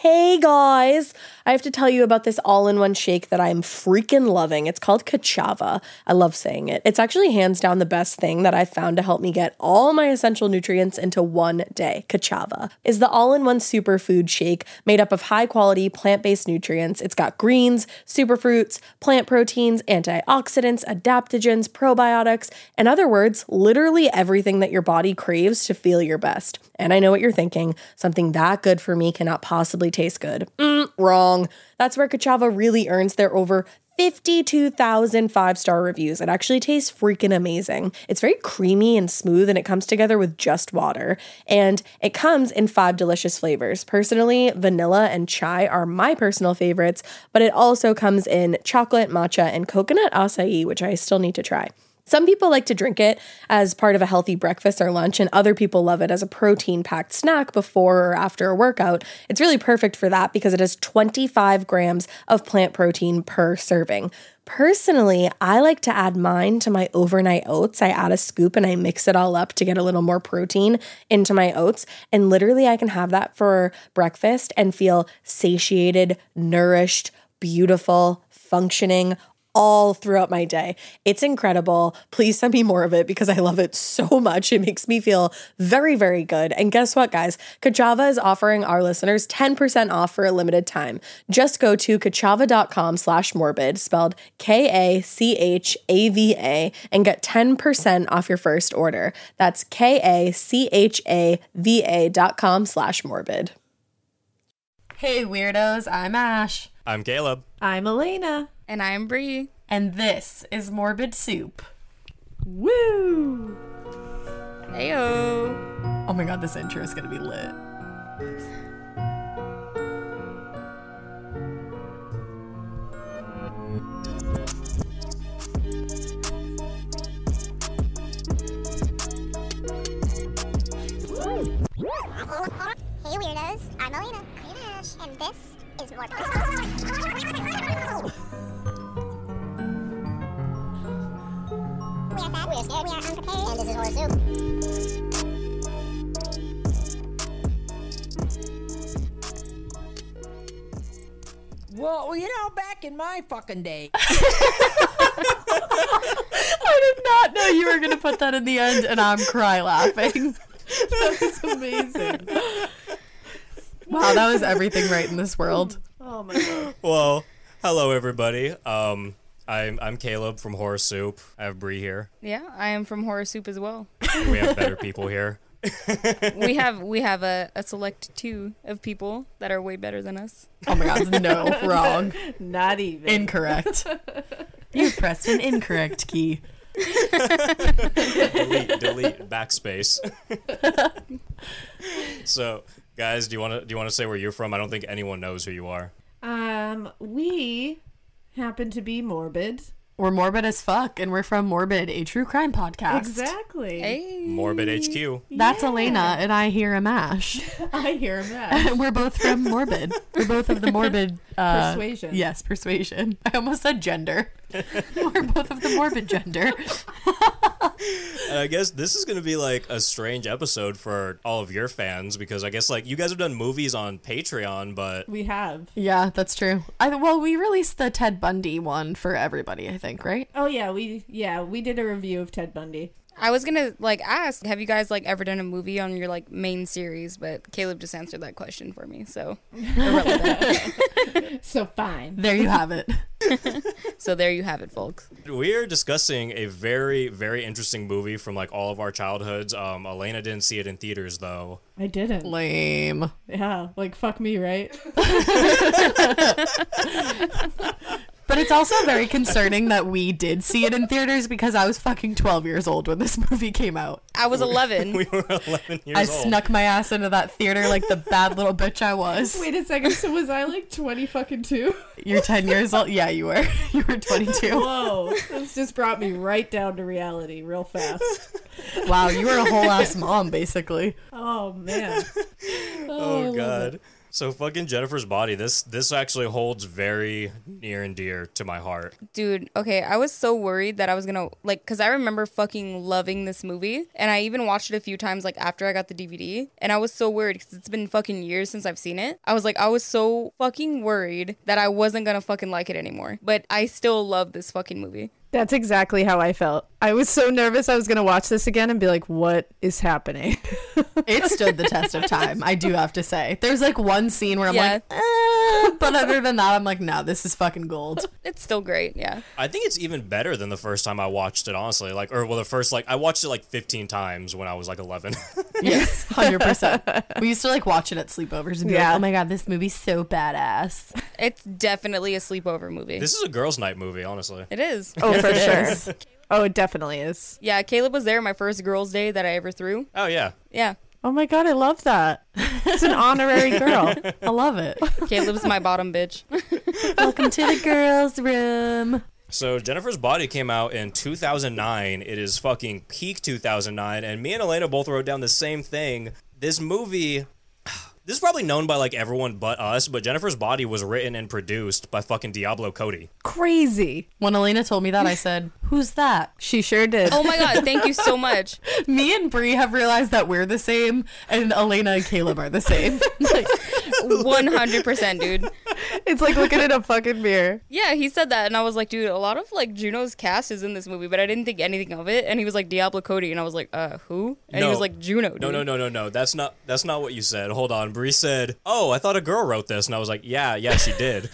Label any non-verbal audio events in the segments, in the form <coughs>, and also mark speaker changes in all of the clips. Speaker 1: Hey guys, I have to tell you about this all in one shake that I'm freaking loving. It's called Kachava. I love saying it. It's actually hands down the best thing that I've found to help me get all my essential nutrients into one day. Kachava is the all in one superfood shake made up of high quality plant based nutrients. It's got greens, superfruits, plant proteins, antioxidants, adaptogens, probiotics, in other words, literally everything that your body craves to feel your best. And I know what you're thinking something that good for me cannot possibly taste good. Mm, wrong. That's where Kachava really earns their over 52,000 five star reviews. It actually tastes freaking amazing. It's very creamy and smooth, and it comes together with just water. And it comes in five delicious flavors. Personally, vanilla and chai are my personal favorites, but it also comes in chocolate, matcha, and coconut acai, which I still need to try. Some people like to drink it as part of a healthy breakfast or lunch, and other people love it as a protein packed snack before or after a workout. It's really perfect for that because it has 25 grams of plant protein per serving. Personally, I like to add mine to my overnight oats. I add a scoop and I mix it all up to get a little more protein into my oats. And literally, I can have that for breakfast and feel satiated, nourished, beautiful, functioning, all throughout my day. It's incredible. Please send me more of it because I love it so <laughs> much. It makes me feel very, very good. And guess what, guys? Kachava is offering our listeners 10% off for a limited time. Just go to kachava.com slash morbid, spelled K-A-C-H-A-V-A, and get 10% off your first order. That's K-A-C-H-A-V-A dot com slash morbid.
Speaker 2: Hey, weirdos, I'm Ash.
Speaker 3: I'm Caleb.
Speaker 4: I'm Elena.
Speaker 5: And I'm Bree.
Speaker 2: And this is Morbid Soup.
Speaker 4: Woo!
Speaker 5: Heyo.
Speaker 2: Oh my god, this intro is gonna be lit.
Speaker 6: Hey weirdos, I'm Elena. I'm Ash. And this is Morbid. We are fat, we are scared, we are unprepared, and this is horror soup.
Speaker 7: Well, you know, back in my fucking day.
Speaker 2: <laughs> I did not know you were gonna put that in the end, and I'm cry
Speaker 4: <laughs>
Speaker 2: laughing.
Speaker 4: It's amazing.
Speaker 2: Wow, that was everything right in this world.
Speaker 4: oh my god.
Speaker 3: Well, hello everybody. Um, I'm I'm Caleb from Horror Soup. I have Bree here.
Speaker 5: Yeah, I am from Horror Soup as well.
Speaker 3: We have better people here. <laughs>
Speaker 5: we have we have a, a select two of people that are way better than us.
Speaker 2: Oh my god, no,
Speaker 4: <laughs>
Speaker 2: wrong.
Speaker 4: Not even. <laughs>
Speaker 2: Incorrect. You pressed an incorrect key.
Speaker 3: delete, delete, backspace. <laughs> so, guys, do you want to do you want to say where you're from? I don't think anyone knows who you are.
Speaker 4: Um, we happen to be morbid,
Speaker 2: We're morbid as fuck, and we're from Morbid, a true crime podcast.
Speaker 4: Exactly.
Speaker 8: Eh?
Speaker 5: Hey.
Speaker 3: Morbid HQ.
Speaker 2: That's Elena, and I hear a Ash.
Speaker 4: I hear that.
Speaker 2: <laughs> we're both from Morbid. We're both of the Morbid uh,
Speaker 4: Persuasion.
Speaker 2: Yes, persuasion. I almost said gender. <laughs> we're both of the Morbid gender.
Speaker 3: And I guess this is going to be like a strange episode for all of your fans because I guess like you guys have done movies on Patreon, but
Speaker 4: We have.
Speaker 2: Yeah, that's true. I, well, we released the Ted Bundy one for everybody, I think, right?
Speaker 4: Oh yeah, we yeah we did a review of Ted Bundy.
Speaker 5: I was gonna like ask, have you guys like ever done a movie on your like main series? But Caleb just answered that question for me,
Speaker 3: <laughs>
Speaker 5: so irrelevant.
Speaker 4: So fine.
Speaker 2: There you have it.
Speaker 5: so there you have it, folks.
Speaker 3: we are discussing a very very interesting movie from like all of our childhoods. Um, Elena didn't see it in theaters though. <laughs>
Speaker 4: I didn't.
Speaker 2: Lame.
Speaker 4: Yeah, like fuck me, right?
Speaker 2: But it's also very concerning that we did see it in theaters because I was fucking 12 years old when this <laughs> movie came out.
Speaker 5: I was
Speaker 3: <laughs>
Speaker 5: 11.
Speaker 3: We were 11 years
Speaker 2: I
Speaker 3: old.
Speaker 2: snuck my ass into that theater like the bad little bitch I
Speaker 8: <laughs>
Speaker 2: was.
Speaker 4: Wait a second. So was I like twenty fucking two?
Speaker 2: You're 10 years old. Yeah, you were. <laughs> You were 22.
Speaker 4: Whoa, this just brought me right down to reality real fast.
Speaker 2: Wow, you were a whole ass mom basically.
Speaker 4: Oh man.
Speaker 3: oh god. So fucking Jennifer's body. This this actually holds very near and dear to my heart.
Speaker 5: Dude, okay, I was so worried that I was gonna like, cause I remember fucking loving this movie, and I even watched it a few times like after I got the DVD, and I was so worried because it's been fucking years since I've seen it. I was like, I was so fucking worried that I wasn't gonna fucking like it anymore, but I still love this fucking movie.
Speaker 8: That's exactly how I felt. I was so nervous I was going to watch this again and be like, what is happening?
Speaker 2: It stood the test of time, I do have to say. There's like one scene where I'm
Speaker 5: Yeah.
Speaker 2: like, eh, <laughs> but other than that, I'm like, no, this is fucking gold.
Speaker 5: It's still great, yeah.
Speaker 3: I think it's even better than the first time I watched it honestly. Like or well the first like I watched it like 15 times when I was like 11.
Speaker 2: Yes, hundred percent. We used to like watch it at sleepovers and be
Speaker 8: Yeah.
Speaker 2: like, "Oh my god, this movie's so badass."
Speaker 5: It's definitely a sleepover movie.
Speaker 3: <laughs> this is a girls night movie, honestly.
Speaker 5: it is.
Speaker 8: oh, for sure. Oh, it definitely is.
Speaker 5: <laughs> Yeah, Caleb was there my first girls' day that I ever threw.
Speaker 3: Oh yeah.
Speaker 5: Yeah,
Speaker 8: Oh my God, I love that. It's an honorary girl.
Speaker 2: I love it.
Speaker 5: Caleb's my bottom bitch.
Speaker 2: Welcome to the girls' room.
Speaker 3: So Jennifer's Body came out in 2009. It is fucking peak 2009, and me and Elena both wrote down the same thing. This movie, <sighs> this is probably known by like everyone but us, but Jennifer's Body was written and produced by fucking Diablo Cody.
Speaker 8: Crazy.
Speaker 2: When Elena told me that, I said, "Who's that?"
Speaker 8: She sure
Speaker 5: <laughs>
Speaker 8: did.
Speaker 5: Oh my god, thank you so <laughs> much.
Speaker 2: Me and Bree have realized that we're the same, and Elena and Caleb are the same. like,
Speaker 5: 100%, dude.
Speaker 8: <laughs> It's like looking in a fucking mirror.
Speaker 5: Yeah, he said that, and I was like, dude, a lot of like Juno's cast is in this movie, but I didn't think anything of it. And he was like Diablo Cody, and I was like, uh, who? And he was like Juno. Dude.
Speaker 3: No, no, no, no, no. That's not that's not what you said. Hold on. Bree said, "Oh, I thought a girl wrote this," and I was like, "Yeah, yeah, she did."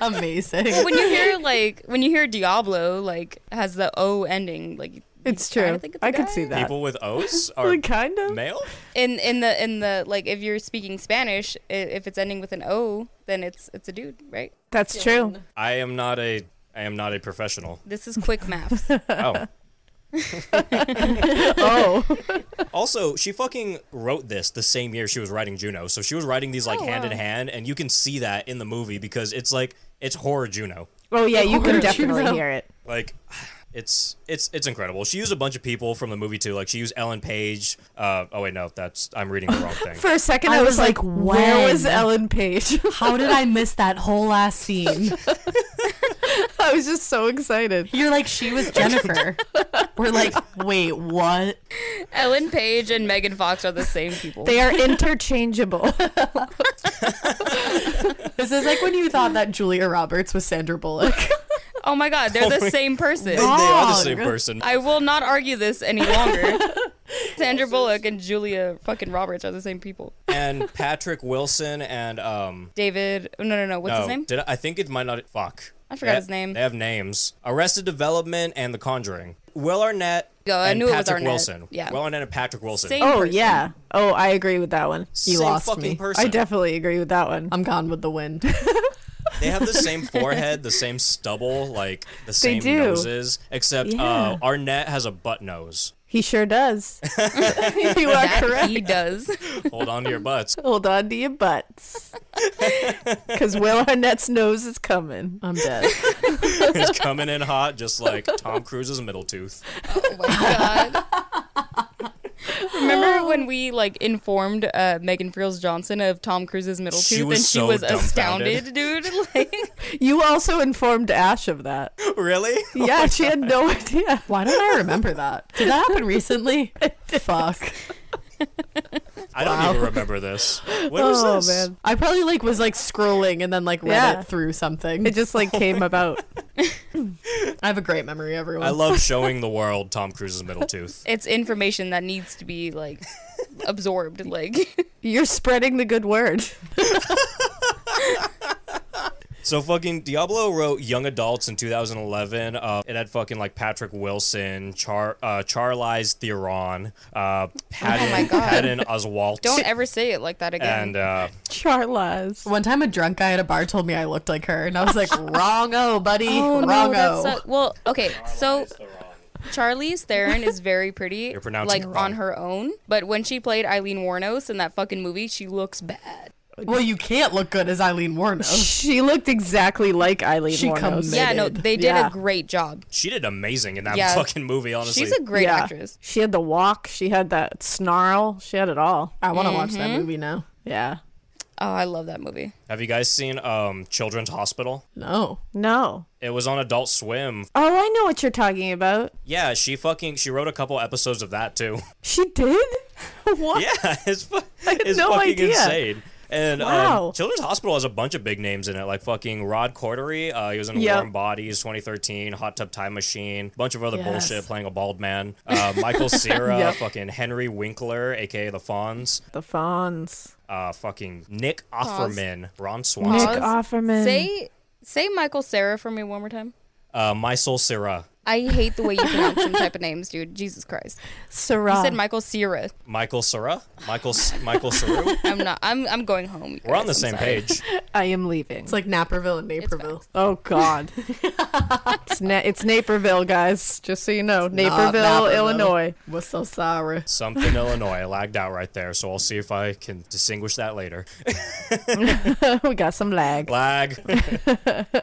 Speaker 2: amazing.
Speaker 5: When you hear like when you hear Diablo like has the O ending, like
Speaker 8: It's
Speaker 5: you kinda
Speaker 8: true.
Speaker 5: think it's a
Speaker 8: I could
Speaker 5: guy.
Speaker 8: see <laughs> that.
Speaker 3: People with O's are
Speaker 8: <laughs> kind of.
Speaker 3: male.
Speaker 5: in in the in the like if you're speaking Spanish, i- if it's ending with an O, then it's it's a dude, right?
Speaker 8: That's true.
Speaker 3: I am not a I am not a professional.
Speaker 5: This is quick
Speaker 8: <laughs>
Speaker 5: math.
Speaker 3: Oh.
Speaker 8: Oh,
Speaker 3: Also, she fucking wrote this the same year she was writing Juno. So she was writing these
Speaker 8: Oh,
Speaker 3: like hand in hand, and you can see that in the movie because it's like it's horror Juno.
Speaker 8: oh yeah, you can definitely
Speaker 2: Juno.
Speaker 8: hear it.
Speaker 3: Like it's it's it's incredible. She used a bunch of people from the movie too. Like she used Ellen Page. Uh, oh wait, no, that's I'm reading
Speaker 8: <laughs>
Speaker 3: the wrong thing.
Speaker 8: For a second,
Speaker 2: I
Speaker 8: I,
Speaker 2: was
Speaker 8: was, like,
Speaker 2: like,
Speaker 8: where was
Speaker 2: when?
Speaker 8: Ellen Page? <laughs>
Speaker 2: How did I miss that whole last scene?
Speaker 8: I was just so excited.
Speaker 2: You're like, she
Speaker 8: <laughs>
Speaker 2: was Jennifer. We're like, wait, what?
Speaker 5: Ellen Page and Megan Fox are the same people.
Speaker 8: They are interchangeable. <laughs>
Speaker 2: This is like when you thought that Julia Roberts was Sandra Bullock.
Speaker 5: oh my god, they're the same person.
Speaker 3: they are the same person.
Speaker 5: I will not argue this any
Speaker 8: <laughs>
Speaker 5: longer. Sandra Bullock and Julia fucking Roberts are the same people.
Speaker 3: and Patrick Wilson and um.
Speaker 5: David, oh, no, no, no. What's
Speaker 3: no,
Speaker 5: his name?
Speaker 3: Oh, Did I, I think it might not. Fuck.
Speaker 5: I forgot
Speaker 3: They-
Speaker 5: his name.
Speaker 3: They have names. Arrested Development and The Conjuring. Will Arnett
Speaker 5: Go, I
Speaker 3: and
Speaker 5: knew it was
Speaker 3: Patrick
Speaker 5: Arnett.
Speaker 3: Wilson.
Speaker 5: Yeah.
Speaker 3: Will Arnett and Patrick Wilson.
Speaker 5: Same
Speaker 8: oh
Speaker 5: person.
Speaker 8: yeah. <laughs> Oh, I agree with that one.
Speaker 3: Same
Speaker 2: lost
Speaker 3: fucking
Speaker 2: me.
Speaker 3: person.
Speaker 8: I definitely agree with that one.
Speaker 2: I'm gone with the wind.
Speaker 3: They
Speaker 8: <laughs>
Speaker 3: have the same forehead, the same stubble, like the same
Speaker 8: do.
Speaker 3: noses, except uh, Arnett has a butt nose.
Speaker 8: He sure does. you are correct.
Speaker 5: He does.
Speaker 8: <laughs>
Speaker 3: Hold on to your butts.
Speaker 8: Hold on to your butts. Because Will Arnett's nose is coming. I'm dead.
Speaker 3: It's coming in hot, just like Tom Cruise's middle tooth. <laughs>
Speaker 5: Oh my god.
Speaker 8: <laughs>
Speaker 5: Remember when we like informed uh, Megan Friels Johnson of Tom Cruise's middle
Speaker 3: She
Speaker 5: tooth,
Speaker 3: was
Speaker 5: and she
Speaker 3: so
Speaker 5: was
Speaker 3: dumbfounded.
Speaker 5: astounded, dude. <laughs> Like,
Speaker 8: You also informed Ash of that.
Speaker 3: Really?
Speaker 8: <laughs> Yeah, she had no idea.
Speaker 2: Why don't I remember that? Did that happen
Speaker 8: <laughs>
Speaker 2: recently? <laughs> Fuck.
Speaker 3: I don't even remember this. What was
Speaker 8: Oh
Speaker 3: this?
Speaker 8: man,
Speaker 2: I probably like was like scrolling and then like read
Speaker 8: Yeah.
Speaker 2: it through something.
Speaker 8: it just like
Speaker 2: <laughs>
Speaker 8: came about.
Speaker 2: I have a great memory, everyone.
Speaker 3: I love showing the world Tom Cruise's middle tooth.
Speaker 5: it's information that needs to be
Speaker 8: <laughs>
Speaker 5: like absorbed. Like,
Speaker 8: You're spreading the good word.
Speaker 3: So fucking Diablo wrote Young Adults in 2011. Uh, it had fucking like Patrick Wilson, Char uh, Charlize Theron, uh, Patton,
Speaker 5: Oh my God. <laughs>
Speaker 3: Patton Oswalt,
Speaker 5: don't ever say it like that again.
Speaker 3: and uh,
Speaker 8: Charlas.
Speaker 2: One time, a drunk guy at a bar told me I looked like her, and I was
Speaker 8: <laughs>
Speaker 2: like, "Wrongo, buddy,
Speaker 8: Oh,
Speaker 2: wrongo."
Speaker 5: that's a, well, okay. So Charlize Theron is very pretty,
Speaker 3: You're pronouncing
Speaker 5: like
Speaker 3: it wrong.
Speaker 5: on her own. But when she played Eileen Warnos in that fucking movie, she looks bad.
Speaker 2: well, you can't look good as Eileen Warnos.
Speaker 8: She looked exactly like Eileen
Speaker 2: She
Speaker 8: Warnos.
Speaker 2: comes-
Speaker 5: Yeah, no,
Speaker 2: did.
Speaker 5: they did
Speaker 8: Yeah.
Speaker 5: a great job.
Speaker 3: she did amazing in that
Speaker 5: Yeah.
Speaker 3: fucking movie. Honestly,
Speaker 5: She's a great
Speaker 8: Yeah.
Speaker 5: actress.
Speaker 8: She had the walk. She had that snarl. She had it all.
Speaker 2: I want to watch that
Speaker 8: Mm-hmm.
Speaker 2: movie now.
Speaker 8: Yeah.
Speaker 5: Oh, I love that movie.
Speaker 3: have you guys seen um, Children's Hospital?
Speaker 2: No,
Speaker 8: No.
Speaker 3: It was on Adult Swim.
Speaker 8: Oh, I know what you're talking about.
Speaker 3: Yeah, she fucking she wrote a couple episodes of that too.
Speaker 8: She did. <laughs> what?
Speaker 3: Yeah, <laughs> it's fu-
Speaker 8: had
Speaker 3: it's
Speaker 8: no
Speaker 3: fucking
Speaker 8: idea.
Speaker 3: insane. And um,
Speaker 8: Wow.
Speaker 3: Children's Hospital has a bunch of big names in it, like fucking Rod Cordery. Uh, he was in
Speaker 8: Yep.
Speaker 3: Warm Bodies, 2013, Hot Tub Time Machine, bunch of other
Speaker 2: Yes.
Speaker 3: bullshit playing a bald man. Uh,
Speaker 8: <laughs>
Speaker 3: Michael Cera,
Speaker 8: Yep.
Speaker 3: fucking Henry Winkler, aka the Fonz,
Speaker 8: The Fonz.
Speaker 3: uh, fucking Nick Offerman, Ron
Speaker 8: Nick
Speaker 3: Swanson,
Speaker 5: Oz-
Speaker 8: Offerman.
Speaker 5: Say say Michael Sarah for me one more time.
Speaker 3: uh, My Soul Cera,
Speaker 5: I hate the way you pronounce some type of names, dude. Jesus Christ.
Speaker 8: Sarah.
Speaker 5: I said Michael Cera.
Speaker 3: Michael Cera, Michael S- Michael
Speaker 8: <laughs>
Speaker 3: Saru.
Speaker 5: I'm not. I'm. I'm going home. you
Speaker 3: We're on the
Speaker 5: guys. I'm
Speaker 3: same
Speaker 5: sorry.
Speaker 3: page.
Speaker 8: I am leaving.
Speaker 2: it's like Naperville and Naperville.
Speaker 8: oh God. it's, Na- it's Naperville, guys. Just so you know,
Speaker 2: Not
Speaker 8: Naperville, Illinois. <laughs>
Speaker 2: We're so sorry.
Speaker 3: Something Illinois. I lagged out right there, so I'll see if I can distinguish that later.
Speaker 8: Oh, we got some lag.
Speaker 3: Flag.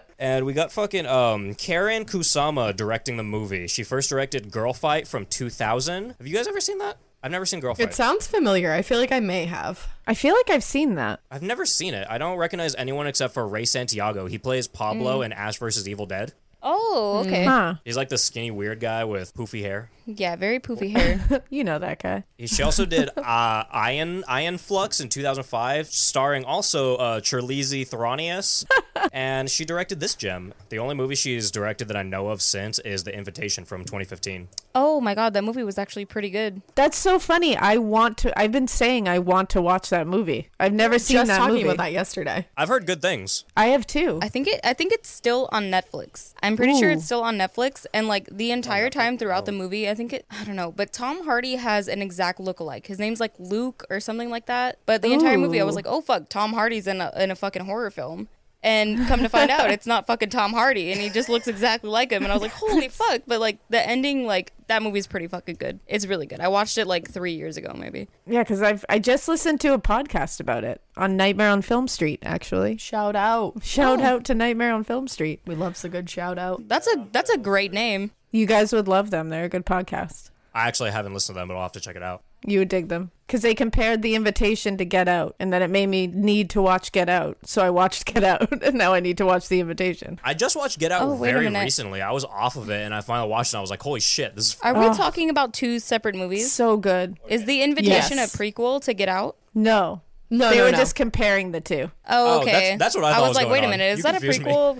Speaker 2: <laughs>
Speaker 3: and we got fucking um, Karen Kusama directing the movie. She first directed Girl Fight from 2000. Have you guys ever seen that? I've never seen Girl Fight.
Speaker 2: It sounds familiar. I feel like I may have.
Speaker 8: I feel like I've seen that.
Speaker 3: I've never seen it. I don't recognize anyone except for Ray Santiago. He plays Pablo
Speaker 2: Mm.
Speaker 3: in Ash vs. Evil Dead.
Speaker 5: Oh,
Speaker 3: Mm.
Speaker 5: okay.
Speaker 8: Huh.
Speaker 3: He's like the skinny weird guy with poofy hair.
Speaker 5: Yeah, very poofy
Speaker 3: <laughs>
Speaker 5: hair.
Speaker 8: You know that guy.
Speaker 3: He- She also
Speaker 2: <laughs>
Speaker 3: did uh, Iron Iron Flux in 2005, starring also uh, Charlize
Speaker 2: <laughs>
Speaker 3: Theronius, and she directed this gem. The only movie she's directed that I know of since is The Invitation from 2015.
Speaker 5: Oh my god, that movie was actually pretty good.
Speaker 8: That's so funny. I want to. I've been saying I want to watch that movie. I've never seen
Speaker 2: Just
Speaker 8: that
Speaker 2: talking
Speaker 8: movie.
Speaker 2: about that yesterday.
Speaker 3: I've heard good things.
Speaker 8: I have too.
Speaker 5: I think it. I think it's still on Netflix. I'm pretty sure
Speaker 8: Ooh. oh.
Speaker 5: it's still on Netflix. And like the entire time throughout the movie, I think it. I don't know, but Tom Hardy has an exact lookalike. His name's like Luke or something like that. But the entire movie, I was
Speaker 8: Ooh.
Speaker 5: like, oh fuck, Tom Hardy's in a in a fucking horror film. And come to find out, it's not fucking Tom Hardy, and he just looks exactly like him. And I was like,
Speaker 8: <laughs>
Speaker 5: holy fuck! But like the ending, like that movie's pretty fucking good. It's really good. I watched it like three years ago, maybe.
Speaker 8: Yeah, because I've I just listened to a podcast about it on Nightmare on Film Street. Actually,
Speaker 2: Shout out. Oh.
Speaker 8: shout out to Nightmare on Film Street.
Speaker 2: We love a good shout out.
Speaker 5: That's a that's a great name.
Speaker 8: You guys would love them. They're a good podcast.
Speaker 3: I actually haven't listened to them, but I'll have to check it out.
Speaker 8: You would dig them because they compared The Invitation to Get Out, and then it made me need to watch Get Out. So I watched <laughs> Get Out, and now I need to watch The Invitation.
Speaker 3: I just watched Get Out
Speaker 5: Oh, wait a
Speaker 3: very
Speaker 5: minute.
Speaker 3: recently. I was off of it, and I finally watched it. and I was like, "Holy shit, this is."
Speaker 5: Are we talking about two separate movies?
Speaker 8: So good.
Speaker 5: Is the invitation
Speaker 2: Yes.
Speaker 5: a prequel to Get Out?
Speaker 8: No,
Speaker 2: No,
Speaker 8: they
Speaker 2: no,
Speaker 8: were
Speaker 2: no.
Speaker 8: just comparing the two.
Speaker 5: Oh,
Speaker 3: Oh,
Speaker 5: okay.
Speaker 3: that's- that's what I thought
Speaker 5: was
Speaker 3: was
Speaker 5: like,
Speaker 3: going
Speaker 5: wait a
Speaker 3: on.
Speaker 5: minute, is
Speaker 3: You
Speaker 5: that a
Speaker 3: confused me.
Speaker 5: prequel?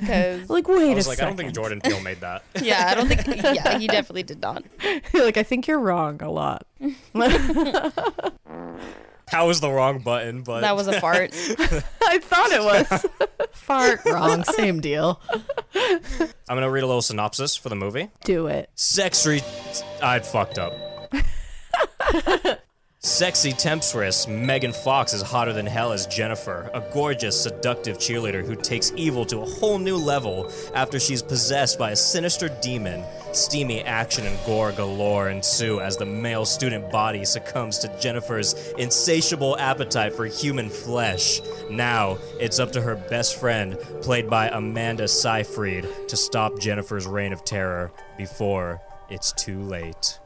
Speaker 3: <laughs>
Speaker 5: Because
Speaker 8: Like, wait
Speaker 3: I was
Speaker 8: a
Speaker 3: like, I don't
Speaker 8: second.
Speaker 3: think Jordan Peele made
Speaker 5: <laughs>
Speaker 3: that. <laughs>
Speaker 5: yeah, I don't think. Yeah, he definitely did not.
Speaker 8: <laughs> like, I think you're wrong
Speaker 2: <laughs>
Speaker 8: a lot.
Speaker 3: that was the wrong button, but
Speaker 5: That was
Speaker 3: <laughs>
Speaker 5: a fart.
Speaker 8: I thought it <laughs> was.
Speaker 2: Fart <laughs> wrong. Same deal.
Speaker 3: I'm gonna read a little synopsis for the movie.
Speaker 8: Do it.
Speaker 3: Sex re- I fucked up. Sexy temptress Megan Fox is hotter than hell as Jennifer, a gorgeous, seductive cheerleader who takes evil to a whole new level after she's possessed by a sinister demon. Steamy action and gore galore ensue as the male student body succumbs to Jennifer's insatiable appetite for human flesh. Now, it's up to her best friend, played by Amanda Seyfried, to stop Jennifer's reign of terror before it's too late.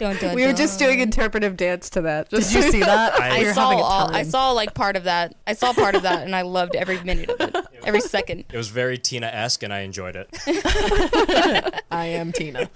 Speaker 5: Dun, dun,
Speaker 8: We were
Speaker 5: dun.
Speaker 8: just doing interpretive dance to that.
Speaker 2: Did you
Speaker 3: <laughs>
Speaker 2: see that?
Speaker 5: I
Speaker 2: You're
Speaker 5: saw
Speaker 2: having a
Speaker 5: all, I
Speaker 2: time.
Speaker 5: saw like part of that. I saw part of that, and I loved every minute of
Speaker 3: <laughs>
Speaker 5: it, every second.
Speaker 3: It was very Tina esque, and I enjoyed it.
Speaker 2: <laughs> I am Tina.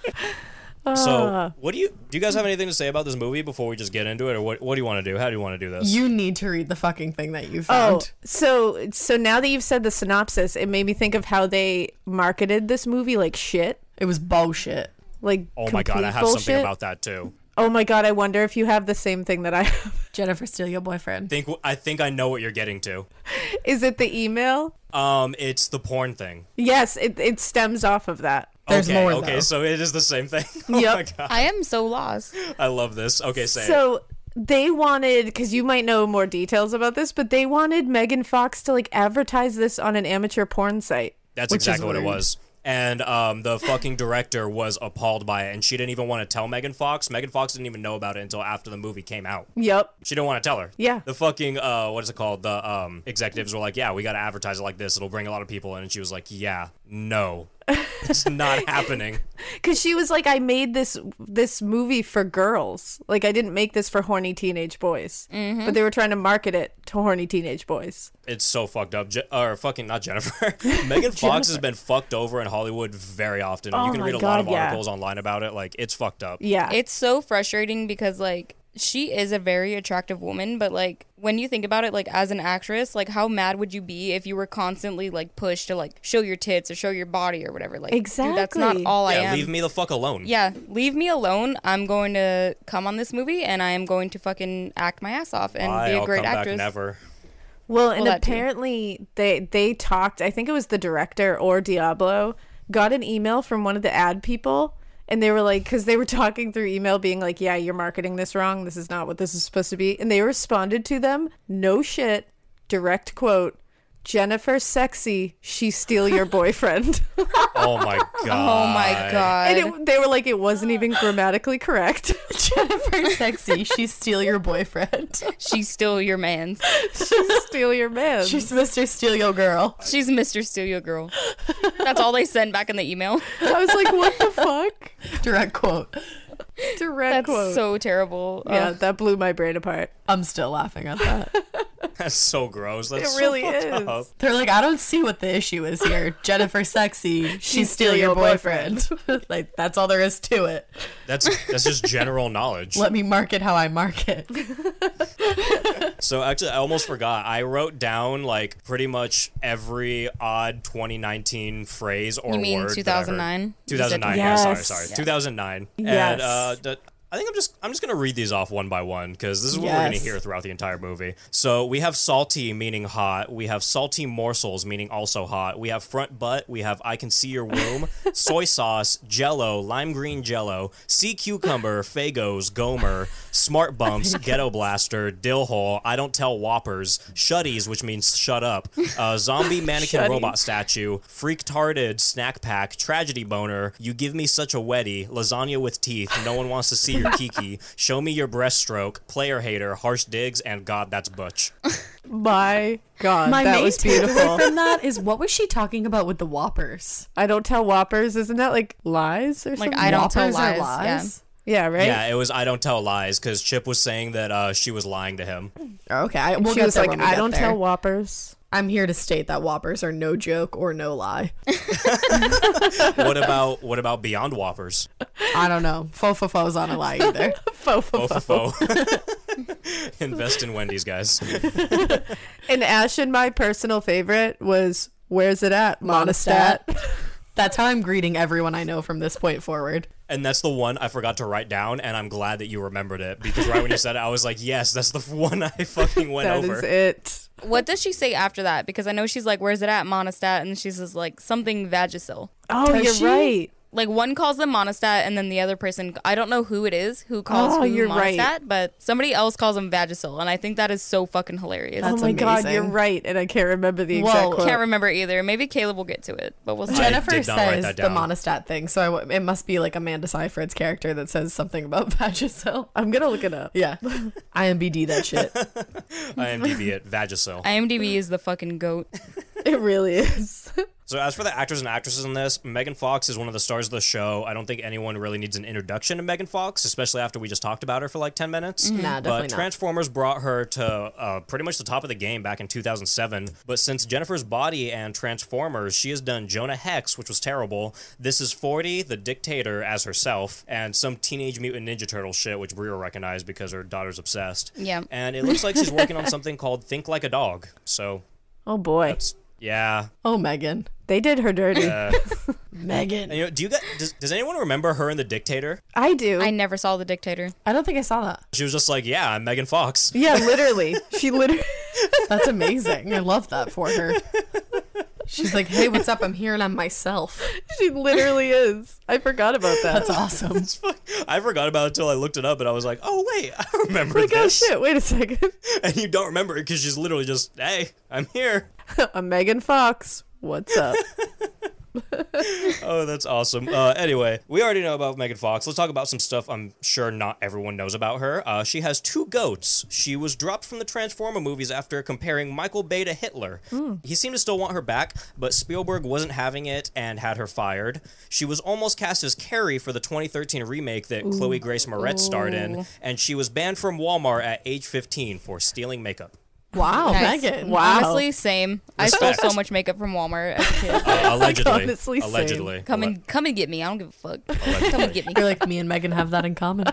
Speaker 2: Ah.
Speaker 3: So, what do you do? You guys have anything to say about this movie before we just get into it, or what? What do you want to do? How do you want to do this?
Speaker 2: You need to read the fucking thing that you
Speaker 8: Oh,
Speaker 2: found.
Speaker 8: so so now that you've said the synopsis, it made me think of how they marketed this movie like shit.
Speaker 2: It was bullshit.
Speaker 8: Like
Speaker 3: oh my god, I
Speaker 8: complete
Speaker 3: have
Speaker 8: bullshit.
Speaker 3: something about that too.
Speaker 8: Oh my god, I wonder if you have the same thing that I have. <laughs>
Speaker 2: Jennifer, steal your boyfriend.
Speaker 3: Think I think I know what you're getting to.
Speaker 8: Is it the email?
Speaker 3: Um, it's the porn thing.
Speaker 8: Yes, it it stems off of that.
Speaker 2: There's
Speaker 3: okay,
Speaker 2: more,
Speaker 3: okay,
Speaker 2: though.
Speaker 3: so it is the same thing. <laughs> oh my
Speaker 8: Yep.
Speaker 3: god,
Speaker 5: I am so lost.
Speaker 3: I love this. Okay, say it.
Speaker 8: So they wanted because you might know more details about this, but they wanted Megan Fox to like advertise this on an amateur porn site.
Speaker 3: That's
Speaker 2: which is
Speaker 3: exactly what it
Speaker 2: rude.
Speaker 3: was. And um, the fucking director was appalled by it, and she didn't even want to tell Megan Fox. Megan Fox didn't even know about it until after the movie came out.
Speaker 8: Yep.
Speaker 3: She didn't want to tell her.
Speaker 8: Yeah.
Speaker 3: The fucking uh, what is it called? The um executives were like, "Yeah, we got to advertise it like this. It'll bring a lot of people in." And she was like, "Yeah, no, it's
Speaker 5: <laughs>
Speaker 3: not happening."
Speaker 8: Cause she was like, I made this this movie for girls. Like I didn't make this for horny teenage boys.
Speaker 5: Mm-hmm.
Speaker 8: But they were trying to market it to horny teenage boys.
Speaker 3: It's so fucked up. Je- or fucking not Jennifer. <laughs>
Speaker 5: <laughs>
Speaker 3: Megan Fox has been fucked over in Hollywood very often.
Speaker 8: Oh
Speaker 3: you can
Speaker 8: my
Speaker 3: read a lot
Speaker 8: God,
Speaker 3: of
Speaker 8: yeah.
Speaker 3: articles online about it. Like it's fucked up.
Speaker 8: Yeah.
Speaker 5: It's so frustrating because like she is a very attractive woman, but like when you think about it, like as an actress, like how mad would you be if you were constantly like pushed to like show your tits or show your body or whatever? Like dude, that's not
Speaker 8: Exactly.
Speaker 5: all I
Speaker 3: Yeah,
Speaker 5: am.
Speaker 3: leave me the fuck alone.
Speaker 5: yeah, leave me alone. I'm going to come on this movie and I am going to fucking act my ass off and
Speaker 3: Bye,
Speaker 5: be a
Speaker 3: I'll
Speaker 5: great
Speaker 3: come
Speaker 5: actress.
Speaker 3: back
Speaker 5: <laughs>
Speaker 3: never.
Speaker 8: Well, and
Speaker 5: that too.
Speaker 8: apparently they they talked. I think it was the director or Diablo got an email from one of the ad people, and they were like, because they were talking through email, being like, "Yeah, you're marketing this wrong. This is not what this is supposed to be." And they responded to them, "No shit." Direct quote: Jennifer, sexy, she
Speaker 5: <laughs>
Speaker 8: steal your boyfriend.
Speaker 3: Oh my god.
Speaker 5: Oh my god.
Speaker 8: and it, they were like, it wasn't even
Speaker 2: <laughs>
Speaker 8: grammatically correct.
Speaker 2: Jennifer,
Speaker 8: <laughs>
Speaker 2: sexy. She steal your <laughs> boyfriend.
Speaker 5: She's still your man's.
Speaker 8: she steal your man.
Speaker 2: She's Mr. Steal Your Girl.
Speaker 5: She's Mr. Studio Girl. That's all they send back in the
Speaker 8: <laughs>
Speaker 5: email.
Speaker 8: I was like,
Speaker 2: <laughs>
Speaker 8: what the fuck?
Speaker 2: Direct quote.
Speaker 5: That's
Speaker 8: Direct quote.
Speaker 5: so terrible.
Speaker 8: yeah,
Speaker 5: Ugh.
Speaker 8: that blew my brain apart.
Speaker 2: I'm still laughing at that.
Speaker 3: That's so gross. That's so
Speaker 8: really
Speaker 3: fucked
Speaker 8: is.
Speaker 3: up.
Speaker 2: They're like, I don't see what the issue is here. Jennifer, sexy. <laughs> She steal your boyfriend. like that's all there is to it.
Speaker 3: That's that's just general
Speaker 5: <laughs>
Speaker 3: knowledge.
Speaker 2: Let me market how I market.
Speaker 3: So actually, I almost forgot. I wrote down like pretty much every odd 2019 phrase or
Speaker 5: You mean
Speaker 3: word. that I heard.
Speaker 5: 2009?
Speaker 3: 2009.
Speaker 8: You
Speaker 3: Yeah,
Speaker 8: said-
Speaker 3: sorry,
Speaker 8: Yes.
Speaker 3: sorry. 2009.
Speaker 8: Yes.
Speaker 3: And uh, d- I think I'm just I'm just gonna read these off one by one because this is what we're gonna
Speaker 2: Yes.
Speaker 3: hear throughout the entire movie. So we have salty meaning hot. We have salty morsels meaning also hot. We have front butt. We have I can see your womb. soy sauce, Jello, lime green Jello, sea cucumber, Fagos, Gomer, smart bumps, ghetto blaster, dill hole. I don't tell whoppers. Shutties, which means shut up. Uh, zombie mannequin robot statue. Freak tarded snack pack. Tragedy boner. You give me such a wetty. Lasagna with teeth. No one wants to see your kiki. Show me your breaststroke. Player hater. Harsh digs. And God, that's butch.
Speaker 8: <laughs> My God,
Speaker 2: My
Speaker 8: that
Speaker 2: main
Speaker 8: was beautiful.
Speaker 2: takeaway from that is what was she talking about with the Whoppers?
Speaker 8: I don't tell whoppers. Isn't that like lies or
Speaker 5: Like,
Speaker 8: something?
Speaker 5: I don't tell
Speaker 2: Whoppers are
Speaker 5: lies.
Speaker 2: lies?
Speaker 8: yeah, right.
Speaker 3: Yeah, it was I don't tell lies because Chip was saying that uh, she was lying to him.
Speaker 2: Okay, I, we'll
Speaker 8: she
Speaker 2: get
Speaker 8: was
Speaker 2: there
Speaker 8: like,
Speaker 2: when we
Speaker 8: I
Speaker 2: get
Speaker 8: don't
Speaker 2: there.
Speaker 8: tell
Speaker 2: <laughs>
Speaker 8: whoppers.
Speaker 2: I'm here to state that Whoppers are no joke or no lie.
Speaker 3: What about what about Beyond Whoppers?
Speaker 2: I don't <laughs> know. Fofofo's on a lie either.
Speaker 3: Ofofo. <laughs> Invest in Wendy's, guys.
Speaker 8: And Ash and my personal favorite was where's it at
Speaker 2: Monostat.
Speaker 8: monostat. <laughs>
Speaker 2: That's how I'm greeting everyone I know from this point forward.
Speaker 3: And that's the one I forgot to write down, and I'm glad that you remembered it because right when you said it, I was like, yes, that's the <laughs> one I fucking went
Speaker 8: That is
Speaker 3: over.
Speaker 8: it.
Speaker 5: What does she say after that? Because I know she's like, "Where's it at, Monostat?" And she says like something Vagisil.
Speaker 8: Oh, you're
Speaker 2: she?
Speaker 8: right.
Speaker 5: Like one calls them monostat, and then the other person I don't know who it is who calls
Speaker 8: Oh,
Speaker 5: who
Speaker 8: you're
Speaker 5: monostat,
Speaker 8: right.
Speaker 5: but somebody else calls them vagisil, and I think that is so fucking hilarious.
Speaker 8: oh my god, you're
Speaker 2: amazing.
Speaker 8: right, and I can't remember the exact
Speaker 5: Well,
Speaker 8: quote.
Speaker 5: can't remember either. Maybe Caleb will get to it, but we'll see.
Speaker 3: I
Speaker 2: Jennifer
Speaker 3: did not write
Speaker 2: says
Speaker 3: that
Speaker 2: the
Speaker 3: down.
Speaker 2: monostat thing, so I w- it must be like Amanda Seyfried's character that says something about <laughs> Vagisil.
Speaker 8: I'm gonna look it up.
Speaker 2: <laughs> Yeah, IMBD that <laughs> shit.
Speaker 3: IMDb at Vagisil.
Speaker 5: IMDb is the fucking goat.
Speaker 8: It really is.
Speaker 3: So as for the actors and actresses in this, Megan Fox is one of the stars of the show. I don't think anyone really needs an introduction to Megan Fox, especially after we just talked about her for like 10 minutes.
Speaker 2: Mm-hmm. Nah, definitely
Speaker 3: but
Speaker 2: not.
Speaker 3: Transformers brought her to uh, pretty much the top of the game back in 2007. But since Jennifer's Body and Transformers, she has done Jonah Hex, which was terrible. This is 40, The Dictator as herself, and some Teenage Mutant Ninja Turtle shit, which Brie will recognize because her daughter's obsessed.
Speaker 5: Yeah.
Speaker 3: And it looks like she's working on something called Think Like a Dog. So,
Speaker 8: Oh boy,
Speaker 3: yeah,
Speaker 2: Oh, Megan,
Speaker 8: they did her dirty.
Speaker 3: And,
Speaker 2: Megan.
Speaker 3: you know, do you guys, does, does anyone remember her in The Dictator?
Speaker 8: I do.
Speaker 5: I never saw the dictator.
Speaker 2: I don't think I saw that.
Speaker 3: She was just like, yeah, I'm Megan Fox. <laughs>
Speaker 8: yeah, literally. She literally.
Speaker 2: <laughs> That's amazing. I love that for her. She's like, hey, what's up? I'm here and I'm myself.
Speaker 8: She literally is. I forgot about that.
Speaker 2: That's awesome.
Speaker 3: I forgot about it until I looked it up and I was like, oh, wait, <laughs> I remember
Speaker 8: Like, oh
Speaker 3: this.
Speaker 8: shit! Wait a second. <laughs>
Speaker 3: And you don't remember it because she's literally just, hey, I'm here.
Speaker 8: I'm Megan Fox.
Speaker 2: <laughs>
Speaker 8: What's up?
Speaker 3: Oh, that's awesome. Uh, anyway, we already know about Megan Fox. Let's talk about some stuff I'm sure not everyone knows about her. Uh, she has two goats. She was dropped from the Transformer movies after comparing Michael Bay to Hitler. He seemed to still want her back, but Spielberg wasn't having it and had her fired. She was almost cast as Carrie for the 2013 remake that Chloe Grace Moretz starred in, and she was banned from Walmart at age 15 for stealing makeup.
Speaker 2: Wow,
Speaker 5: Nice.
Speaker 2: Megan.
Speaker 8: Wow.
Speaker 5: Honestly, same. I
Speaker 3: Respect.
Speaker 5: stole so much makeup from Walmart as a kid.
Speaker 3: <laughs> Uh, allegedly.
Speaker 8: honestly, same.
Speaker 3: allegedly.
Speaker 5: Come and come and get me. I don't give a fuck.
Speaker 3: Allegedly.
Speaker 5: Come and get me.
Speaker 2: You're like, me and Megan have that in common.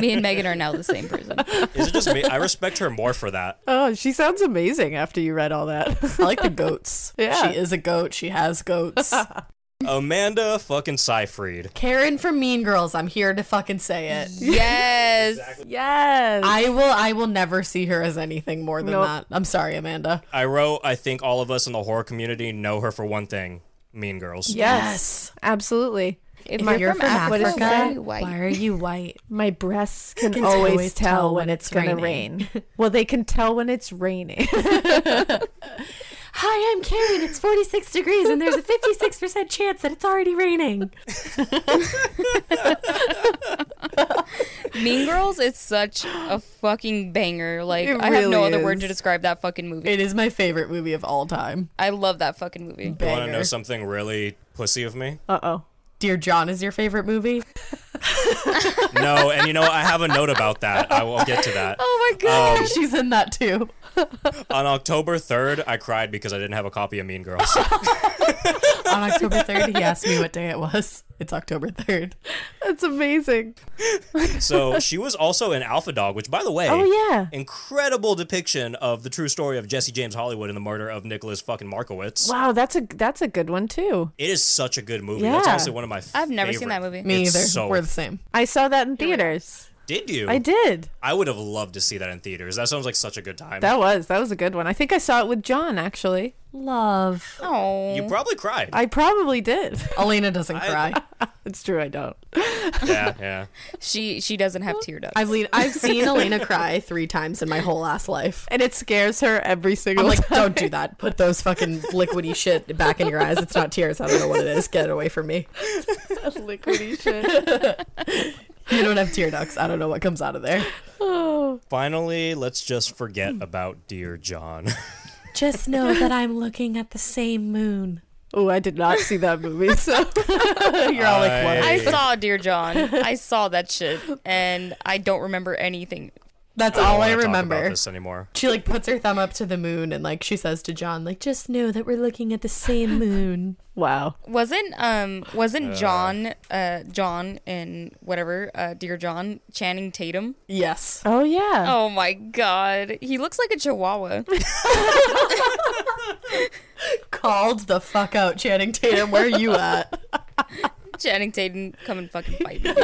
Speaker 5: Me and Megan are now the same
Speaker 8: <laughs>
Speaker 5: person.
Speaker 3: Is it just me? I respect her more for that.
Speaker 8: Oh, she sounds amazing after you read all that.
Speaker 2: I like the goats. <laughs>
Speaker 8: Yeah.
Speaker 2: She is a goat. She has goats. <laughs>
Speaker 3: Amanda fucking Seyfried.
Speaker 2: Karen from Mean Girls. I'm here to fucking say it.
Speaker 5: Yes.
Speaker 8: <laughs> yes.
Speaker 2: I will I will never see her as anything more than
Speaker 8: Nope.
Speaker 2: that. I'm sorry, Amanda.
Speaker 3: I wrote, I think all of us in the horror community know her for one thing Mean Girls.
Speaker 8: yes. Absolutely.
Speaker 5: If
Speaker 2: If
Speaker 5: you're from Africa,
Speaker 8: Africa,
Speaker 5: why are you white?
Speaker 8: why
Speaker 2: Why are you white?
Speaker 8: My breasts can,
Speaker 2: always
Speaker 8: always,
Speaker 2: tell when
Speaker 8: tell, when
Speaker 2: it's
Speaker 8: it's, gonna
Speaker 2: raining.
Speaker 8: rain. well, they can tell when it's raining. <laughs>
Speaker 2: Hi, I'm Karen. It's 46 degrees and there's a 56% chance that it's already raining.
Speaker 5: Mean Girls is such a fucking banger. Like
Speaker 8: It
Speaker 5: I have no
Speaker 8: really
Speaker 5: other word to
Speaker 8: is.
Speaker 5: describe that fucking movie.
Speaker 2: It is my favorite movie of all time.
Speaker 5: I love that fucking movie.
Speaker 3: You want to know
Speaker 2: Banger.
Speaker 3: something really pussy of me?
Speaker 8: Uh oh.
Speaker 2: Dear John is your favorite movie?
Speaker 8: <laughs>
Speaker 2: <laughs>
Speaker 3: no, and you know, I have a note about that. I will get to
Speaker 8: <laughs>
Speaker 3: that. Um,
Speaker 5: Oh my god.
Speaker 2: She's in that too.
Speaker 3: On October 3rd, I cried because I didn't have a copy of Mean
Speaker 8: <laughs>
Speaker 3: Girls.
Speaker 2: On October 3rd, he asked me what day it was. It's October 3rd.
Speaker 8: That's amazing.
Speaker 3: so she was also in Alpha Dog, which, by the way,
Speaker 8: Oh, yeah.
Speaker 3: incredible depiction of the true story of Jesse James Hollywood and the murder of Nicholas fucking Markowitz.
Speaker 8: Wow, that's a that's a good one too.
Speaker 3: It is such a good movie. That's
Speaker 8: Yeah.
Speaker 3: honestly one of my
Speaker 5: I've never seen that
Speaker 3: favorite.
Speaker 5: movie.
Speaker 2: Me
Speaker 3: It's
Speaker 2: either.
Speaker 3: so-
Speaker 2: We're the <laughs> same.
Speaker 8: I saw that in theaters.
Speaker 3: Did you?
Speaker 8: I did.
Speaker 3: I would have loved to see that in theaters. That sounds like such a good time.
Speaker 8: That was that was a good one. I think I saw it with John actually.
Speaker 2: Love. Oh.
Speaker 5: Oh.
Speaker 3: you probably cried.
Speaker 8: I probably did.
Speaker 2: Elena doesn't cry.
Speaker 8: <laughs> it's true I don't. <laughs>
Speaker 3: yeah, yeah.
Speaker 5: She she doesn't have tear ducts.
Speaker 2: I've, le- I've seen Elena cry three times in my whole ass life.
Speaker 8: And it scares her every
Speaker 2: I'm
Speaker 8: single
Speaker 2: like,
Speaker 8: time.
Speaker 2: don't do that. <laughs> Put those fucking liquidy shit back in your eyes. It's not tears. I don't know what it is. Get away from me.
Speaker 8: <laughs> liquidy shit.
Speaker 2: <laughs> You don't have tear ducts. I don't know what comes out of there.
Speaker 3: Finally, let's just forget about Dear John. <laughs>
Speaker 2: Just know that I'm looking at the same moon.
Speaker 8: Oh, I did not see that movie. <laughs> So
Speaker 2: <laughs> You're all like, what?
Speaker 5: I saw Dear <laughs> John. I saw that shit and I don't remember anything.
Speaker 2: That's
Speaker 3: don't
Speaker 2: all
Speaker 3: wanna
Speaker 2: I
Speaker 3: talk about
Speaker 2: remember.
Speaker 3: this anymore.
Speaker 2: She like puts her thumb up to the moon and like she says to John, like, just know that we're looking at the same moon.
Speaker 8: <laughs> wow.
Speaker 5: Wasn't um wasn't John uh John and whatever uh Dear John Channing Tatum?
Speaker 2: yes.
Speaker 8: Oh yeah.
Speaker 5: Oh my god. He looks like a chihuahua. <laughs>
Speaker 2: Called the fuck out, Channing Tatum. Where are you at?
Speaker 5: Channing Tatum come and fucking fight <laughs> me.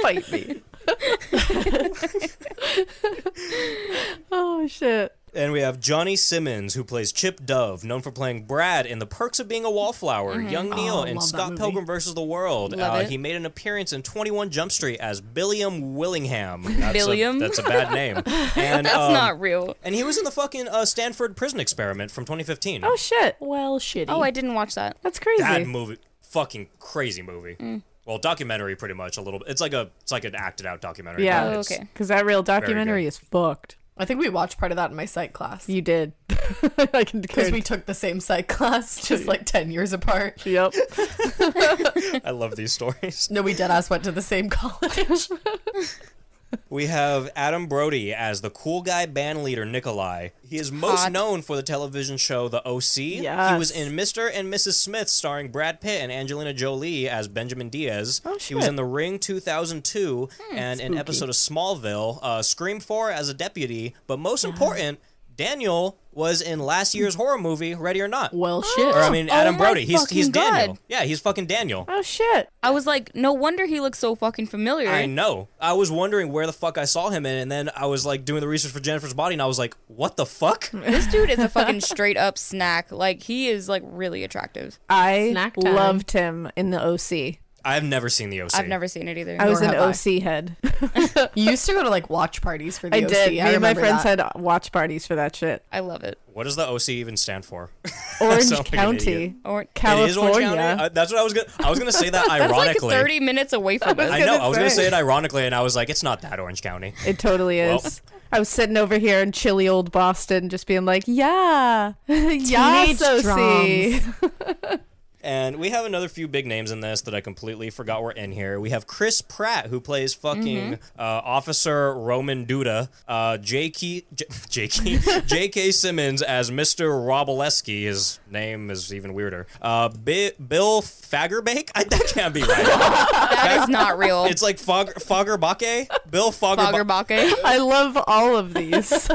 Speaker 8: Fight me. <laughs> oh shit.
Speaker 3: And we have Johnny Simmons, who plays Chip Dove, known for playing Brad in The Perks of Being a Wallflower, Young Neil, and
Speaker 2: love that
Speaker 3: Scott
Speaker 2: movie.
Speaker 3: Pilgrim versus the World.
Speaker 5: Love
Speaker 3: uh,
Speaker 5: it.
Speaker 3: He made an appearance in 21 Jump Street as Billiam Willingham. That's
Speaker 5: Billiam?
Speaker 3: A, that's a bad name. And,
Speaker 5: That's
Speaker 3: um,
Speaker 5: not real.
Speaker 3: And he was in the fucking uh, Stanford prison experiment from 2015.
Speaker 8: Oh shit,
Speaker 4: Well, shitty.
Speaker 5: Oh, I didn't watch that.
Speaker 8: that's crazy.
Speaker 3: Bad movie. Fucking crazy movie. Well, documentary, pretty much a little bit. It's like a, it's like an acted out documentary.
Speaker 8: yeah,
Speaker 3: but
Speaker 5: Oh,
Speaker 3: it's-
Speaker 5: okay.
Speaker 8: Because that real documentary is fucked.
Speaker 2: I think we watched part of that in my psych class.
Speaker 8: You did. <laughs> I can
Speaker 2: Because we took the same psych class, just like 10 years apart. <laughs>
Speaker 8: Yep.
Speaker 3: <laughs>
Speaker 8: <laughs>
Speaker 3: I love these stories.
Speaker 2: No, we deadass went to the same <laughs> college.
Speaker 3: We have Adam Brody as the cool guy band leader Nikolai. He is most
Speaker 5: Hot.
Speaker 3: known for the television show The OC. He was
Speaker 8: Yes.
Speaker 3: in Mr. and Mrs. Smith starring Brad Pitt and Angelina Jolie as Benjamin Diaz.
Speaker 8: Oh,
Speaker 3: He was
Speaker 8: shit.
Speaker 3: in The Ring 2002 and an episode of Smallville, uh, Scream 4 as a deputy, but most important, Daniel was in last year's horror movie Ready or Not.
Speaker 8: well, shit.
Speaker 3: Or I mean
Speaker 5: Oh
Speaker 3: Adam
Speaker 5: my
Speaker 3: Brody. He's he's
Speaker 5: fucking God.
Speaker 3: Daniel. Yeah, he's fucking Daniel.
Speaker 8: oh shit.
Speaker 5: I was like, no wonder he looks so fucking familiar.
Speaker 3: I know. I was wondering where the fuck I saw him in, and then I was like doing the research for Jennifer's body, and I was like, "What the
Speaker 5: <laughs>
Speaker 3: fuck?"
Speaker 5: This dude is a fucking straight up snack. Like he is like really attractive.
Speaker 8: I
Speaker 2: Snack time.
Speaker 8: loved him in the OC.
Speaker 3: I've never seen the OC.
Speaker 5: I've never seen it either.
Speaker 8: I was
Speaker 2: Nor
Speaker 8: an
Speaker 2: have I. <laughs>
Speaker 8: OC head. <laughs>
Speaker 2: you used to go to like watch parties for the
Speaker 8: I
Speaker 2: OC.
Speaker 8: did. Me and my
Speaker 2: remember
Speaker 8: friends
Speaker 2: that.
Speaker 8: had watch parties for that shit.
Speaker 3: <laughs>
Speaker 5: I love it.
Speaker 3: What does the OC even stand for? <laughs>
Speaker 8: Orange
Speaker 3: sound like an idiot.
Speaker 8: County,
Speaker 5: Or
Speaker 3: It is Orange County.
Speaker 8: California.
Speaker 3: I, that's what I was gonna. I was gonna say that
Speaker 5: <laughs> that's like
Speaker 3: ironically.
Speaker 5: thirty minutes away from us.
Speaker 3: I know.
Speaker 8: gonna
Speaker 3: I was gonna
Speaker 8: say.
Speaker 3: say it ironically, and I was like, "It's not that Orange County."
Speaker 8: It totally is. I was sitting over here in chilly old Boston, just being like, "Yeah, yeah,
Speaker 2: Teenage
Speaker 8: OC."
Speaker 2: drums.
Speaker 3: And we have another few big names in this that I completely forgot were in here. We have Chris Pratt, who plays fucking uh, Officer Roman Duda, uh, J.K. J- <laughs> J.K. J.K. Simmons as Mr. Robleski. His name is even weirder. Uh, Bi- Bill Fagerback? I, that can't be right.
Speaker 5: That is not
Speaker 3: <laughs>
Speaker 5: real. <laughs>
Speaker 3: it's like Fog- Fagerbake? Bill Fagerbake. <laughs>
Speaker 5: Fagerbake.
Speaker 8: <laughs> I love all
Speaker 2: <laughs>
Speaker 8: of these.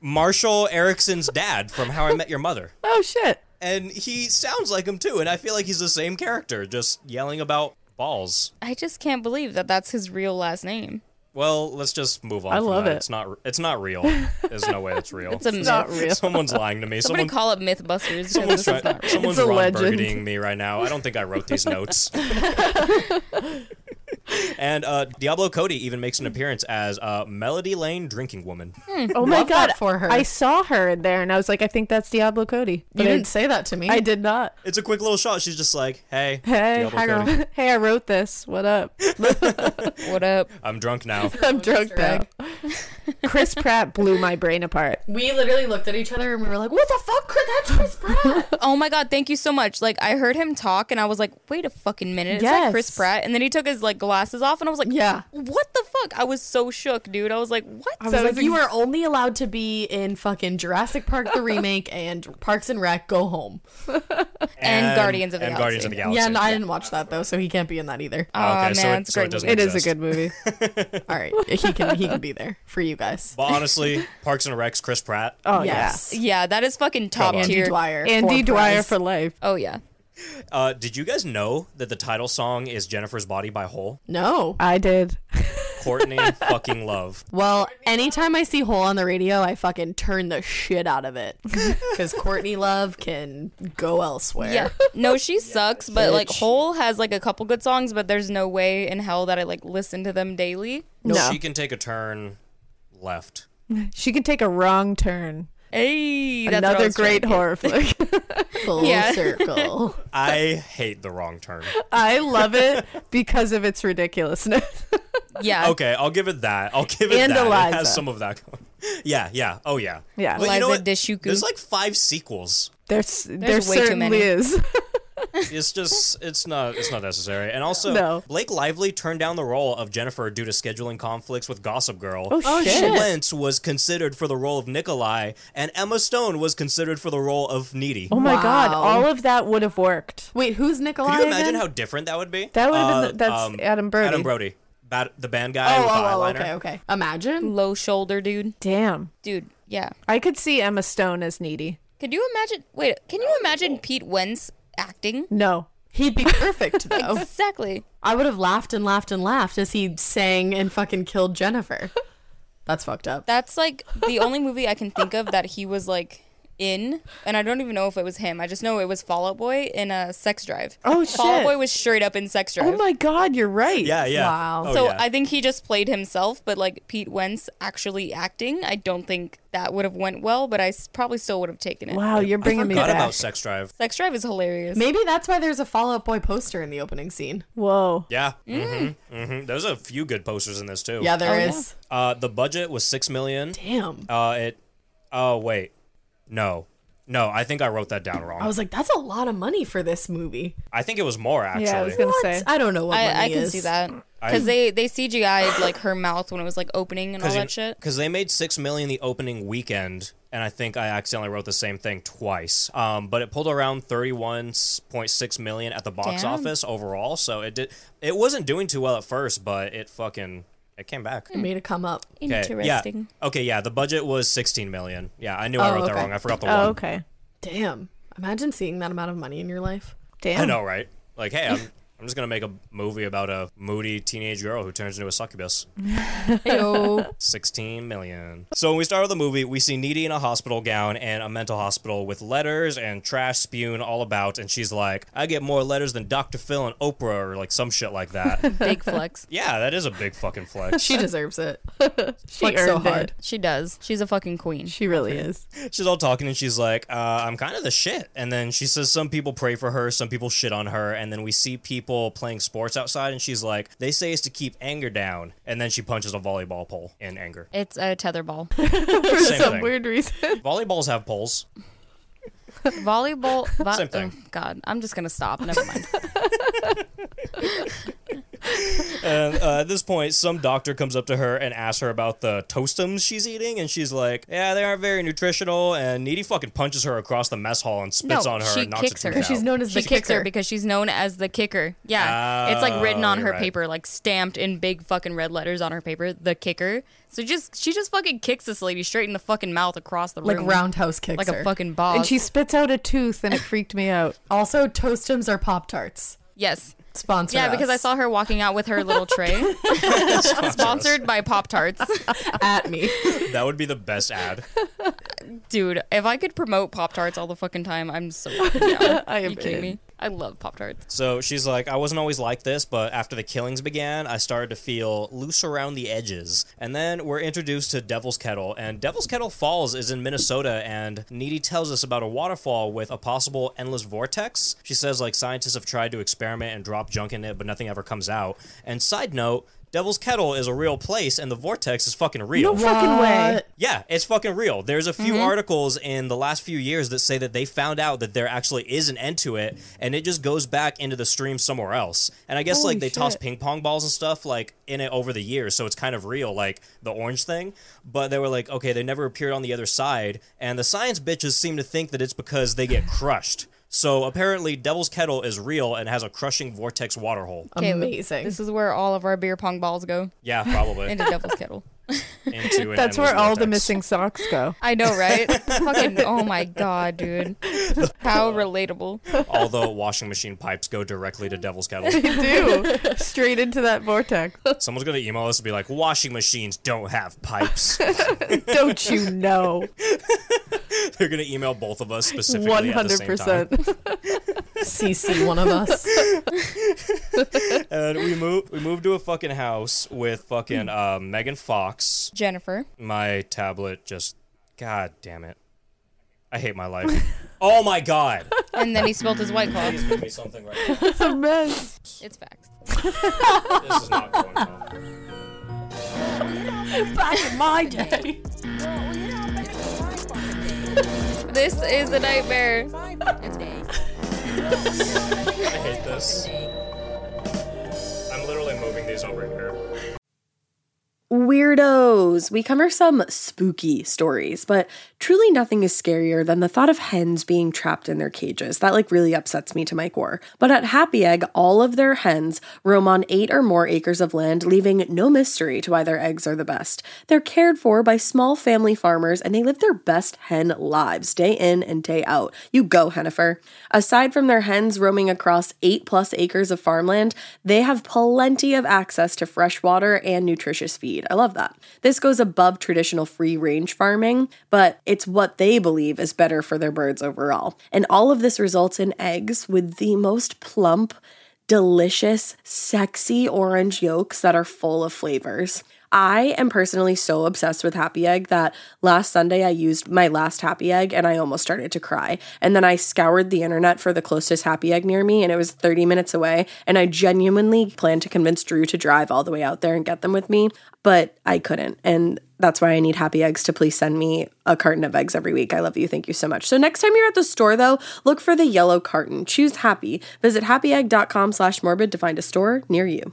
Speaker 3: Marshall Erickson's dad from How I Met Your Mother.
Speaker 8: oh shit!
Speaker 3: And he sounds like him too, and I feel like he's the same character, just yelling about balls.
Speaker 5: I just can't believe that that's his real last name.
Speaker 3: Well, let's just move on.
Speaker 8: I
Speaker 3: from
Speaker 8: love
Speaker 3: that.
Speaker 8: it.
Speaker 3: It's not. It's not real. There's no way it's real.
Speaker 5: <laughs> It's a myth.
Speaker 8: Not real.
Speaker 3: Someone's lying to me. Someone,
Speaker 5: Somebody call up MythBusters. 'cause
Speaker 3: someone's
Speaker 5: this
Speaker 3: try,
Speaker 5: is not real.
Speaker 3: someone's
Speaker 8: It's a
Speaker 3: Ron
Speaker 8: legend.
Speaker 3: Burgundying me right now. I don't think I wrote
Speaker 8: <laughs>
Speaker 3: these notes. and uh, Diablo Cody even makes an appearance as uh, Melody Lane drinking woman.
Speaker 5: Hmm.
Speaker 8: Oh my
Speaker 2: Love that
Speaker 8: god!
Speaker 2: for her.
Speaker 8: I saw her in there, and I was like, "I think that's Diablo Cody."
Speaker 2: You
Speaker 8: I,
Speaker 2: didn't say that to me.
Speaker 8: I did not.
Speaker 3: It's a quick little shot. She's just like, "Hey,
Speaker 8: Hey,
Speaker 3: Diablo
Speaker 8: hi
Speaker 3: Cody.
Speaker 8: girl. <laughs> hey, I wrote this. What
Speaker 2: <laughs>
Speaker 8: up? <laughs>
Speaker 5: What up?
Speaker 3: <laughs> I'm drunk now."
Speaker 8: I'm drunk now.
Speaker 2: egg.
Speaker 8: <laughs> Chris Pratt blew my brain apart.
Speaker 2: We literally looked at each other and we were like, what the fuck? Chris- That's Chris Pratt.
Speaker 5: Oh my god, thank you so much. Like I heard him talk and I was like, wait a fucking minute. Is that
Speaker 8: Yes.
Speaker 5: Chris Pratt? And then he took his like glasses off and I was like,
Speaker 2: Yeah.
Speaker 5: What the fuck? I was so shook, dude. I was like, what?
Speaker 2: I was like, you are only allowed to be in fucking Jurassic Park the remake and Parks and Rec. Go home.
Speaker 5: And Guardians of the
Speaker 3: and Guardians of the Galaxy.
Speaker 2: yeah, and I didn't watch that though, so he can't be in that either.
Speaker 3: Oh, okay,
Speaker 5: Aw,
Speaker 3: so
Speaker 5: man,
Speaker 3: it,
Speaker 5: it's a
Speaker 3: so it
Speaker 5: great
Speaker 3: doesn't
Speaker 8: It is
Speaker 3: exist.
Speaker 8: a good movie.
Speaker 2: All right, he can he can be there for you guys.
Speaker 3: But
Speaker 8: <laughs>
Speaker 3: honestly, Parks and Recs, Chris Pratt.
Speaker 8: Oh
Speaker 2: yes,
Speaker 5: yeah, that is fucking top
Speaker 3: on.
Speaker 2: Andy
Speaker 5: tier.
Speaker 2: Dwyer.
Speaker 8: yeah. Andy
Speaker 2: for
Speaker 8: Dwyer
Speaker 2: Price.
Speaker 8: for life.
Speaker 5: Oh yeah.
Speaker 3: Uh, did you guys know that the title song is Jennifer's Body by Hole?
Speaker 2: no.
Speaker 8: I did. <laughs>
Speaker 3: Courtney fucking Love.
Speaker 2: Well, anytime I see Hole on the radio, I fucking turn the shit out of it because Courtney Love can go elsewhere.
Speaker 5: Yeah. <laughs> No, she sucks, but like Hole has like a couple good songs, but there's no way in hell that I like listen to them daily.
Speaker 8: No,
Speaker 3: She can take a turn left.
Speaker 8: she can take a wrong turn.
Speaker 5: Hey, that's what I
Speaker 8: Another
Speaker 5: was trying
Speaker 8: great
Speaker 5: to get.
Speaker 8: horror flick.
Speaker 2: full
Speaker 5: Yeah.
Speaker 2: circle.
Speaker 3: I hate the wrong turn.
Speaker 8: I love it because of its ridiculousness. <laughs>
Speaker 5: Yeah.
Speaker 3: Okay, I'll give it that. I'll give it
Speaker 8: And
Speaker 3: that. It
Speaker 8: Eliza.
Speaker 3: has some of that. going. Yeah, yeah. Oh yeah.
Speaker 8: Yeah.
Speaker 3: But you know
Speaker 5: Eliza
Speaker 3: what?
Speaker 5: Dushku.
Speaker 3: There's like five sequels.
Speaker 8: There's, there
Speaker 5: There's way too
Speaker 8: certainly
Speaker 5: many.
Speaker 8: is.
Speaker 3: It's just it's not it's not necessary. And also
Speaker 8: No.
Speaker 3: Blake Lively turned down the role of Jennifer due to scheduling conflicts with Gossip Girl.
Speaker 8: <laughs> Oh, shit. shit.
Speaker 3: Lentz was considered for the role of Nikolai and Emma Stone was considered for the role of Needy.
Speaker 8: Oh my god,
Speaker 2: Wow.
Speaker 8: all of that would have worked.
Speaker 2: Wait, who's Nikolai?
Speaker 3: Can you imagine
Speaker 2: again?
Speaker 3: how different that would be? Uh, um,
Speaker 8: That would've been the- that's Adam Brody.
Speaker 3: Adam Brody. Bat, the band guy
Speaker 2: Oh,
Speaker 3: with the
Speaker 2: oh, oh,
Speaker 3: eyeliner.
Speaker 2: okay, okay. Imagine.
Speaker 5: Low shoulder, dude.
Speaker 8: Damn.
Speaker 5: Dude, yeah.
Speaker 8: I could see Emma Stone as needy.
Speaker 5: Could you imagine? Wait, can you imagine Pete Wentz
Speaker 8: <laughs>
Speaker 5: acting?
Speaker 8: No.
Speaker 2: He'd be perfect though.
Speaker 5: Exactly. <laughs>
Speaker 2: I would have laughed and laughed and laughed as he sang and fucking killed Jennifer. That's fucked up.
Speaker 5: That's like the only movie I can think of that he was like in, and I don't even know if it was him. I just know it was Fall Out Boy in a Sex Drive.
Speaker 8: Oh,
Speaker 5: Fall Out
Speaker 8: shit.
Speaker 5: Boy was straight up in Sex Drive.
Speaker 8: Oh my god, you're right.
Speaker 3: Yeah, yeah.
Speaker 2: Wow.
Speaker 3: Oh,
Speaker 5: so
Speaker 3: yeah.
Speaker 5: I think he just played himself, but like Pete Wentz actually acting, I don't think that would have went well. But I s- probably still would have taken it.
Speaker 8: Wow, you're bringing me
Speaker 3: forgot
Speaker 8: back.
Speaker 3: about Sex Drive.
Speaker 5: Sex Drive is hilarious.
Speaker 2: Maybe that's why there's a Fall Out Boy poster in the opening scene.
Speaker 8: Whoa.
Speaker 3: Yeah. Mm-hmm. Mm-hmm. There's a few good posters in this too.
Speaker 2: Yeah, there
Speaker 5: Oh,
Speaker 2: is.
Speaker 3: Uh, the budget was six million.
Speaker 2: Damn.
Speaker 3: Uh, it. Oh wait, no, no. I think I wrote that down wrong.
Speaker 2: I was like, that's a lot of money for this movie.
Speaker 3: I think it was more actually.
Speaker 8: Yeah, I was gonna say.
Speaker 2: What? I don't know what money
Speaker 5: I, I can
Speaker 2: is.
Speaker 5: see that because they they CGI'd like her mouth when it was like opening and all that shit.
Speaker 3: Because they made six million the opening weekend, and I think I accidentally wrote the same thing twice. Um, but it pulled around thirty-one point six million at the box
Speaker 5: Damn.
Speaker 3: office overall. So it did. It wasn't doing too well at first, but it fucking it came back.
Speaker 2: Made it come up.
Speaker 3: Okay, <laughs>
Speaker 5: Hmm, Interesting.
Speaker 3: Yeah. Okay. Yeah. The budget was sixteen million. Yeah, I knew I
Speaker 2: Oh,
Speaker 3: wrote that
Speaker 2: okay.
Speaker 3: wrong. I forgot the one.
Speaker 8: Oh, okay.
Speaker 2: Damn. Imagine seeing that amount of money in your life.
Speaker 8: Damn.
Speaker 3: I know, right? Like, hey, I'm. I'm just gonna make a movie about a moody teenage girl who turns into a succubus.
Speaker 2: Ayo.
Speaker 3: 16 million. So when we start with the movie, we see Needy in a hospital gown and a mental hospital with letters and trash spewing all about. And she's like, I get more letters than Dr. Phil and Oprah or like some shit like that.
Speaker 5: <laughs> Big flex.
Speaker 3: yeah, that is a big fucking flex.
Speaker 5: <laughs>
Speaker 2: she deserves it.
Speaker 8: She
Speaker 2: Flex so
Speaker 8: earned it.
Speaker 2: hard.
Speaker 5: She does. She's a fucking queen.
Speaker 8: She really is.
Speaker 3: she's all talking and she's like, uh, I'm kind of the shit. And then she says, Some people pray for her, some people shit on her. And then we see people playing sports outside and she's like, They say it's to keep anger down. And then she punches a volleyball pole in anger.
Speaker 5: It's a tetherball.
Speaker 8: For
Speaker 3: Same
Speaker 8: some
Speaker 3: thing.
Speaker 8: weird reason.
Speaker 3: Volleyballs have poles.
Speaker 5: Volleyball.
Speaker 3: <laughs>
Speaker 5: Vo-
Speaker 3: Same thing.
Speaker 5: oh, God, I'm just gonna stop. Never mind.
Speaker 3: And uh, at this point, some doctor comes up to her and asks her about the toastums she's eating, and she's like, "Yeah, they aren't very nutritional." And Needy fucking punches her across the mess hall and spits
Speaker 5: no,
Speaker 3: on her
Speaker 5: she
Speaker 3: and knocks
Speaker 5: kicks
Speaker 3: her.
Speaker 5: her.
Speaker 3: tooth out.
Speaker 2: known as
Speaker 5: she
Speaker 2: the
Speaker 5: kicks her
Speaker 2: kicker.
Speaker 5: because she's known as the kicker. Yeah, it's like written
Speaker 3: Oh,
Speaker 5: on
Speaker 3: you're
Speaker 5: her
Speaker 3: right.
Speaker 5: paper, like stamped in big fucking red letters on her paper. The kicker. So just she just fucking kicks this lady straight in the fucking mouth across the
Speaker 2: like
Speaker 5: room,
Speaker 2: roundhouse kicks
Speaker 5: like
Speaker 2: her.
Speaker 5: a fucking boss.
Speaker 8: And she spits out a tooth and it freaked me out.
Speaker 2: Also, Toastums are Pop Tarts.
Speaker 5: yes.
Speaker 2: Sponsor
Speaker 5: Yeah, because I
Speaker 2: us.
Speaker 5: saw her walking out with her little tray, <laughs> sponsored by Pop Tarts.
Speaker 2: <laughs>
Speaker 5: <laughs>
Speaker 2: at me.
Speaker 3: That would be the best ad.
Speaker 5: Dude, if I could promote Pop Tarts all the fucking time, I'm
Speaker 2: <laughs>
Speaker 5: so fucking down.
Speaker 8: I am
Speaker 5: you kidding
Speaker 8: in.
Speaker 5: me? I love Pop Tarts.
Speaker 3: So she's like, "I wasn't always like this, but after the killings began, I started to feel loose around the edges." And then we're introduced to Devil's Kettle, and Devil's Kettle Falls is in Minnesota, and Needy tells us about a waterfall with a possible endless vortex. She says like scientists have tried to experiment and drop junk in it, but nothing ever comes out. And side note. Devil's Kettle is a real place and the vortex is fucking real.
Speaker 8: Fucking way.
Speaker 3: Yeah, it's fucking real. There's a
Speaker 8: Mm-hmm.
Speaker 3: few articles in the last few years that say that they found out that there actually is an end to it, and it just goes back into the stream somewhere else. And I guess like they toss ping pong balls and stuff like in it over the years, so it's kind of real, like the orange thing. But they were like, okay, they never appeared on the other side, and the science bitches seem to think that it's because they get crushed. So apparently, Devil's Kettle is real and has a crushing vortex waterhole.
Speaker 2: Amazing.
Speaker 5: This is where all of our beer pong balls go
Speaker 3: Yeah,
Speaker 8: <laughs>
Speaker 3: probably
Speaker 5: into Devil's
Speaker 3: <laughs>
Speaker 5: Kettle.
Speaker 3: into an
Speaker 8: That's where
Speaker 3: endless
Speaker 8: all the
Speaker 3: vortex.
Speaker 8: missing socks <laughs> go.
Speaker 5: I know, right? <laughs> Fucking, oh my god, dude. How relatable.
Speaker 3: all the washing machine pipes go directly to Devil's Kettle.
Speaker 8: <laughs> They do. Straight into that vortex.
Speaker 3: Someone's gonna email us and be like, "Washing machines don't have
Speaker 5: <laughs>
Speaker 3: pipes."
Speaker 8: <laughs>
Speaker 3: <laughs>
Speaker 8: Don't you know?
Speaker 3: They're gonna email both of us specifically
Speaker 8: One
Speaker 3: at the
Speaker 8: hundred
Speaker 3: same time.
Speaker 8: <laughs> percent.
Speaker 2: CC one of us.
Speaker 3: And we move, we move to a fucking house with
Speaker 5: <laughs>
Speaker 3: fucking uh, Megan Fox.
Speaker 5: Jennifer.
Speaker 3: My tablet just, god damn it, I hate my life.
Speaker 5: <laughs>
Speaker 3: oh my god.
Speaker 5: And then he spilled his white claw.
Speaker 3: Please give me something right now.
Speaker 8: It's a mess.
Speaker 5: It's facts.
Speaker 3: This is not going well.
Speaker 4: Back in my day.
Speaker 7: Well, you know, back in my fucking day.
Speaker 5: This is a nightmare.
Speaker 7: My fucking day.
Speaker 3: I
Speaker 5: <laughs>
Speaker 3: hate this. I'm literally moving these over here.
Speaker 1: Weirdos. We cover some spooky stories, but truly nothing is scarier than the thought of hens being trapped in their cages. That like really upsets me to my core. But at Happy Egg, all of their hens roam on eight or more acres of land, leaving no mystery to why their eggs are the best. They're cared for by small family farmers and they live their best hen lives day in and day out. You go, Hennifer. Aside from their hens roaming across eight plus acres of farmland, they have plenty of access to fresh water and nutritious feed. I love that. This goes above traditional free range farming, but it's what they believe is better for their birds overall. And all of this results in eggs with the most plump, delicious, sexy orange yolks that are full of flavors. I am personally so obsessed with Happy Egg that last Sunday I used my last Happy Egg and I almost started to cry. And then I scoured the internet for the closest Happy Egg near me and it was 30 minutes away. And I genuinely planned to convince Drew to drive all the way out there and get them with me, but I couldn't. And that's why I need happy eggs to please send me a carton of eggs every week. I love you. Thank you so much. So next time you're at the store though, look for the yellow carton. Choose happy. Visit happyegg.com slash morbid to find a store near you.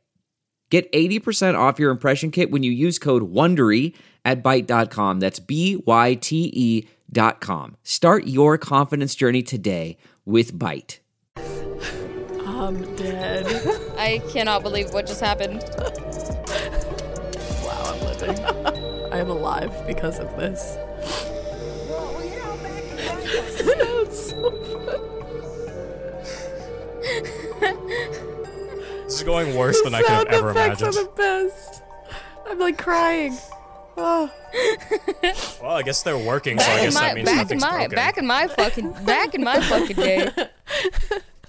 Speaker 9: Get 80% off your impression kit when you use code WONDERY at Byte.com. That's B-Y-T-E E dot com. Start your confidence journey today with Byte.
Speaker 2: I'm dead.
Speaker 5: I cannot believe what just happened.
Speaker 2: wow, I'm living. I'm alive because of this.
Speaker 7: Well, you know, back in my
Speaker 3: This is going worse than I could have
Speaker 2: Sound
Speaker 3: ever
Speaker 2: effects
Speaker 3: imagined.
Speaker 2: are the best. I'm like crying. Oh,
Speaker 3: Well, I guess they're working, so I
Speaker 5: Back in
Speaker 3: guess
Speaker 5: my,
Speaker 3: that means
Speaker 5: back in
Speaker 3: something's
Speaker 5: my,
Speaker 3: broken.
Speaker 5: back in my fucking, back in my
Speaker 3: <laughs>
Speaker 5: fucking day.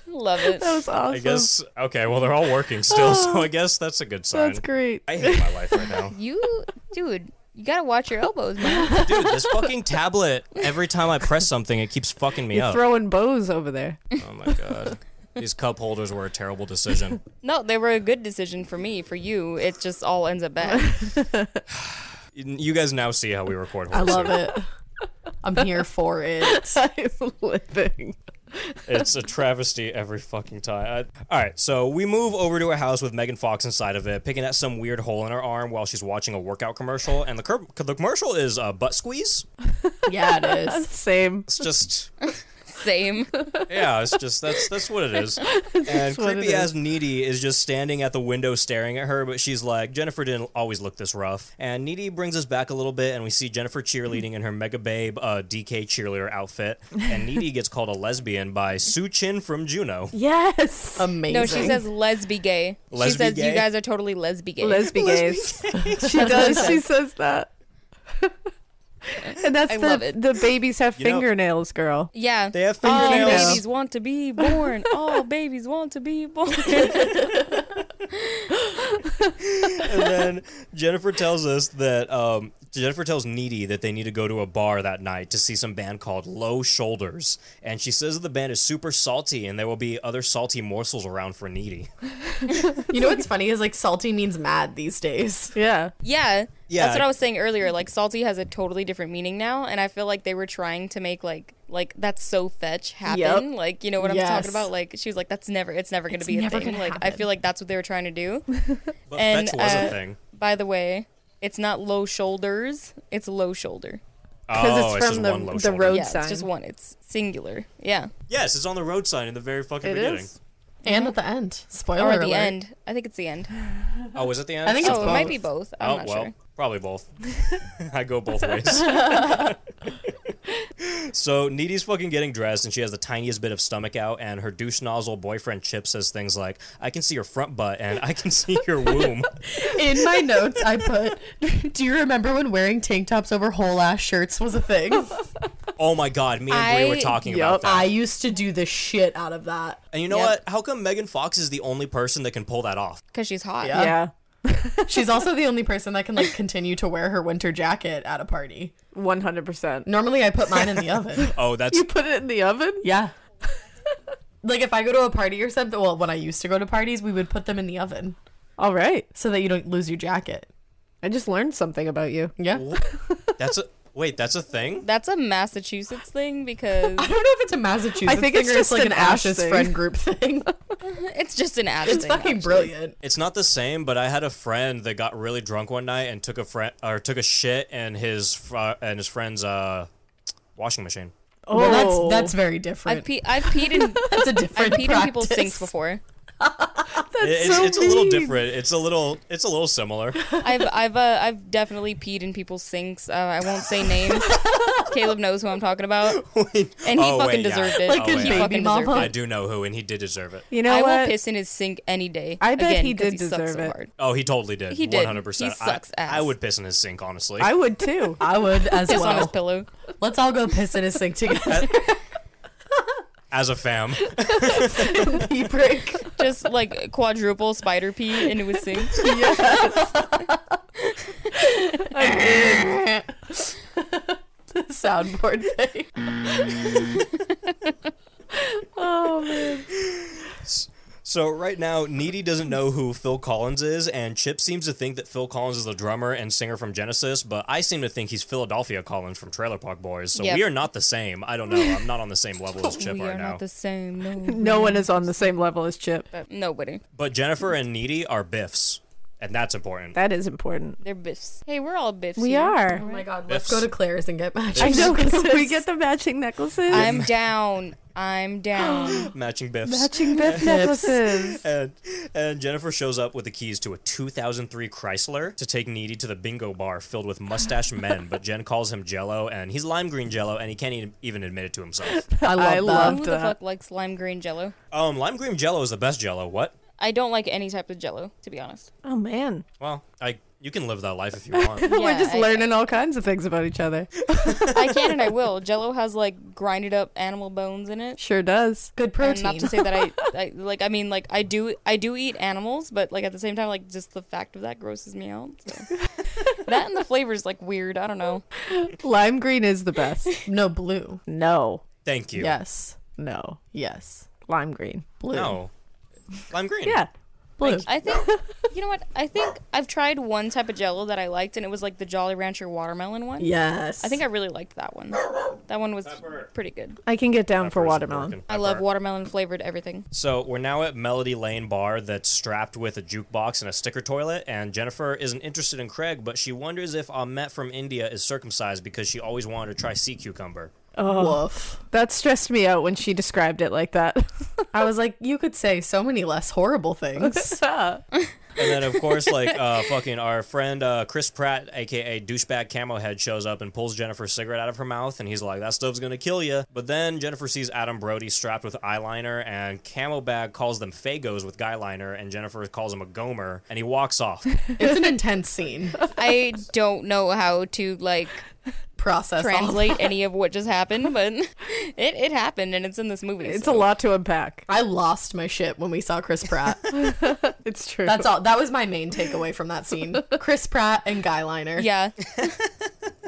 Speaker 5: Love it.
Speaker 2: that was awesome.
Speaker 3: I guess okay. Well, they're all working still, so
Speaker 2: <sighs>
Speaker 3: I guess that's a good sign.
Speaker 2: That's great.
Speaker 3: I hate my life right now,
Speaker 5: You, dude, you gotta watch your elbows, man.
Speaker 3: dude. This fucking tablet. Every time I press something, it keeps fucking me up.
Speaker 8: Throwing bows over there.
Speaker 3: oh my god. These cup holders were a terrible decision.
Speaker 5: No, they were a good decision for me. For you, it just all ends up bad.
Speaker 3: <laughs> You guys now see how we record.
Speaker 2: I love it. I'm here for
Speaker 5: <laughs>
Speaker 2: it.
Speaker 8: I'm living.
Speaker 3: It's a travesty every fucking time. I, all right, so we move over to a house with Megan Fox inside of it, picking at some weird hole in her arm while she's watching a workout commercial. And the, cur- the commercial is a butt squeeze.
Speaker 2: Yeah, it is.
Speaker 8: Same.
Speaker 3: It's just,
Speaker 5: Same.
Speaker 3: yeah, it's just that's <laughs> that's what it is. And creepy ass Needy is just standing at the window staring at her, but she's like, Jennifer didn't always look this rough. And Needy brings us back a little bit, and we see Jennifer cheerleading in her Mega Babe uh, DK cheerleader outfit. <laughs> And Needy gets called a lesbian by Su Chin from <laughs> Juno.
Speaker 8: Yes.
Speaker 2: Amazing.
Speaker 5: No, she says lesbi gay. she
Speaker 3: Lesbi
Speaker 5: says
Speaker 3: gay?
Speaker 5: you guys are totally lesbi gay.
Speaker 8: <laughs> Lesbian gays. <laughs> she does. She says that. and that's
Speaker 5: I
Speaker 8: the
Speaker 5: love it.
Speaker 8: the babies have
Speaker 3: know-
Speaker 8: fingernails, girl.
Speaker 5: yeah.
Speaker 3: They have
Speaker 5: all
Speaker 3: fingernails.
Speaker 5: babies want to be born. All babies want to be born. <laughs>
Speaker 3: and then Jennifer tells us that um, Jennifer tells Needy that they need to go to a bar that night to see some band called Low Shoulders, and she says that the band is super salty, and there will be other salty morsels around for Needy.
Speaker 2: You know what's funny is like salty means mad these days.
Speaker 8: Yeah.
Speaker 5: yeah.
Speaker 3: Yeah.
Speaker 5: That's what I was saying earlier. Like salty has a totally different meaning now, and I feel like they were trying to make like like that's so fetch happen.
Speaker 8: Yep.
Speaker 5: Like you know what
Speaker 2: Yes.
Speaker 5: I'm talking about? Like she was like that's never it's never gonna be a
Speaker 2: never
Speaker 5: thing.
Speaker 2: gonna
Speaker 5: Like I
Speaker 2: happen.
Speaker 5: feel like that's what they were trying to
Speaker 2: <laughs>
Speaker 5: do.
Speaker 3: But
Speaker 5: And,
Speaker 3: fetch was a
Speaker 5: uh,
Speaker 3: thing.
Speaker 5: By the way, it's not low shoulders. It's low shoulder.
Speaker 3: Oh,
Speaker 8: it's
Speaker 3: it's, just
Speaker 8: from the-
Speaker 3: one low
Speaker 8: the
Speaker 3: shoulder.
Speaker 8: road-
Speaker 5: yeah,
Speaker 8: sign.
Speaker 5: it's just one. It's singular. Yeah.
Speaker 3: Yes, it's on the road sign in the very fucking
Speaker 8: It
Speaker 3: beginning.
Speaker 8: is.
Speaker 2: And at the end. Spoiler
Speaker 5: Or
Speaker 2: alert.
Speaker 5: the end. I think it's the end.
Speaker 3: Oh, is it the end?
Speaker 2: I think
Speaker 5: Oh,
Speaker 2: it's
Speaker 5: it
Speaker 2: both.
Speaker 5: might be both. I'm
Speaker 3: oh
Speaker 5: not
Speaker 3: well,
Speaker 5: sure.
Speaker 3: probably
Speaker 8: <laughs>
Speaker 3: both. <laughs> I go both ways. so Needy's fucking getting dressed, and she has the tiniest bit of stomach out, and her douche nozzle boyfriend Chip says things like, "I can see your front butt, and I can see your
Speaker 8: <laughs>
Speaker 3: womb."
Speaker 2: In my notes, I put, <laughs> do you remember when wearing tank tops over whole ass shirts was
Speaker 5: <laughs>
Speaker 2: a thing?
Speaker 3: oh my god, me and Bree were
Speaker 5: I-
Speaker 3: talking about that.
Speaker 2: I used to do the shit out of that.
Speaker 3: and you know
Speaker 5: Yep.
Speaker 3: what? How come Megan Fox is the only person that can pull that off?
Speaker 5: Because she's hot.
Speaker 2: Yeah.
Speaker 8: Yeah.
Speaker 2: She's also the only person that can like continue to wear her winter jacket at a party.
Speaker 8: One hundred percent.
Speaker 2: Normally, I put mine in the oven.
Speaker 3: Oh, that's
Speaker 8: You put it in the oven.
Speaker 2: Yeah. <laughs> like if I go to a party or something, well, when I used to go to parties, we would put them in the oven
Speaker 8: All right.
Speaker 2: so that you don't lose your jacket.
Speaker 8: I just learned something about you.
Speaker 2: Yeah.
Speaker 3: that's a Wait, that's a thing?
Speaker 5: That's a Massachusetts thing
Speaker 8: <laughs>
Speaker 5: because
Speaker 2: I don't know if it's a Massachusetts
Speaker 8: I think
Speaker 2: thing
Speaker 8: it's
Speaker 2: or
Speaker 8: just
Speaker 2: it's like
Speaker 8: an
Speaker 2: an,
Speaker 8: Ash
Speaker 2: Ashes
Speaker 8: thing.
Speaker 2: friend <laughs> group thing.
Speaker 5: it's just an Ash
Speaker 2: it's
Speaker 5: thing,
Speaker 2: fucking
Speaker 5: actually.
Speaker 2: brilliant.
Speaker 3: It's not the same, but I had a friend that got really drunk one night and took a friend or took a shit in his fr- uh, and his friend's uh, washing machine.
Speaker 8: Oh,
Speaker 2: Well, that's that's very
Speaker 5: I've
Speaker 2: different.
Speaker 5: pe- I've peed
Speaker 8: <laughs>
Speaker 5: in
Speaker 2: that's a
Speaker 5: I've
Speaker 2: different
Speaker 5: peed in people's
Speaker 2: practice.
Speaker 5: sinks before.
Speaker 3: It- it's it's a little different. It's a little it's a little
Speaker 5: <laughs>
Speaker 3: similar.
Speaker 5: I've I've uh, I've definitely peed in people's sinks. Uh, I won't say
Speaker 8: <laughs>
Speaker 5: names. Caleb knows who I'm talking about, and
Speaker 3: Oh,
Speaker 5: he
Speaker 3: <laughs> wait,
Speaker 5: fucking
Speaker 3: yeah.
Speaker 5: deserved it.
Speaker 3: Like
Speaker 5: he
Speaker 3: a baby
Speaker 5: fucking
Speaker 2: mama.
Speaker 3: I
Speaker 5: deserved it.
Speaker 3: do know who, and he did deserve it.
Speaker 8: You know
Speaker 5: I will
Speaker 8: what?
Speaker 5: piss in his sink any day.
Speaker 8: I bet
Speaker 5: Again,
Speaker 8: he
Speaker 5: 'cause
Speaker 8: did
Speaker 5: sucks
Speaker 8: deserve
Speaker 5: so
Speaker 8: it.
Speaker 5: hard.
Speaker 3: Oh, he totally did.
Speaker 5: He did.
Speaker 3: One hundred percent.
Speaker 5: He sucks
Speaker 3: I,
Speaker 5: ass.
Speaker 3: I would piss in his sink, honestly.
Speaker 8: I would too. <laughs>
Speaker 2: I would as
Speaker 5: Piss on his
Speaker 2: well.
Speaker 5: pillow.
Speaker 2: Let's all go piss in a sink together. <laughs>
Speaker 3: <laughs> as a fam.
Speaker 2: Pee break.
Speaker 5: Just like quadruple spider pee into
Speaker 3: <laughs>
Speaker 5: his sink.
Speaker 2: soundboard thing.
Speaker 3: So right now, Needy doesn't know who Phil Collins is, and Chip seems to think that Phil Collins is the drummer and singer from Genesis, but I seem to think he's Philadelphia Collins from Trailer Park Boys. So
Speaker 5: Yep.
Speaker 3: we are not the same. I don't know. I'm not on the same level
Speaker 5: <laughs>
Speaker 3: as Chip
Speaker 5: we
Speaker 3: right
Speaker 5: are
Speaker 3: now.
Speaker 5: not the same. No,
Speaker 8: No one is on the same level as Chip.
Speaker 5: nobody.
Speaker 3: But Jennifer and Needy are Biffs, and that's important.
Speaker 8: That is important.
Speaker 5: They're biffs. Hey, we're all biffs.
Speaker 8: We
Speaker 5: here.
Speaker 8: are.
Speaker 2: Oh my god,
Speaker 3: let's
Speaker 2: let's
Speaker 3: go
Speaker 2: go
Speaker 3: to
Speaker 2: to Claire's and get matching.
Speaker 8: I <laughs>
Speaker 2: <laughs>
Speaker 8: know because we get the matching necklaces.
Speaker 5: I'm down. I'm down.
Speaker 3: Matching Biffs.
Speaker 8: <laughs> matching Biff necklaces.
Speaker 3: and, and Jennifer shows up with the keys to a 2003 Chrysler to take Needy to the bingo bar filled with mustache men, but Jen calls him Jello, and he's lime green Jello, and he can't e- even admit it to himself.
Speaker 2: I love
Speaker 8: I
Speaker 2: that.
Speaker 8: love-
Speaker 5: Who the
Speaker 8: that.
Speaker 5: fuck likes lime green jello?
Speaker 3: Um, lime green Jello is the best Jello. What?
Speaker 5: I don't like any type of jello, to be honest.
Speaker 8: Oh man,
Speaker 3: Well, I you can live that life if you want.
Speaker 8: we're
Speaker 5: Yeah,
Speaker 8: just
Speaker 5: I-
Speaker 8: learning all kinds of things about each other.
Speaker 5: I can and I will. Jello has like grinded up animal bones in it.
Speaker 8: Sure does.
Speaker 2: Good
Speaker 5: And
Speaker 2: protein.
Speaker 5: not to say that I, I like I mean like I do I do eat animals, but like at the same time like just the fact of that grosses me out. So. that and the flavor's like weird. I don't know.
Speaker 8: <laughs> Lime green is the best.
Speaker 2: no blue.
Speaker 8: No,
Speaker 3: Thank you.
Speaker 2: Yes.
Speaker 8: no,
Speaker 2: Yes.
Speaker 8: lime green.
Speaker 2: Blue.
Speaker 3: No. Lime green.
Speaker 8: Yeah,
Speaker 2: Blue.
Speaker 5: I think you know what? I think I've tried one type of jello that I liked and it was like the Jolly Rancher watermelon one.
Speaker 2: yes.
Speaker 5: I think I really liked that one. That one was pretty good.
Speaker 8: I can get down for
Speaker 3: Person
Speaker 8: watermelon.
Speaker 3: working
Speaker 5: I love
Speaker 3: pepper.
Speaker 5: watermelon flavored everything.
Speaker 3: So we're now at Melody Lane Bar that's strapped with a jukebox and a sticker toilet, and Jennifer isn't interested in Craig, but she wonders if Ahmet from India is circumcised because she always wanted to try sea cucumber.
Speaker 2: Woof.
Speaker 8: Oh. That stressed me out when she described it like that.
Speaker 2: I was like, you could say so
Speaker 8: <laughs>
Speaker 2: many less horrible <laughs> things.
Speaker 3: And then of course, like uh, fucking our friend uh, Chris Pratt, aka douchebag camo head, shows up and pulls Jennifer's cigarette out of her mouth, and he's like, "That stuff's gonna kill you." But then Jennifer sees Adam Brody strapped with eyeliner, and camo bag calls them fagos with guyliner, and Jennifer calls him a gomer, and he walks off.
Speaker 2: it's an intense scene.
Speaker 5: I don't know how to
Speaker 8: <laughs>
Speaker 5: like
Speaker 2: Process. all of
Speaker 5: translate any of what just happened, but <laughs> it, it happened and it's in this movie.
Speaker 8: it's a
Speaker 5: so.
Speaker 8: lot to unpack.
Speaker 2: I lost my shit when we saw Chris Pratt.
Speaker 8: It's true.
Speaker 2: That's all. That was my main takeaway from that
Speaker 8: <laughs>
Speaker 2: scene. Chris Pratt and Guyliner.
Speaker 5: Yeah.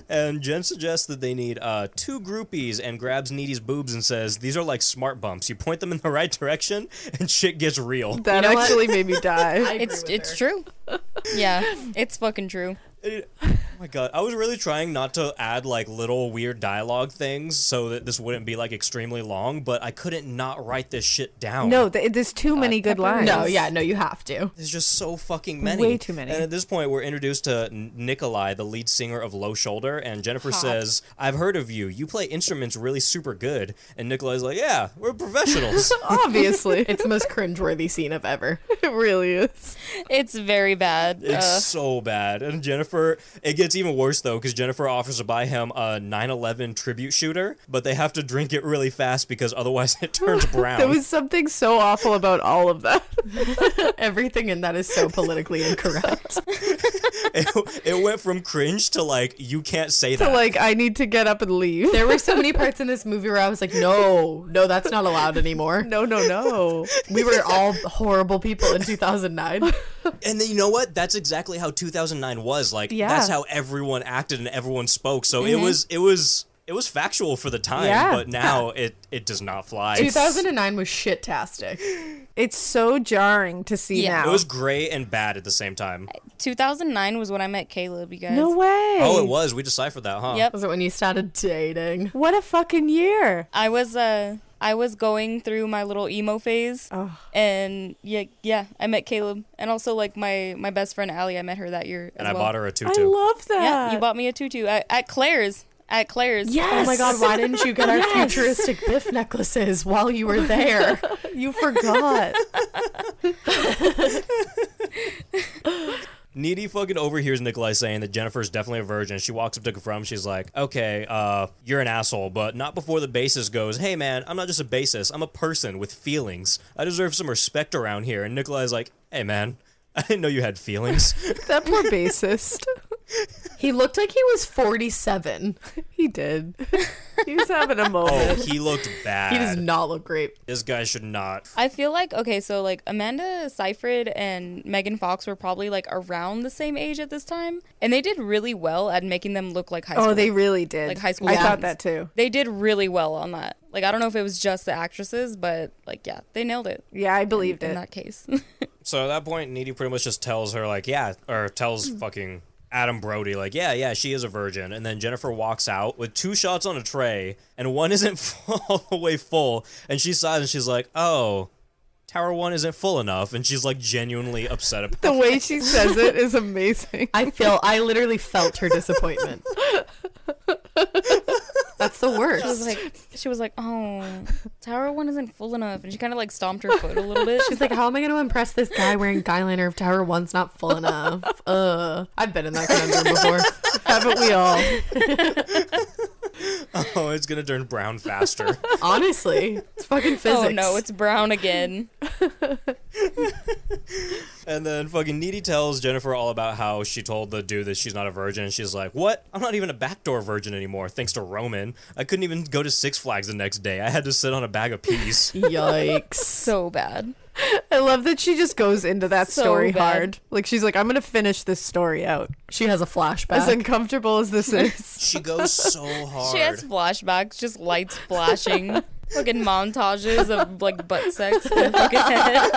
Speaker 3: And Jen suggests that they need uh, two groupies and grabs Needy's boobs and says, These are like smart bumps. You point them in the right direction and shit gets real.
Speaker 8: that
Speaker 2: know what?
Speaker 8: actually made me die.
Speaker 5: It's it's true. Yeah. It's fucking true.
Speaker 3: It- oh my god. I was really trying not to add like little weird dialogue things so that this wouldn't be like extremely long, but I couldn't not write this shit down.
Speaker 8: no, th- there's
Speaker 5: Uh,
Speaker 8: too many good lines.
Speaker 2: No, yeah, no, you have to.
Speaker 3: There's just so fucking many.
Speaker 8: Way too many.
Speaker 3: And at this point, we're introduced to N- Nikolai, the lead singer of Low Shoulder, and Jennifer says, I've heard of you. You play instruments really super good. And Nikolai's like, Yeah, we're
Speaker 8: <laughs>
Speaker 3: professionals.
Speaker 8: Uh. obviously,
Speaker 2: It's the most cringeworthy scene of ever.
Speaker 8: it <laughs> really is.
Speaker 5: It's very bad.
Speaker 3: It's
Speaker 5: Uh,
Speaker 3: so bad. And Jennifer, it gets even worse though, because Jennifer offers to buy him a 9 11 tribute shooter, but they have to drink it really fast because otherwise <laughs> it
Speaker 8: <laughs>
Speaker 3: turns brown.
Speaker 8: There was something so awful about all of that. <laughs>
Speaker 2: Everything in that is so politically <laughs> incorrect.
Speaker 3: it, <laughs> it went from cringe to like, you can't say
Speaker 8: to
Speaker 3: that.
Speaker 8: like, I need to get up and leave.
Speaker 2: There were so many parts in this movie where I was like, no, no, that's not allowed anymore.
Speaker 8: No, no, no.
Speaker 2: We were all horrible people in
Speaker 8: <laughs>
Speaker 2: 2009.
Speaker 3: and then you know what? That's exactly how 2009 was. Like,
Speaker 8: Yeah. Mm-hmm.
Speaker 3: that's how everyone acted and everyone spoke. So it was, it was. It was factual for the time,
Speaker 8: Yeah.
Speaker 3: but now it, it does not fly.
Speaker 2: 2009 was shit-tastic.
Speaker 8: It's so jarring to see
Speaker 5: Yeah.
Speaker 8: now.
Speaker 3: It was great and bad at the same time.
Speaker 5: 2009 was when I met Caleb, you guys.
Speaker 8: No way.
Speaker 3: Oh, it was. We deciphered that, huh?
Speaker 5: Yep.
Speaker 2: Was it when you started dating?
Speaker 8: What a fucking year.
Speaker 5: I was uh I was going through my little emo phase. And yeah, yeah, I met Caleb and also like my my best friend Allie, I met her that year
Speaker 3: And
Speaker 5: as
Speaker 3: I
Speaker 5: well.
Speaker 3: bought her a
Speaker 8: I
Speaker 3: tutu.
Speaker 8: love that.
Speaker 5: Yeah, you bought me a tutu at, at Claire's. At Claire's.
Speaker 2: Oh
Speaker 8: Yes.
Speaker 2: my god, why didn't you get
Speaker 8: <laughs>
Speaker 2: our futuristic biff necklaces while you were there?
Speaker 8: <laughs> you forgot.
Speaker 3: Needy fucking overhears Nikolai saying that Jennifer's definitely a virgin. She walks up to confirm. She's like, okay, uh, you're an asshole, but not before the bassist goes, hey man, I'm not just a bassist. I'm a person with feelings. I deserve some respect around here. And Nikolai's like, hey man, <laughs> I didn't know you had feelings.
Speaker 8: that poor bassist.
Speaker 2: <laughs> He looked like he was 47.
Speaker 8: He did.
Speaker 2: <laughs>
Speaker 8: He was having a
Speaker 3: oh,
Speaker 8: moment.
Speaker 3: he looked Oh, bad.
Speaker 2: He does not look great.
Speaker 3: This guy should not.
Speaker 5: I feel like okay, so like Amanda Seyfried and Megan Fox were probably like around the same age at this time, and they did really well at making them look like high school.
Speaker 8: Oh, they really did.
Speaker 5: like high school.
Speaker 8: I
Speaker 5: students.
Speaker 8: thought that too.
Speaker 5: They did really well on that. Like I don't know if it was just the actresses, but like yeah, they nailed it
Speaker 8: Yeah, I believed
Speaker 5: in
Speaker 8: it.
Speaker 5: that case. <laughs>
Speaker 3: So at that point, Needy pretty much just tells her, like, yeah, or tells fucking Adam Brody, like, yeah, yeah, she is a virgin. And then Jennifer walks out with two shots on a tray, and one <laughs> isn't all the way full. And she sighs and she's like, oh, Tower One isn't full enough. And she's like genuinely upset about
Speaker 8: the way she says it is amazing.
Speaker 2: I feel I literally felt her disappointment. That's the worst.
Speaker 5: she was like, she was like, oh, Tower One isn't full enough, and she kind of like stomped her foot a little
Speaker 8: <laughs>
Speaker 5: bit.
Speaker 2: She's like, how am I going to impress this guy wearing guyliner if Tower One's not full enough? Uh, I've been in that conundrum before.
Speaker 8: <laughs> Haven't we all?
Speaker 3: <laughs> Oh, it's going to turn brown faster.
Speaker 2: Honestly, it's fucking physics.
Speaker 5: oh no, it's brown
Speaker 8: <laughs>
Speaker 5: again.
Speaker 3: and then fucking Needy tells Jennifer all about how she told the dude that she's not a virgin. And she's like, what? I'm not even a backdoor virgin anymore, thanks to Roman. I couldn't even go to Six Flags the next day. I had to sit on a bag of peas.
Speaker 8: <laughs>
Speaker 2: yikes.
Speaker 5: So bad.
Speaker 8: I love that she just goes into that
Speaker 5: So
Speaker 8: story
Speaker 5: bad.
Speaker 8: hard. Like she's like, I'm gonna finish this story out.
Speaker 2: She has a flashback.
Speaker 8: As uncomfortable
Speaker 2: <laughs>
Speaker 8: as this is.
Speaker 3: She goes <laughs> so hard.
Speaker 5: She has flashbacks, just lights flashing, fucking montages of like butt sex. in her fucking <laughs> head.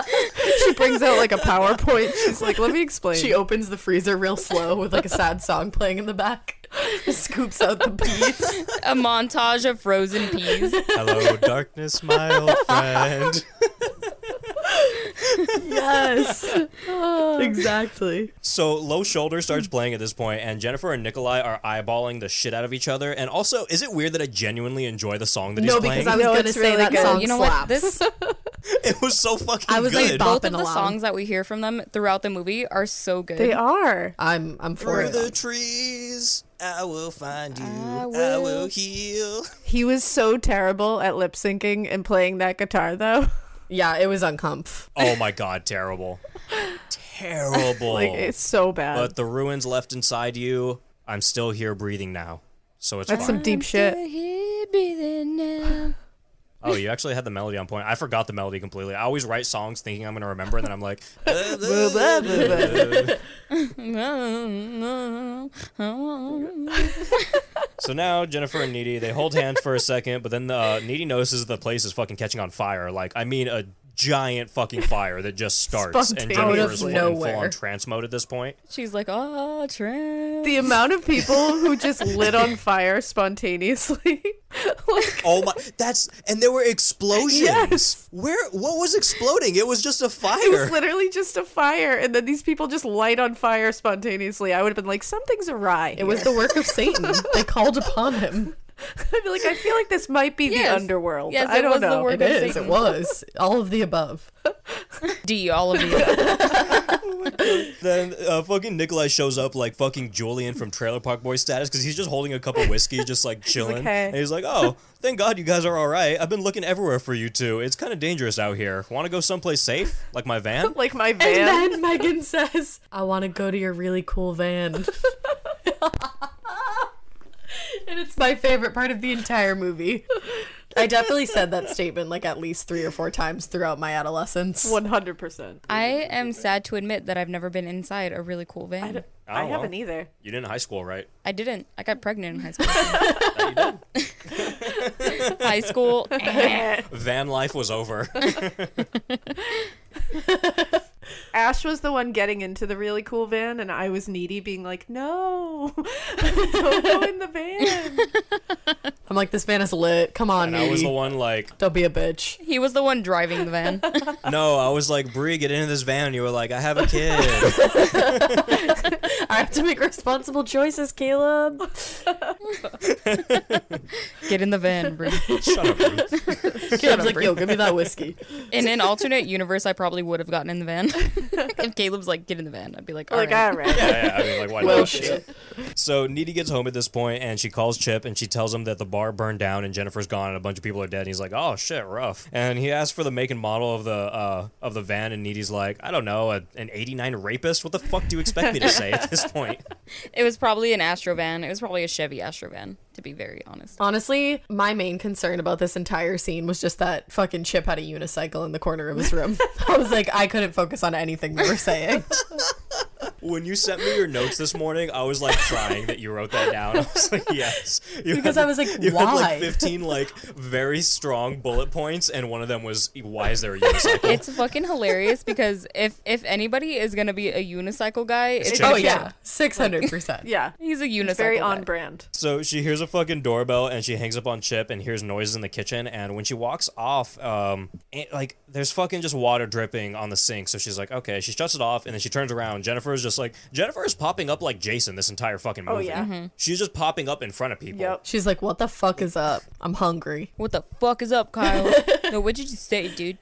Speaker 8: she brings out like a PowerPoint. She's like, let me explain.
Speaker 2: She opens the freezer real slow with like a sad song playing in the back. <laughs> Scoops out the peas.
Speaker 5: A montage of frozen peas.
Speaker 3: Hello, darkness, my <laughs> old friend.
Speaker 2: yes. <laughs> exactly.
Speaker 3: So, Low Shoulder starts playing at this point, and Jennifer and Nikolai are eyeballing the shit out of each other. And also, is it weird that I genuinely enjoy the song that
Speaker 2: No,
Speaker 3: he's
Speaker 2: because
Speaker 3: playing?
Speaker 2: I was
Speaker 8: No,
Speaker 2: gonna
Speaker 8: it's
Speaker 2: say
Speaker 8: really
Speaker 2: that
Speaker 8: good.
Speaker 2: song
Speaker 5: You know what?
Speaker 2: slaps.
Speaker 5: This
Speaker 3: <laughs> it was so fucking
Speaker 2: I was like,
Speaker 3: good.
Speaker 2: "Bob,
Speaker 5: both of
Speaker 2: Bopping
Speaker 5: the
Speaker 2: along.
Speaker 5: songs that we hear from them throughout the movie are so good.
Speaker 8: they are.
Speaker 2: I'm I'm for
Speaker 3: Through
Speaker 2: it.
Speaker 3: the trees, I will find you. I will, heal. <laughs>
Speaker 8: He was so terrible at lip syncing and playing that guitar though.
Speaker 2: Yeah, it was uncomf.
Speaker 3: Oh my god, terrible. <laughs> Terrible.
Speaker 8: Like it's so bad.
Speaker 3: but the ruins left inside you, I'm still here breathing now. So it's
Speaker 8: That's
Speaker 3: fine.
Speaker 8: some deep shit.
Speaker 5: Here, breathing now.
Speaker 3: Oh, you actually had the melody on point. I forgot the melody completely. I always write songs thinking I'm going to remember, and then I'm like, so now Jennifer and Needy, they hold hands for a second, but then uh, Needy notices the place is fucking catching on fire. Like, I mean, a giant fucking fire that just starts, and
Speaker 8: Spontaneously.
Speaker 3: Jennifer is
Speaker 2: Out of
Speaker 3: full
Speaker 2: nowhere.
Speaker 3: on trance mode at this point.
Speaker 5: <laughs> She's like, oh, trans.
Speaker 8: the amount of people who just lit
Speaker 2: <laughs>
Speaker 8: on fire spontaneously. <laughs> like
Speaker 3: Oh my! That's and there were explosions.
Speaker 8: Yes.
Speaker 3: Where? What was exploding? It was just a
Speaker 8: it was
Speaker 3: fire.
Speaker 8: literally just a fire and then these people just light on fire spontaneously. I would have been like, something's awry.
Speaker 2: It was the work of <laughs> Satan. they called upon him.
Speaker 8: <laughs> I'd be like, I feel like this might be
Speaker 5: Yes.
Speaker 8: the underworld.
Speaker 5: Yes,
Speaker 8: I
Speaker 5: it
Speaker 8: don't
Speaker 5: was the
Speaker 8: know.
Speaker 5: work
Speaker 2: It
Speaker 5: of
Speaker 2: is. It
Speaker 5: Satan.
Speaker 2: was all of the above.
Speaker 5: D, all of you.
Speaker 3: then uh, fucking Nikolai shows up like fucking Julian from Trailer Park Boy status because he's just holding a cup of
Speaker 8: <laughs>
Speaker 3: whiskey, just like chilling.
Speaker 8: "Hey."
Speaker 3: And he's like, "Oh, thank God you guys are all right. I've been looking everywhere for you two. It's kind of dangerous out here. Want to go someplace safe, like my
Speaker 8: <laughs>
Speaker 3: van?"
Speaker 8: Like my
Speaker 2: And
Speaker 8: van.
Speaker 2: then Megan says, "I want to go to your really cool van." <laughs> and it's my favorite part of the entire movie. I definitely said that statement like at least 3 or 4 times throughout my adolescence.
Speaker 8: One hundred percent.
Speaker 5: I am sad to admit that I've never been inside a really cool van. I,
Speaker 3: Oh,
Speaker 8: I
Speaker 3: well.
Speaker 8: haven't either.
Speaker 3: You didn't in high school, right?
Speaker 5: didn't. I got pregnant in high school. <laughs>
Speaker 8: <laughs>
Speaker 5: high school. eh.
Speaker 8: <laughs>
Speaker 3: Van life was over.
Speaker 2: Ash was the one getting into the really cool van, and I was needy, being like, "No, <laughs> don't go in the van."
Speaker 8: I'm like, this van is lit. Come on,
Speaker 3: And I was
Speaker 8: Needy.
Speaker 3: the one like,
Speaker 8: Don't be a bitch.
Speaker 5: He was the one driving the van.
Speaker 3: no, I was like, Bree, get into this van. You were like, I have a
Speaker 8: <laughs>
Speaker 3: kid.
Speaker 8: I have to make responsible
Speaker 3: <laughs>
Speaker 8: choices, Caleb.
Speaker 5: Get in the van, Bree.
Speaker 3: Shut up, Bree.
Speaker 8: Caleb's like, yo, give me that whiskey.
Speaker 5: In an alternate universe, I probably would have gotten in the van. <laughs> if Caleb's like, get in the van, I'd be like, all
Speaker 2: like,
Speaker 5: right.
Speaker 2: all right.
Speaker 3: Yeah, yeah, I mean, like, why
Speaker 8: Well,
Speaker 3: not? So Needy gets home at this point, and she calls Chip, and she tells him that the bar burned down, and Jennifer's gone, and a bunch of people are dead. And he's like, "Oh shit, rough." And he asks for the make and model of the uh, of the van, and Needy's like, "I don't know, a, an '89 rapist. What the fuck do you expect me to say at
Speaker 8: <laughs>
Speaker 3: this point?"
Speaker 5: It was probably an Astro van. It was probably a Chevy Astro van, to be very honest.
Speaker 8: Honestly, my main concern about this entire scene was just that fucking Chip had a unicycle in the corner of his room. I was like, I couldn't focus on anything they were saying.
Speaker 3: When you sent me your notes this morning, I was like crying that you wrote that down. <laughs> I was like, "Yes," You
Speaker 8: Because
Speaker 3: had-
Speaker 8: I was like,
Speaker 3: you had
Speaker 8: "Why?"
Speaker 3: like 15 like very strong bullet points, and one of them was, "Why is there a
Speaker 8: <laughs>
Speaker 3: unicycle?"
Speaker 5: It's fucking hilarious because if if anybody is gonna be a unicycle guy, it's
Speaker 3: Chip.
Speaker 8: oh
Speaker 5: Chip.
Speaker 8: yeah, six hundred percent.
Speaker 2: Yeah,
Speaker 5: He's a unicycle.
Speaker 2: very
Speaker 5: guy.
Speaker 2: on brand.
Speaker 3: So she hears a fucking doorbell and she hangs up on Chip and hears noises in the kitchen. And when she walks off, um, it, like there's fucking just water dripping on the sink. So she's like, okay, she shuts it off and then she turns around. Jennifer is just like, Jennifer is popping up like Jason this entire fucking movie.
Speaker 2: Oh, yeah. Mm-hmm.
Speaker 3: She's just popping up in front of people.
Speaker 2: Yep.
Speaker 8: She's like, what the fuck is up? I'm hungry.
Speaker 5: What the fuck is up,
Speaker 2: <laughs>
Speaker 5: Kyle? no, what did you say, dude?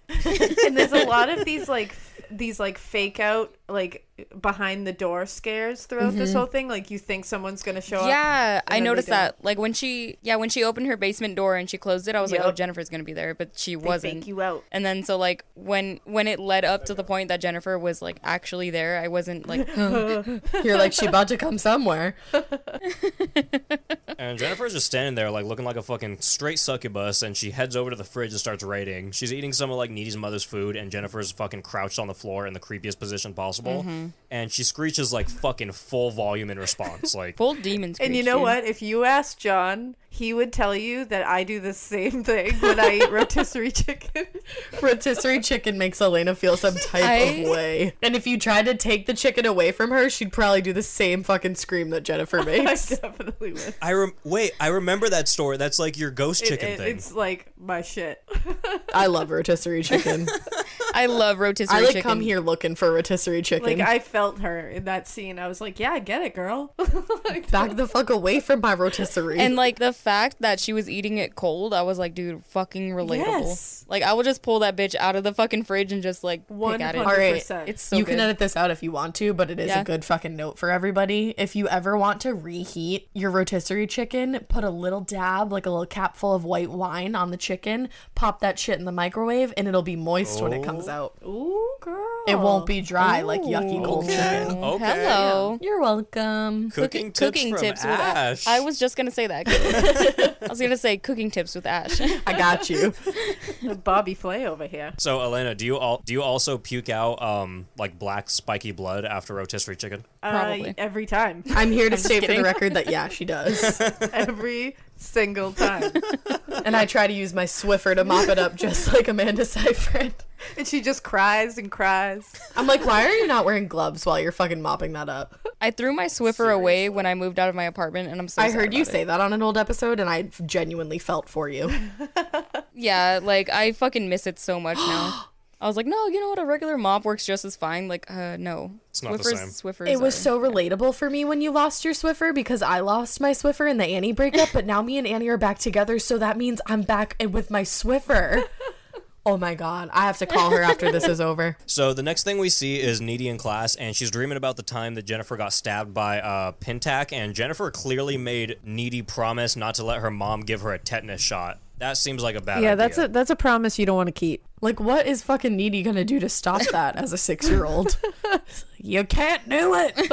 Speaker 2: and there's a lot of these like f- these like fake out like behind the door scares throughout this whole thing like you think someone's gonna show up
Speaker 5: Yeah, I
Speaker 2: then they
Speaker 5: noticed
Speaker 2: don't.
Speaker 5: that. Like when she, yeah, when she opened her basement door and she closed it, I was like,
Speaker 2: Yep.
Speaker 5: "Oh, Jennifer's gonna be there," but she
Speaker 2: they
Speaker 5: wasn't.
Speaker 2: fake you out
Speaker 5: And then so like when when it led up to the point that Jennifer was like actually there, I wasn't
Speaker 2: <laughs>
Speaker 5: like
Speaker 8: You're like, she about to come somewhere.
Speaker 3: And Jennifer's just standing there, like looking like a fucking straight succubus. And she heads over to the fridge and starts raiding. She's eating some of like Needy's mother's food, and Jennifer's fucking crouched on the floor in the creepiest position possible.
Speaker 2: Mm-hmm.
Speaker 3: And she screeches like fucking full volume in response, like.
Speaker 5: full demon
Speaker 2: and you
Speaker 5: screech,
Speaker 2: know
Speaker 5: dude.
Speaker 2: what if you asked john he would tell you that i do the same thing when i eat rotisserie chicken
Speaker 8: Rotisserie chicken makes Elena feel some type
Speaker 5: I-
Speaker 8: of way. And if you tried to take the chicken away from her, she'd probably do the same fucking scream that Jennifer
Speaker 2: i
Speaker 8: makes.
Speaker 2: <laughs> definitely would
Speaker 3: I rem- wait. I remember that story. That's like your ghost
Speaker 2: It-
Speaker 3: chicken
Speaker 2: it-
Speaker 3: thing.
Speaker 2: it's like my shit
Speaker 8: I love rotisserie chicken.
Speaker 5: I love rotisserie
Speaker 8: I like
Speaker 5: chicken.
Speaker 8: come here looking for rotisserie
Speaker 2: like
Speaker 8: chicken.
Speaker 2: i felt her in that scene i was like yeah i get it
Speaker 8: <laughs>
Speaker 2: girl <laughs> Like,
Speaker 8: Back the fuck away from my rotisserie.
Speaker 5: And like the fact that she was eating it cold, I was like, dude, fucking relatable.
Speaker 2: Yes.
Speaker 5: Like I will just pull that bitch out of the fucking fridge and just like pick at it.
Speaker 2: 100%
Speaker 5: It's so
Speaker 8: you
Speaker 5: good.
Speaker 8: can edit this out if you want to, but it is
Speaker 5: Yeah.
Speaker 8: a good fucking note for everybody. If you ever want to reheat your rotisserie chicken, put a little dab, like a little capful of white wine on the chicken, pop that shit in the microwave, and it'll be moist when it comes out.
Speaker 2: ooh girl
Speaker 8: It won't be dry like yucky cold
Speaker 3: Okay.
Speaker 8: chicken.
Speaker 5: Oh, Hello.
Speaker 8: You're welcome.
Speaker 3: Cooking, tips
Speaker 5: Cooking
Speaker 3: from
Speaker 5: tips with
Speaker 3: Ash.
Speaker 5: Ash. I was just gonna say that. I was gonna say cooking tips with Ash. <laughs>
Speaker 8: I got you.
Speaker 2: bobby flay over here
Speaker 3: So Elena, do you all do you also puke out um like black spiky blood after rotisserie chicken?
Speaker 2: uh,
Speaker 5: Probably.
Speaker 2: every
Speaker 8: <laughs>
Speaker 2: time
Speaker 8: I'm here to state for the
Speaker 5: kidding.
Speaker 8: record that yeah,
Speaker 5: <laughs>
Speaker 8: she does.
Speaker 2: every single
Speaker 8: <laughs>
Speaker 2: time.
Speaker 8: and I try to use my Swiffer to mop it up just like Amanda Seyfried.
Speaker 2: and she just cries and cries.
Speaker 8: I'm like, why are you not wearing gloves while you're fucking mopping that up?
Speaker 5: I threw my Swiffer away when I moved out of my apartment, and I'm so.
Speaker 8: I
Speaker 5: sad
Speaker 8: heard you
Speaker 5: about it.
Speaker 8: say that on an old episode, and I genuinely felt for you.
Speaker 5: Yeah, like I fucking miss it so much
Speaker 8: <gasps>
Speaker 5: now. I was like, no, you know what? A regular mop works just as fine. Like, uh, no. It's
Speaker 3: not the same.
Speaker 5: Swiffers
Speaker 8: It was
Speaker 5: are-
Speaker 8: so relatable for me when you lost your Swiffer because I lost my Swiffer in the Annie breakup, but now me and Annie are back together, so that means I'm back and with my Swiffer. Oh my god, I have to call her after this is over.
Speaker 3: So the next thing we see is Needy in class, and she's dreaming about the time that Jennifer got stabbed by uh, Pintac, and Jennifer clearly made Needy promise not to let her mom give her a tetanus shot. That seems like a bad idea.
Speaker 2: that's a promise you don't want to keep.
Speaker 8: Like, what is fucking Needy gonna do to stop that as a six year old? <laughs> you can't do it.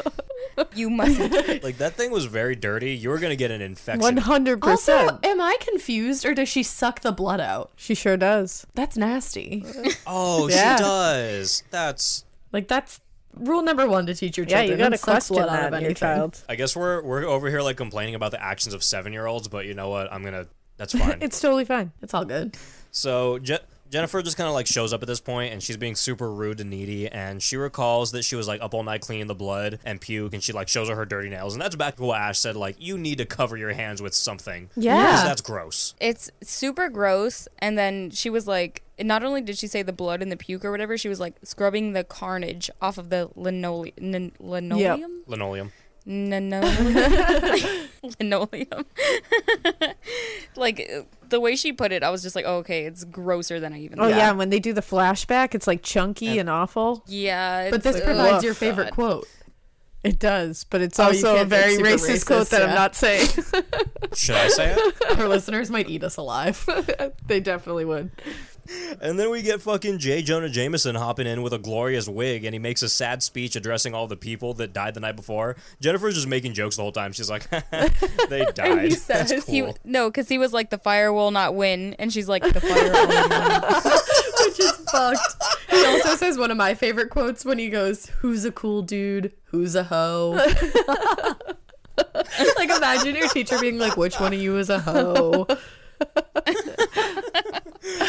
Speaker 5: You
Speaker 2: <laughs>
Speaker 5: mustn't.
Speaker 3: like that thing was very dirty. You were gonna get an infection.
Speaker 2: hundred
Speaker 8: Also, am I confused or does she suck the blood out?
Speaker 2: She sure does.
Speaker 8: That's nasty.
Speaker 3: Oh,
Speaker 2: Yeah.
Speaker 3: she does. That's
Speaker 8: Like, that's rule number one to teach your
Speaker 2: Yeah,
Speaker 8: children.
Speaker 2: you gotta
Speaker 8: don't suck
Speaker 2: question
Speaker 8: blood out of
Speaker 2: that in your <laughs>
Speaker 8: anything.
Speaker 2: child.
Speaker 3: I guess we're we're over here like complaining about the actions of seven year olds, but you know what? I'm gonna. That's fine.
Speaker 2: It's totally fine.
Speaker 8: It's all good.
Speaker 3: so Je- Jennifer just kind of like shows up at this point and she's being super rude to Needy and she recalls that she was like up all night cleaning the blood and puke and she like shows her her dirty nails and that's back to what Ash said like you need to cover your hands with something.
Speaker 5: Yeah.
Speaker 3: Because that's gross.
Speaker 5: It's super gross. And then she was like, not only did she say the blood and the puke or whatever, she was like scrubbing the carnage off of the linole- lin- linoleum.
Speaker 3: Linoleum.
Speaker 2: <laughs>
Speaker 5: Linoleum. linoleum. <laughs> like the way she put it, I was just like, oh, okay, it's grosser than I even
Speaker 8: Oh
Speaker 5: thought.
Speaker 8: yeah. and when they do the flashback, it's like chunky and, awful.
Speaker 5: Yeah.
Speaker 2: But
Speaker 5: it's-
Speaker 2: this
Speaker 5: ugh,
Speaker 2: provides your favorite
Speaker 5: God.
Speaker 2: quote.
Speaker 8: It does, but it's
Speaker 2: Oh, you
Speaker 8: also a
Speaker 2: can't- it's
Speaker 8: very
Speaker 2: super
Speaker 8: racist,
Speaker 2: racist,
Speaker 8: quote that
Speaker 2: yeah.
Speaker 8: I'm not saying.
Speaker 3: Should I say it?
Speaker 2: <laughs> Our listeners might eat us <laughs> alive.
Speaker 8: they definitely would.
Speaker 3: And then we get fucking J. Jonah Jameson hopping in with a glorious wig and he makes a sad speech addressing all the people that died the night before. Jennifer's just making jokes the whole time. She's
Speaker 5: <laughs>
Speaker 3: like, <laughs> they died. That's cool.
Speaker 5: He, <laughs> no, because he was like, the fire will not win. And she's like, the
Speaker 2: <laughs>
Speaker 5: fire will not win.
Speaker 2: which is fucked. He also says one of my favorite quotes when he goes, "Who's a cool dude? Who's a <laughs> hoe?" like imagine your teacher being like, "Which one of you is a hoe?"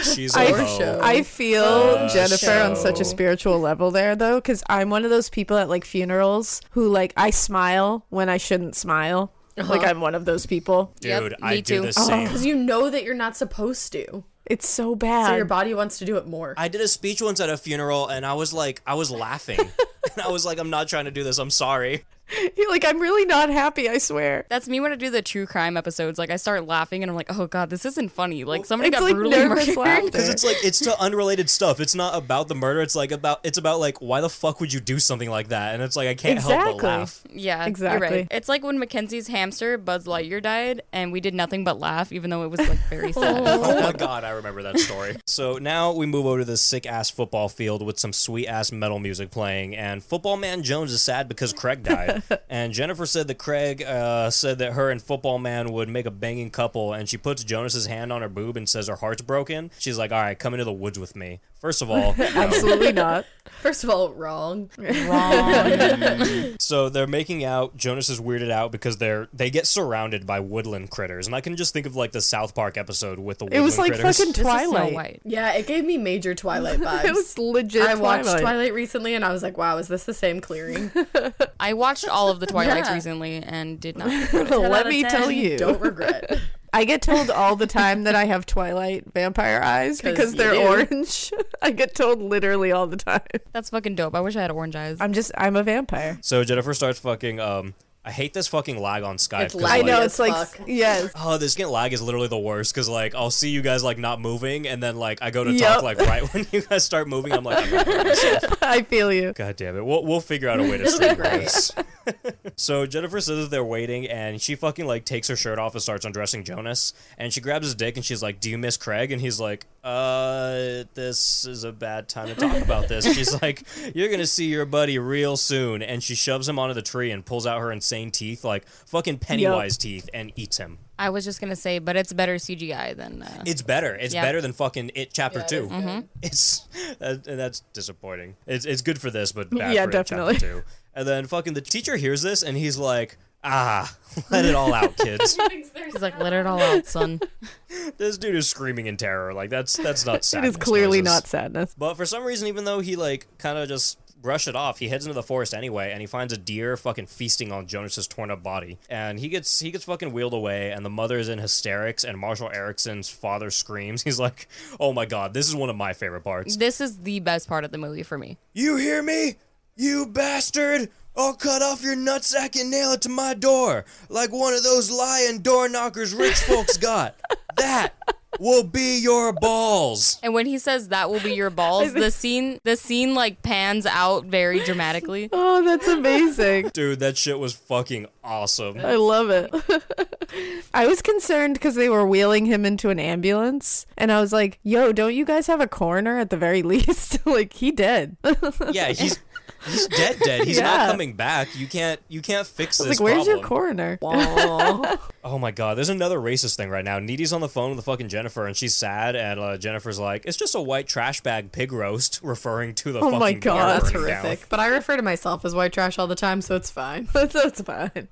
Speaker 3: She's oh,
Speaker 8: I,
Speaker 3: a hoe.
Speaker 8: I feel Jennifer
Speaker 3: show.
Speaker 8: on such a spiritual level there, Uh, though, because I'm one of those people at like funerals who like I smile when I shouldn't smile. Like I'm one of those people.
Speaker 5: Yep,
Speaker 3: Dude, I
Speaker 5: me
Speaker 3: do
Speaker 5: too. <laughs> Uh-huh.
Speaker 3: the same.
Speaker 2: Because you know that you're not supposed to,
Speaker 8: It's so
Speaker 2: so
Speaker 8: bad.
Speaker 2: your body wants to do it more.
Speaker 3: I did a speech once at a funeral and I was like, I was laughing. <laughs> and I was like, I'm not trying to do this. I'm sorry.
Speaker 5: <laughs>
Speaker 8: You're like I'm really not happy. I swear.
Speaker 5: That's me when I do the true crime episodes. Like I start laughing and I'm like, oh god, this isn't funny. Like somebody
Speaker 8: It's
Speaker 5: got
Speaker 8: like
Speaker 5: brutally
Speaker 8: nervous
Speaker 5: murdered.
Speaker 3: Because
Speaker 8: laughter.
Speaker 3: it's like, it's to unrelated stuff. It's not about the murder. It's like about, it's about like, why the fuck would you do something like that? And it's like, I can't help but
Speaker 8: Exactly.
Speaker 3: laugh.
Speaker 5: <laughs> Yeah,
Speaker 8: Exactly.
Speaker 5: You're right. It's like when Mackenzie's hamster Buzz Lightyear died, and we did nothing but laugh, even though it was like very
Speaker 8: <laughs>
Speaker 5: sad.
Speaker 3: Oh my god, I remember that story. so now we move over to this sick ass football field with some sweet ass metal music playing, and Football Man Jones is sad because Craig
Speaker 8: <laughs>
Speaker 3: died. and Jennifer said that Craig uh, said that her and Football Man would make a banging couple, and she puts Jonas's hand on her boob and says her heart's broken. She's like, "All right, come into the woods with me." First of
Speaker 8: <laughs>
Speaker 3: all, no.
Speaker 8: Absolutely not.
Speaker 2: First of all, wrong.
Speaker 3: So they're making out. Jonas is weirded out because they're they get surrounded by woodland critters, and I can just think of like the South Park episode with the
Speaker 8: It
Speaker 3: woodland
Speaker 8: was like
Speaker 3: critters.
Speaker 8: fucking
Speaker 5: This is Snow
Speaker 8: Twilight.
Speaker 5: White.
Speaker 2: Yeah, it gave me
Speaker 8: <laughs>
Speaker 2: major Twilight vibes.
Speaker 8: It was legit.
Speaker 2: I watched Twilight.
Speaker 8: Twilight.
Speaker 2: recently and I was like, wow, is this the same clearing?
Speaker 5: I watched all
Speaker 8: <laughs>
Speaker 5: of the Twilights
Speaker 2: Yeah.
Speaker 5: recently and did not. regret it.
Speaker 8: Let me tell you.
Speaker 2: Don't
Speaker 8: <laughs>
Speaker 2: regret.
Speaker 8: I get told all the time that I have Twilight vampire
Speaker 2: <laughs>
Speaker 8: eyes
Speaker 2: 'Cause
Speaker 8: because
Speaker 2: you
Speaker 8: they're
Speaker 2: do.
Speaker 8: orange. <laughs> I get told literally all the time.
Speaker 5: That's fucking dope. I wish I had orange eyes.
Speaker 8: I'm just I'm a vampire.
Speaker 3: So Jennifer starts fucking. Um, I hate this fucking lag on Skype.
Speaker 2: It's
Speaker 3: 'cause,
Speaker 2: lag-
Speaker 8: I
Speaker 3: like,
Speaker 8: know
Speaker 2: as
Speaker 8: it's like
Speaker 2: fuck.
Speaker 8: yes. <laughs>
Speaker 3: Oh, this getting lag is literally the worst because like I'll see you guys like not moving, and then like I go to
Speaker 8: Yup.
Speaker 3: talk like right <laughs> when you guys start moving, I'm like, "I'm not moving."
Speaker 8: I feel you.
Speaker 3: God damn it, we'll we'll figure out a way to stream this. <laughs> so Jennifer says that they're waiting, and she fucking like takes her shirt off and starts undressing Jonas, and she grabs his dick and she's like, "Do you miss Craig?" And he's like, "Uh, this is a bad time to talk about this." She's <laughs> like, "You're gonna see your buddy real soon," and she shoves him onto the tree and pulls out her insane teeth, like fucking Pennywise teeth, and eats him.
Speaker 5: I was just gonna say, but it's better CGI than. Uh,
Speaker 3: It's better. It's
Speaker 5: Yeah.
Speaker 3: better than fucking it chapter two. <laughs> It's uh, and that's disappointing. It's it's good for this, but bad
Speaker 8: Yeah,
Speaker 3: for It Chapter
Speaker 8: definitely.
Speaker 3: two. And then fucking the teacher hears this and he's like, ah, <laughs> let it all out,
Speaker 8: <laughs>
Speaker 3: kids.
Speaker 5: he's like, let it all out, son.
Speaker 3: this dude is screaming in terror. Like that's that's not
Speaker 8: It
Speaker 3: sad.
Speaker 8: is clearly not sadness.
Speaker 3: But for some reason, even though he like kind of just brushed it off, he heads into the forest anyway, and he finds a deer fucking feasting on Jonas's torn up body, and he gets he gets fucking wheeled away, and the mother is in hysterics, and Marshall Erickson's father screams. <laughs> He's like, "Oh my god, this is one of my favorite parts."
Speaker 5: This is the best part of the movie for me.
Speaker 3: You hear me, you bastard? I'll cut off your nutsack and nail it to my door, like one of those lying door knockers rich folks got. That will be your balls.
Speaker 5: And when he says that will be your
Speaker 8: <laughs>
Speaker 5: balls, the scene the scene like pans out very dramatically.
Speaker 8: Oh, that's amazing.
Speaker 3: Dude, that shit was fucking awesome.
Speaker 8: I love it. <laughs> I was concerned because they were wheeling him into an ambulance, and I was like, "Yo, don't you guys have a coroner at the very <laughs> least? like, he dead." <laughs> I was
Speaker 3: Yeah, he's he's dead dead. He's
Speaker 8: Yeah.
Speaker 3: not coming back. You can't you can't fix this
Speaker 8: like, "Where's your
Speaker 3: problem.
Speaker 8: coroner?"
Speaker 3: oh my god, there's another racist thing right now. Needy's on the phone with the fucking Jennifer and she's sad and uh, Jennifer's like, "It's just a white trash bag pig roast," <laughs> referring to the
Speaker 8: Oh
Speaker 3: fucking
Speaker 8: my
Speaker 3: bar
Speaker 8: God,
Speaker 2: That's
Speaker 3: burning down.
Speaker 5: <laughs>
Speaker 2: horrific. But I refer to myself as white trash all the time, so it's fine.
Speaker 8: that's, that's fine.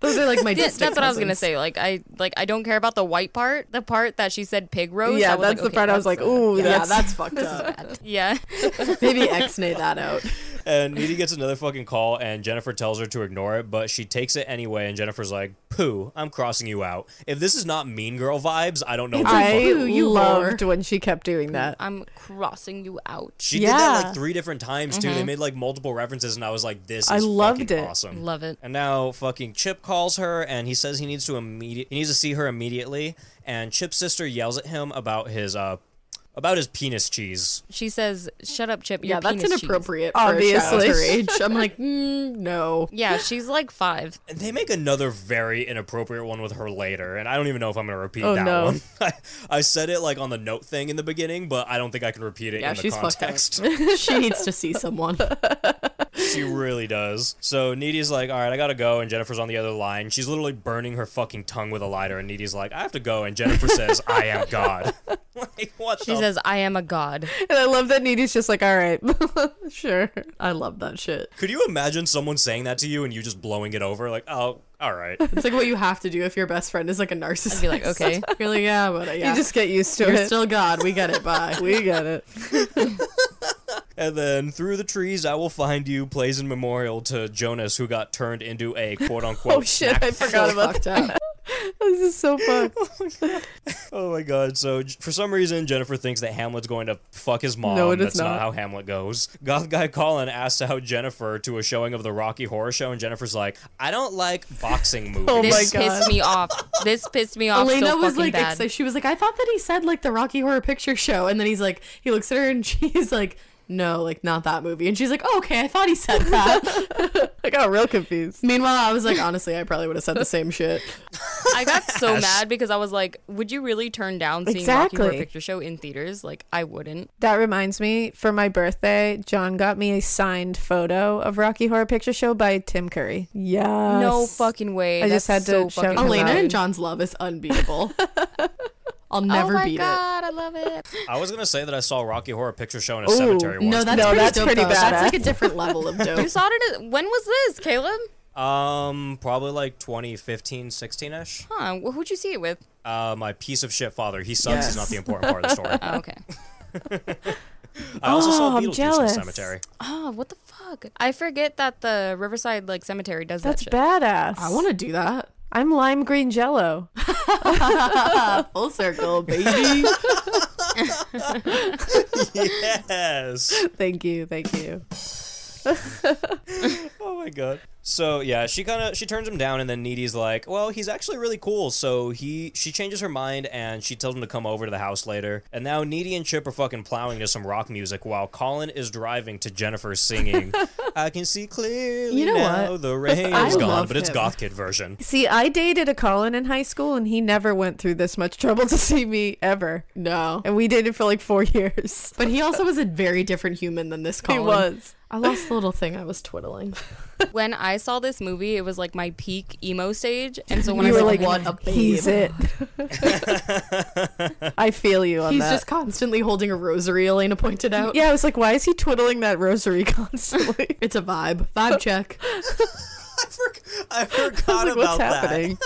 Speaker 2: Those are like my
Speaker 5: Yeah,
Speaker 2: distant
Speaker 5: that's what I was gonna
Speaker 2: cousins.
Speaker 5: say. Like I like I don't care about the white part. The part that she said pig roast.
Speaker 2: Yeah,
Speaker 5: I was
Speaker 2: that's
Speaker 5: like,
Speaker 2: the
Speaker 5: okay,
Speaker 2: part I was
Speaker 5: that's-
Speaker 2: like, ooh,
Speaker 5: yeah,
Speaker 2: that's,
Speaker 5: that's-
Speaker 8: <laughs>
Speaker 2: fucked up.
Speaker 5: <laughs>
Speaker 2: <laughs>
Speaker 5: Yeah.
Speaker 2: Maybe X-nay that out.
Speaker 3: And Needy gets another fucking call, and Jennifer tells her to ignore it, but she takes it anyway. And Jennifer's like, "Pooh, I'm crossing you out. If this is not Mean Girl vibes, I don't know." what
Speaker 8: I
Speaker 3: fuck is."
Speaker 2: you
Speaker 8: loved when she kept doing that.
Speaker 5: I'm crossing you out.
Speaker 3: She did that
Speaker 8: Yeah. Mm-hmm.
Speaker 3: like three different times too. They made like multiple references, and I was like, "This is
Speaker 8: I loved
Speaker 3: fucking
Speaker 8: it.
Speaker 3: awesome."
Speaker 5: Love it.
Speaker 3: And now fucking Chip calls her, and he says he needs to immediate he needs to see her immediately. And Chip's sister yells at him about his uh about his penis cheese.
Speaker 5: She says, "Shut up, Chip. Your
Speaker 2: Yeah, that's
Speaker 5: penis cheese."
Speaker 2: inappropriate.
Speaker 8: Obviously.
Speaker 2: for a child's age.
Speaker 8: <laughs>
Speaker 2: I'm like, mm, no.
Speaker 5: Yeah, she's like five.
Speaker 3: And they make another very inappropriate one with her later, and I don't even know if I'm gonna repeat
Speaker 8: Oh,
Speaker 3: that
Speaker 8: no.
Speaker 3: one. <laughs> I, I said it like on the note thing in the beginning, but I don't think I can repeat it
Speaker 2: Yeah,
Speaker 3: in the
Speaker 2: she's fucked up.
Speaker 8: <laughs>
Speaker 3: context.
Speaker 2: She needs to see someone.
Speaker 3: She really does. So Needy's like, all right, I gotta go. And Jennifer's on the other line. She's literally burning her fucking tongue with a lighter. And Needy's like, I have to go. And Jennifer says, I
Speaker 8: <laughs>
Speaker 3: am God. <laughs> like, what
Speaker 2: Oh.
Speaker 5: She
Speaker 3: the
Speaker 5: says, "I am a god."
Speaker 8: And I love that Needy's just like, all right, <laughs> sure.
Speaker 2: I love that shit.
Speaker 3: Could you imagine someone saying that to you and you just blowing it over? Like, oh, all
Speaker 8: <laughs>
Speaker 3: right.
Speaker 2: It's like what you have to do if your best friend is like a narcissist.
Speaker 5: Be like, okay.
Speaker 2: <laughs> You're like, yeah, but uh, yeah.
Speaker 8: You just get used to
Speaker 2: You're
Speaker 8: it.
Speaker 2: still God. We get it. Bye.
Speaker 8: <laughs> we get
Speaker 2: <laughs>
Speaker 8: it.
Speaker 3: and then through the trees, I will find you plays in memorial to Jonas, who got turned into a quote unquote.
Speaker 8: <laughs> Oh shit, I forgot
Speaker 2: so
Speaker 8: about
Speaker 2: fucked up.
Speaker 8: <laughs> this. Is so fun.
Speaker 2: <laughs>
Speaker 3: Oh my god. So j- for some reason, Jennifer thinks that Hamlet's going to fuck his mom.
Speaker 8: No, it is
Speaker 3: That's not.
Speaker 8: not.
Speaker 3: how Hamlet goes. Goth guy Colin asks out Jennifer to a showing of the Rocky Horror Show, and Jennifer's like, "I don't like boxing movies."
Speaker 8: <laughs> Oh my
Speaker 5: This
Speaker 8: God.
Speaker 5: pissed me off. This pissed me off
Speaker 2: Elena
Speaker 5: so
Speaker 2: was
Speaker 5: fucking
Speaker 2: like,
Speaker 5: bad.
Speaker 2: excited. she was like, I thought that he said like the Rocky Horror Picture Show, and then he's like, he looks at her and <laughs> she's like, no, like not that movie, and she's like, oh, okay, I thought he said that.
Speaker 8: <laughs> I got real confused.
Speaker 2: Meanwhile, I was like, honestly, I probably would have said the same shit.
Speaker 5: I got so mad because I was like, "Would you really turn down seeing Rocky
Speaker 8: Exactly.
Speaker 5: Horror Picture Show in theaters? Like, I wouldn't."
Speaker 8: That reminds me, for my birthday, John got me a signed photo of Rocky Horror Picture Show by Tim Curry. Yes.
Speaker 5: No fucking way.
Speaker 8: I
Speaker 5: That's
Speaker 8: just had
Speaker 5: so
Speaker 8: to shout
Speaker 5: fucking
Speaker 8: him
Speaker 5: bad.
Speaker 2: Elena
Speaker 8: out.
Speaker 2: and John's love is
Speaker 10: <laughs>
Speaker 2: unbeatable. I'll never
Speaker 5: oh my
Speaker 2: beat
Speaker 5: god, I love it.
Speaker 3: I was gonna say that I saw Rocky Horror Picture Show in a cemetery
Speaker 2: it.
Speaker 3: once.
Speaker 2: No, Oh, that's
Speaker 8: No,
Speaker 2: pretty
Speaker 8: that's
Speaker 2: dope.
Speaker 8: pretty
Speaker 2: though. That's like
Speaker 8: badass.
Speaker 2: a different level
Speaker 10: <laughs>
Speaker 2: of
Speaker 5: You
Speaker 2: dope.
Speaker 5: saw it. at- When was this, Caleb?
Speaker 3: um, probably like 2015, 16 ish.
Speaker 5: Huh? wh- Who'd you see it with?
Speaker 3: Uh, my piece of shit father. He sucks. He's not the important part of the
Speaker 8: <laughs>
Speaker 3: story.
Speaker 5: Oh, okay.
Speaker 3: I also saw
Speaker 8: Oh, I'm
Speaker 3: Beetlejuice in the
Speaker 8: jealous.
Speaker 3: cemetery.
Speaker 5: <laughs>
Speaker 3: <laughs>
Speaker 5: Oh, what the fuck? I forget that the Riverside like cemetery does
Speaker 8: That's
Speaker 5: that. shit.
Speaker 8: badass.
Speaker 2: I want to do that.
Speaker 8: I'm lime
Speaker 2: <laughs>
Speaker 8: green jello.
Speaker 2: Full circle, baby.
Speaker 3: Yes.
Speaker 8: thank you, thank you.
Speaker 3: Oh my god. So yeah, she kind of she turns him down, and then Needy's like, "Well, he's actually really cool." So he she changes her mind, and she tells him to come over to the house later. And now Needy and Chip are fucking plowing to some rock music while Colin is driving to Jennifer
Speaker 2: <laughs>
Speaker 3: singing, "I can see clearly
Speaker 2: You know
Speaker 3: now
Speaker 2: what?
Speaker 3: the rain
Speaker 2: <laughs> I
Speaker 3: is gone,"
Speaker 2: love
Speaker 3: but it's
Speaker 2: him.
Speaker 3: Goth Kid
Speaker 2: <laughs>
Speaker 3: version.
Speaker 8: See, I dated a Colin in high school, and he never went through this much trouble to see me ever.
Speaker 2: no.
Speaker 8: And we dated for like four <laughs> years.
Speaker 2: But he also was a very different human than this
Speaker 8: He
Speaker 2: Colin.
Speaker 8: was.
Speaker 2: I lost the little thing I was twiddling.
Speaker 5: When I saw this movie, it was like my peak emo stage, and so when
Speaker 8: You
Speaker 5: I
Speaker 8: were
Speaker 5: saw
Speaker 8: like,
Speaker 2: what a babe.
Speaker 8: <laughs> He's it. I feel you
Speaker 2: <laughs>
Speaker 8: on
Speaker 2: He's
Speaker 8: that.
Speaker 2: just constantly holding a rosary, Elena pointed out.
Speaker 8: yeah, I was like, why is he twiddling that rosary <laughs> constantly?
Speaker 2: <laughs> It's a vibe.
Speaker 8: <laughs>
Speaker 2: Vibe check.
Speaker 3: I, for- I forgot
Speaker 8: I
Speaker 3: about
Speaker 8: was <laughs> like, what's
Speaker 3: that.
Speaker 8: happening?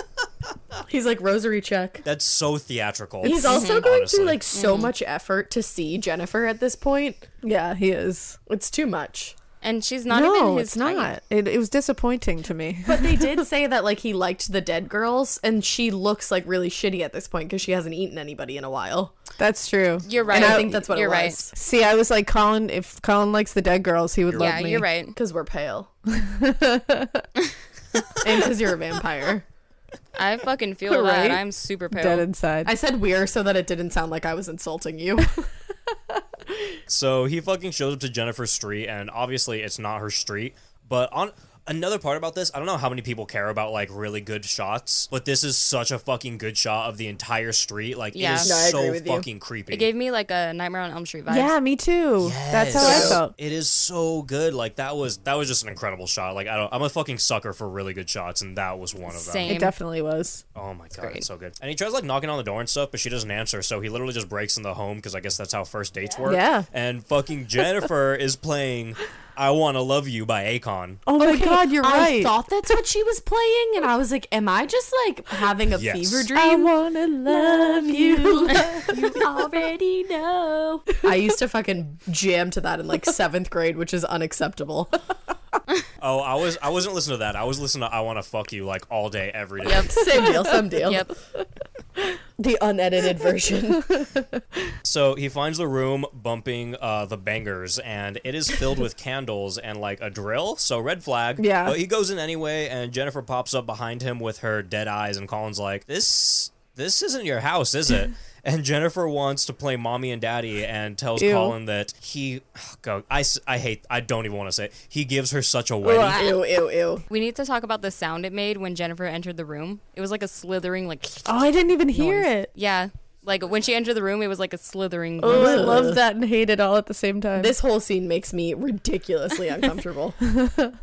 Speaker 2: He's like rosary check.
Speaker 3: That's so theatrical.
Speaker 2: He's also going
Speaker 3: honestly.
Speaker 2: through like so much effort to see Jennifer at this point.
Speaker 8: Mm-hmm. Yeah, he is.
Speaker 2: It's too much.
Speaker 5: and she's not
Speaker 8: no,
Speaker 5: even his
Speaker 8: it's
Speaker 5: type.
Speaker 8: not. It, it was disappointing to me.
Speaker 2: But they did say that like he liked the dead girls and she looks like really shitty at this point because she hasn't eaten anybody in a while.
Speaker 8: That's true.
Speaker 5: You're right.
Speaker 2: And I think that's what
Speaker 5: you're
Speaker 2: it
Speaker 5: right.
Speaker 2: was.
Speaker 8: See, I was like, Colin. If Colin likes the dead girls, he would love
Speaker 5: Yeah,
Speaker 8: me.
Speaker 5: you're
Speaker 2: <laughs>
Speaker 5: right.
Speaker 2: Because we're
Speaker 8: <laughs>
Speaker 2: pale. and because you're a vampire.
Speaker 5: I fucking
Speaker 8: <laughs>
Speaker 5: feel
Speaker 8: Right?
Speaker 5: that. I'm super pale.
Speaker 8: Dead inside.
Speaker 2: I said we're so that it didn't sound like I was insulting you.
Speaker 3: So he fucking shows up to Jennifer's street, and obviously it's not her street. But on another part about this, I don't know how many people care about like really good shots, but this is such a fucking good shot of the entire street. Like
Speaker 5: Yeah.
Speaker 3: it is
Speaker 5: No, I
Speaker 3: so fucking creepy.
Speaker 5: It gave me like a Nightmare on Elm Street vibes.
Speaker 8: <laughs> yeah, me too. That's how I
Speaker 3: Yes.
Speaker 8: felt.
Speaker 3: It is so good. Like that was that was just an incredible shot. Like I don't, I'm a fucking sucker for really good shots, and that was one of them.
Speaker 5: Same.
Speaker 8: It definitely was.
Speaker 3: Oh my god, it's so good. And he tries like knocking on the door and stuff, but she doesn't answer. So he literally just breaks in the home because I guess that's how first dates work.
Speaker 8: Yeah. <laughs>
Speaker 3: And fucking Jennifer is playing I Want to Love You by Akon.
Speaker 10: Oh my God, you're
Speaker 8: I
Speaker 10: right.
Speaker 8: thought that's what she was playing, and I was like, "Am I just like having a
Speaker 3: Yes.
Speaker 8: fever
Speaker 10: I
Speaker 8: dream?"
Speaker 10: wanna love
Speaker 2: <laughs>
Speaker 10: you. <laughs>
Speaker 8: you already know. I used to fucking jam to that in like seventh grade, which is <laughs> unacceptable.
Speaker 3: Oh, I was I wasn't listening to that. I was listening to I Want to Fuck You like all day every day.
Speaker 8: <laughs> same deal, same deal.
Speaker 5: Yep.
Speaker 8: The unedited <laughs> version.
Speaker 3: So he finds the room bumping uh, the bangers, and it is
Speaker 10: <laughs>
Speaker 3: filled with candles and like a drill. So red flag.
Speaker 10: Yeah.
Speaker 3: But he goes in anyway, and Jennifer pops up behind him with her dead eyes, and Colin's like, "This, this isn't your house,
Speaker 10: <laughs>
Speaker 3: is it?" And Jennifer wants to play mommy and daddy and tells
Speaker 10: Ew.
Speaker 3: Colin that he, oh, God, I, s- I hate, I don't even want to say it. He gives her such a wedding.
Speaker 8: ew, ew, ew.
Speaker 5: We need to talk about the sound it made when Jennifer entered the room. It was like a slithering, like <laughs>
Speaker 10: Oh, I didn't even hear
Speaker 5: noise.
Speaker 10: it.
Speaker 5: Yeah, like when she entered the room, it was like a slithering.
Speaker 10: Oh, I
Speaker 5: noise.
Speaker 10: love that and hate it all at the same time.
Speaker 8: This whole scene makes me ridiculously uncomfortable.
Speaker 3: <laughs>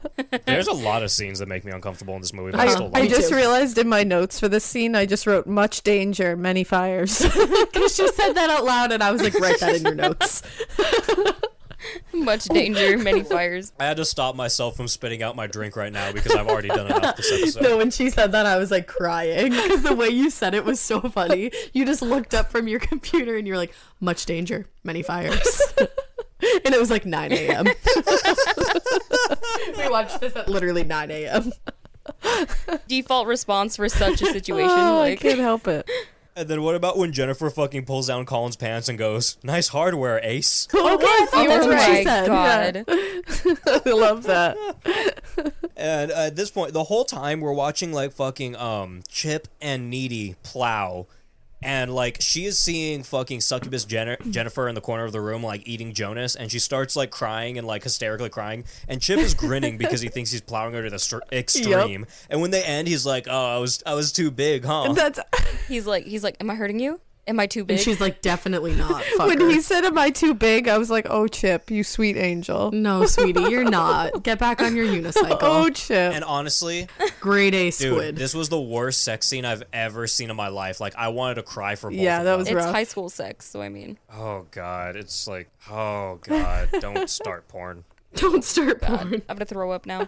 Speaker 3: There's a lot of scenes that make me uncomfortable in this movie, but I,
Speaker 10: I,
Speaker 3: still love
Speaker 10: I
Speaker 3: it.
Speaker 10: just
Speaker 8: too.
Speaker 10: realized in my notes for this scene, I just wrote much danger, many fires.
Speaker 8: <laughs>
Speaker 10: <laughs>
Speaker 8: Because she said that out loud, and I was like, "Write that in your notes."
Speaker 5: <laughs> much danger, many fires.
Speaker 3: I had to stop myself from spitting out my drink right now because I've already done enough this episode.
Speaker 8: <laughs> No, when she said that, I was like crying because the way you said it was so funny. You just looked up from your computer and you're like, much danger, many fires. <laughs> and it was like 9 <laughs> a.m. we watched this at literally 9 a.m.
Speaker 5: Default response for such a situation.
Speaker 10: <laughs> oh, I
Speaker 5: like
Speaker 10: can't help it.
Speaker 3: And then what about when Jennifer fucking pulls down Colin's pants and goes, "Nice hardware,
Speaker 10: <laughs>
Speaker 3: Ace."
Speaker 10: Okay, I thought
Speaker 5: <laughs> Oh
Speaker 10: that's what
Speaker 5: my
Speaker 10: she said.
Speaker 5: god.
Speaker 10: Yeah. I love
Speaker 8: <laughs>
Speaker 10: that.
Speaker 3: and at this point, the whole time we're watching like fucking um Chip and Needy plow, and like she is seeing fucking succubus Jen- Jennifer in the corner of the room like eating Jonas, and she starts like crying and like hysterically crying, and Chip
Speaker 10: <laughs>
Speaker 3: is grinning because he thinks he's plowing her to the str- extreme. And when they end, he's like, "Oh, I was I was too big, huh?"
Speaker 10: That's
Speaker 5: He's like, he's like, am I hurting you? Am I too big?
Speaker 8: And she's like, definitely <laughs> not. Fuck
Speaker 10: when
Speaker 8: her."
Speaker 10: he said, "Am I too big?" I was like, "Oh, Chip, you sweet angel."
Speaker 2: Mm.
Speaker 8: no, sweetie, you're not. Get back on your unicycle.
Speaker 10: Oh, Chip.
Speaker 3: and honestly,
Speaker 8: Grade A
Speaker 3: Dude,
Speaker 8: squid.
Speaker 3: this was the worst sex scene I've ever seen in my life. Like, I wanted to cry for both.
Speaker 10: Yeah,
Speaker 3: of
Speaker 10: that
Speaker 3: them.
Speaker 10: was
Speaker 5: it's
Speaker 10: rough.
Speaker 5: high school sex, so I mean,
Speaker 3: Oh god, it's like, oh
Speaker 10: <laughs>
Speaker 3: god, don't start porn.
Speaker 8: <laughs> Don't start
Speaker 5: I'm
Speaker 8: porn.
Speaker 5: gonna throw up now.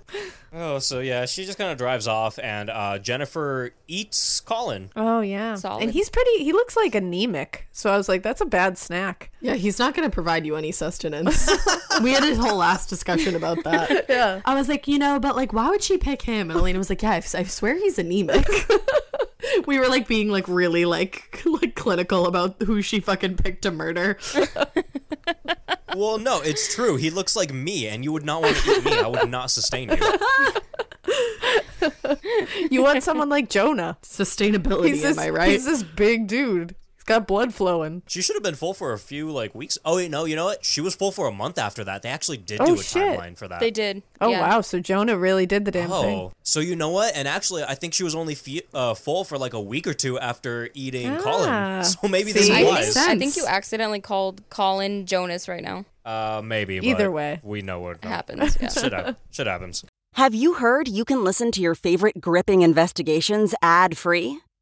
Speaker 3: Oh, so yeah, she just kind of drives off, and uh, Jennifer eats Colin.
Speaker 10: oh yeah.
Speaker 5: Solid.
Speaker 10: And he's pretty. He looks like anemic. So I was like, "That's a bad snack."
Speaker 8: Yeah, he's not going to provide you any sustenance. <laughs> we had a whole last discussion about that. Yeah. I was like, you know, but like, why would she pick him? And Elena was like, yeah, I, I swear he's anemic. <laughs> we were like being like really like <laughs> like clinical about who she fucking picked to murder.
Speaker 3: Well, no, it's true. He looks like me, and you would not want to eat me. I would not sustain you.
Speaker 10: You want someone like
Speaker 8: <laughs>
Speaker 10: Jonah?
Speaker 8: Sustainability,
Speaker 10: He's
Speaker 8: am
Speaker 10: this.
Speaker 8: I right?
Speaker 10: He's this big dude. He's got blood flowing.
Speaker 3: She should have been full for a few like weeks. Oh wait, no, you know what? She was full for a month after that. They actually did
Speaker 10: Oh,
Speaker 3: do a
Speaker 10: shit.
Speaker 3: timeline for that.
Speaker 5: They did.
Speaker 10: Oh
Speaker 5: yeah.
Speaker 10: wow! So Jonah really did the damn thing.
Speaker 3: Oh, so you know what? And actually, I think she was only fe- uh, full for like a week or two after eating
Speaker 10: Ah.
Speaker 3: Colin. So maybe this
Speaker 10: See?
Speaker 5: I
Speaker 10: Makes
Speaker 5: think,
Speaker 3: was.
Speaker 5: I
Speaker 8: sense.
Speaker 5: think you accidentally called Colin Jonas right now.
Speaker 3: Uh, maybe. but
Speaker 10: Either way.
Speaker 3: we know what
Speaker 5: It happens. Yeah.
Speaker 3: Shit,
Speaker 8: <laughs>
Speaker 3: hap- shit happens.
Speaker 2: Have you heard you can listen to your favorite gripping investigations ad free?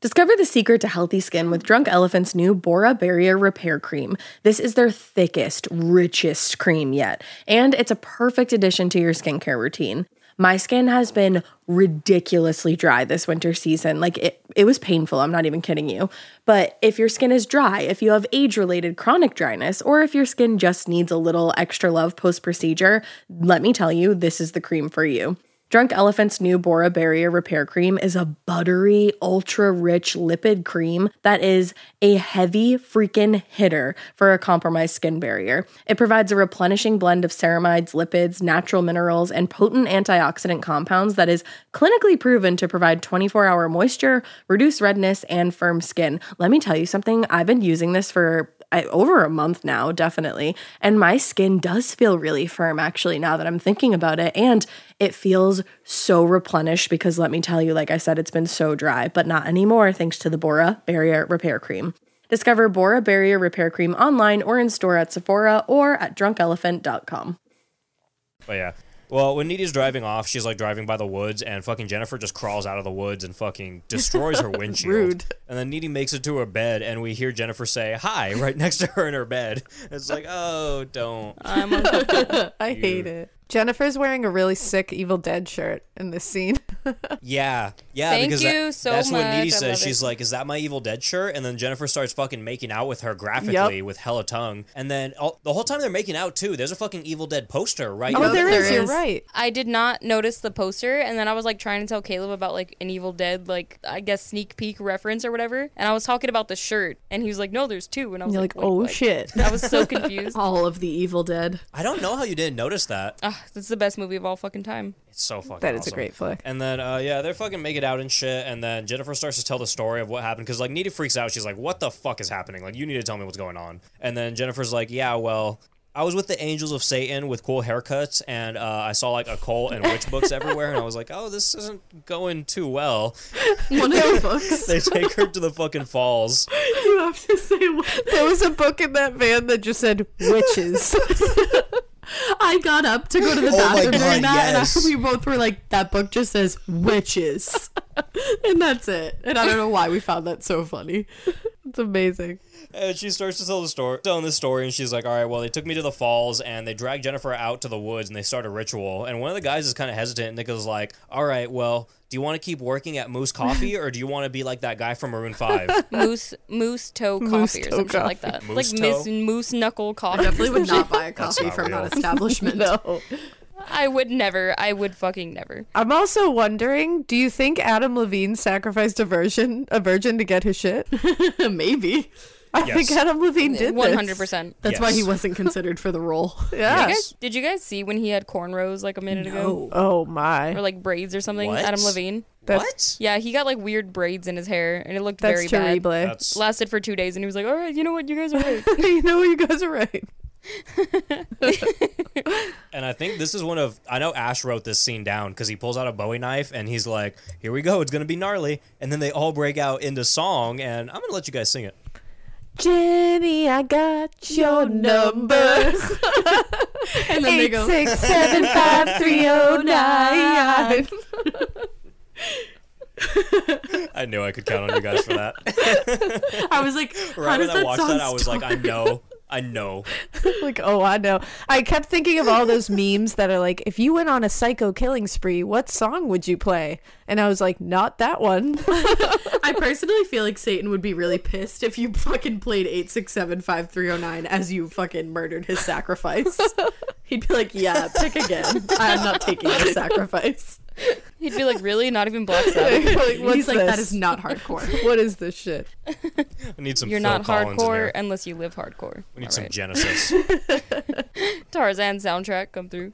Speaker 1: Discover the secret to healthy skin with Drunk Elephant's new Bora Barrier Repair Cream. This is their thickest, richest cream yet, and it's a perfect addition to your skincare routine. My skin has been ridiculously dry this winter season. Like it, it was painful. I'm not even kidding you. But if your skin is dry, if you have age related chronic dryness, or if your skin just needs a little extra love post procedure, let me tell you, this is the cream for you. Drunk Elephant's new Bora Barrier Repair Cream is a buttery, ultra rich lipid cream that is a heavy freaking hitter for a compromised skin barrier. It provides a replenishing blend of ceramides, lipids, natural minerals, and potent antioxidant compounds that is clinically proven to provide 24 hour moisture, reduce redness, and firm skin. Let me tell you something, I've been using this for I, over a month now, definitely. And my skin does feel really firm, actually, now that I'm thinking about it. And it feels so replenished because let me tell you, like I said, it's been so dry, but not anymore thanks to the Bora Barrier Repair Cream. Discover Bora Barrier Repair Cream online or in store at Sephora or at drunkelephant.com.
Speaker 3: But yeah. Well, when Needy's driving off, she's like driving by the woods, and fucking Jennifer just crawls out of the woods and fucking destroys
Speaker 8: <laughs>
Speaker 3: her windshield.
Speaker 8: Rude.
Speaker 3: And then Needy makes it to her bed, and we hear Jennifer say hi <laughs> right next to her in her bed. It's like, oh, don't. I'm <laughs>
Speaker 8: I hate it. Jennifer's wearing a really sick Evil Dead shirt in this scene. <laughs>
Speaker 3: Yeah, yeah.
Speaker 8: Thank
Speaker 3: because
Speaker 8: you
Speaker 3: that,
Speaker 8: so
Speaker 3: that's what
Speaker 8: much. I
Speaker 3: Needy says.
Speaker 8: love it.
Speaker 3: She's like, "Is that my Evil Dead shirt?" And then Jennifer starts fucking making out with her graphically with hella tongue. And then all, the whole time they're making out too. There's a fucking Evil Dead poster right.
Speaker 5: Yep,
Speaker 8: Oh,
Speaker 3: there.
Speaker 8: right.
Speaker 5: I did not notice the poster, and then I was like trying to tell Caleb about like an Evil Dead, like I guess sneak peek reference or whatever. And I was talking about the shirt, and he was like, "No, there's two. And I was
Speaker 8: You're
Speaker 5: like,
Speaker 8: like,
Speaker 5: "Wait,
Speaker 8: oh
Speaker 5: what?"
Speaker 8: shit.
Speaker 5: I was
Speaker 10: <laughs>
Speaker 5: so confused.
Speaker 2: All of the Evil Dead.
Speaker 3: I don't know how you didn't notice that.
Speaker 10: Ah.
Speaker 5: Ugh, this is the best movie of all fucking time.
Speaker 3: It's so fucking.
Speaker 8: That is a
Speaker 3: awesome.
Speaker 8: great flick.
Speaker 3: And then uh, yeah, they're fucking making out and shit. And then Jennifer starts to tell the story of what happened because like Nita freaks out. She's like, "What the fuck is happening? Like, you need to tell me what's going on." And then Jennifer's like, "Yeah, well." I was with the Angels of Satan with cool haircuts, and uh, I saw like occult and witch books everywhere, and I was like, "Oh, this isn't going too well."
Speaker 8: <laughs> One of the
Speaker 2: <laughs>
Speaker 3: <laughs>
Speaker 8: books.
Speaker 3: they take her to the fucking falls.
Speaker 8: you have to say There was a book in that van that just said witches.
Speaker 2: <laughs> I got up to go to the
Speaker 8: Oh my
Speaker 2: bathroom during
Speaker 8: God,
Speaker 2: that,
Speaker 8: yes.
Speaker 2: and I, <laughs> we both were like, "That book just says witches," <laughs> and that's it. And I don't know why we found that so funny.
Speaker 8: It's amazing.
Speaker 3: And she starts to tell the story, telling the story, and she's like, "All right, well, they took me to the falls, and they dragged Jennifer out to the woods, and they start a ritual." And one of the guys is kind of hesitant, and Nicholas is like, "All right, well, do you want to keep working at Moose Coffee, or do you want to be like that guy from Maroon 5?
Speaker 5: moose moose toe coffee
Speaker 3: Moose
Speaker 5: or
Speaker 3: toe
Speaker 5: something like
Speaker 3: coffee.
Speaker 5: that.
Speaker 3: Moose
Speaker 5: like
Speaker 3: toe?
Speaker 5: miss, moose knuckle coffee. I
Speaker 2: definitely would not buy a
Speaker 3: That's coffee not from real. that
Speaker 2: establishment. <laughs>
Speaker 8: no.
Speaker 5: I would never. I would fucking never.
Speaker 8: I'm also wondering, do you think Adam Levine sacrificed a virgin a virgin to get his shit?
Speaker 5: <laughs>
Speaker 2: Maybe.
Speaker 8: I think Adam Levine did this.
Speaker 5: 100%.
Speaker 2: That's why he wasn't considered for the
Speaker 8: <laughs>
Speaker 2: role.
Speaker 5: Did you, guys, did you guys see when he had cornrows like a minute ago?
Speaker 8: Oh my.
Speaker 5: Or like braids or something?
Speaker 8: What?
Speaker 5: Adam Levine.
Speaker 8: That-
Speaker 3: What?
Speaker 5: Yeah, he got like weird braids in his hair and it looked
Speaker 8: That's
Speaker 5: very bad.
Speaker 8: terrible. That's-
Speaker 5: Lasted for two days and he was like, all right, you know what? You guys are right.
Speaker 8: <laughs> you know you guys are right.
Speaker 3: And I think this is one of I know Ash wrote this scene down because he pulls out a Bowie knife and he's like, "Here we go, it's gonna be gnarly." And then they all break out into song, and I'm gonna let you guys sing it.
Speaker 8: Jenny, I got your number. <laughs>
Speaker 2: And then they
Speaker 8: Eight
Speaker 2: go-
Speaker 8: six seven five three oh nine.
Speaker 3: I knew I could count on you guys for that. <laughs>
Speaker 2: <laughs> I was like,
Speaker 3: Right
Speaker 2: how does
Speaker 3: when I
Speaker 2: that
Speaker 3: watched that,
Speaker 2: sound?
Speaker 3: I was like, "I know, I know."
Speaker 8: like, oh, I know. I kept thinking of all those memes that are like, if you went on a psycho killing spree, what song would you play? And I was like, not that one.
Speaker 2: <laughs> I personally feel like Satan would be really pissed if you fucking played eight six seven five three zero nine as you fucking murdered his
Speaker 8: <laughs>
Speaker 2: sacrifice. He'd be like, "Yeah, pick again. I'm not taking your sacrifice."
Speaker 5: He'd be like, really? Not even Black Sabbath?
Speaker 8: <laughs> Like, what's
Speaker 2: He's like, "That
Speaker 8: this?
Speaker 2: is not hardcore."
Speaker 8: <laughs> what is this shit?
Speaker 3: I need some.
Speaker 5: You're
Speaker 3: Phil
Speaker 5: not
Speaker 3: Collins in
Speaker 5: hardcore
Speaker 3: here.
Speaker 5: unless you live hardcore.
Speaker 3: We need
Speaker 5: All
Speaker 3: some
Speaker 5: right.
Speaker 3: Genesis.
Speaker 5: Tarzan soundtrack come through.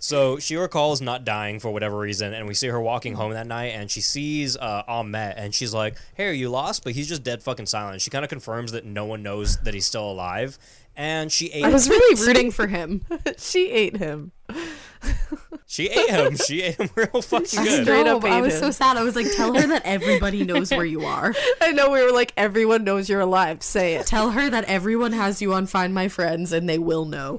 Speaker 3: So she recalls not dying for whatever reason, and we see her walking home that night, and she sees uh, Ahmet, and she's like, "Hey, are you lost?" But he's just dead fucking silent. She kind of confirms that no one knows that he's still alive, and she ate.
Speaker 2: I was really rooting for him.
Speaker 8: <laughs> she ate him.
Speaker 3: She ate him. She ate him <laughs> real fucking good.
Speaker 2: No, I was so sad. I was like, "Tell her
Speaker 8: <laughs>
Speaker 2: that everybody knows where you are."
Speaker 8: I know we were like, everyone knows you're alive. Say it.
Speaker 2: Tell her that everyone has you on Find My Friends, and they will
Speaker 8: <laughs>
Speaker 2: know.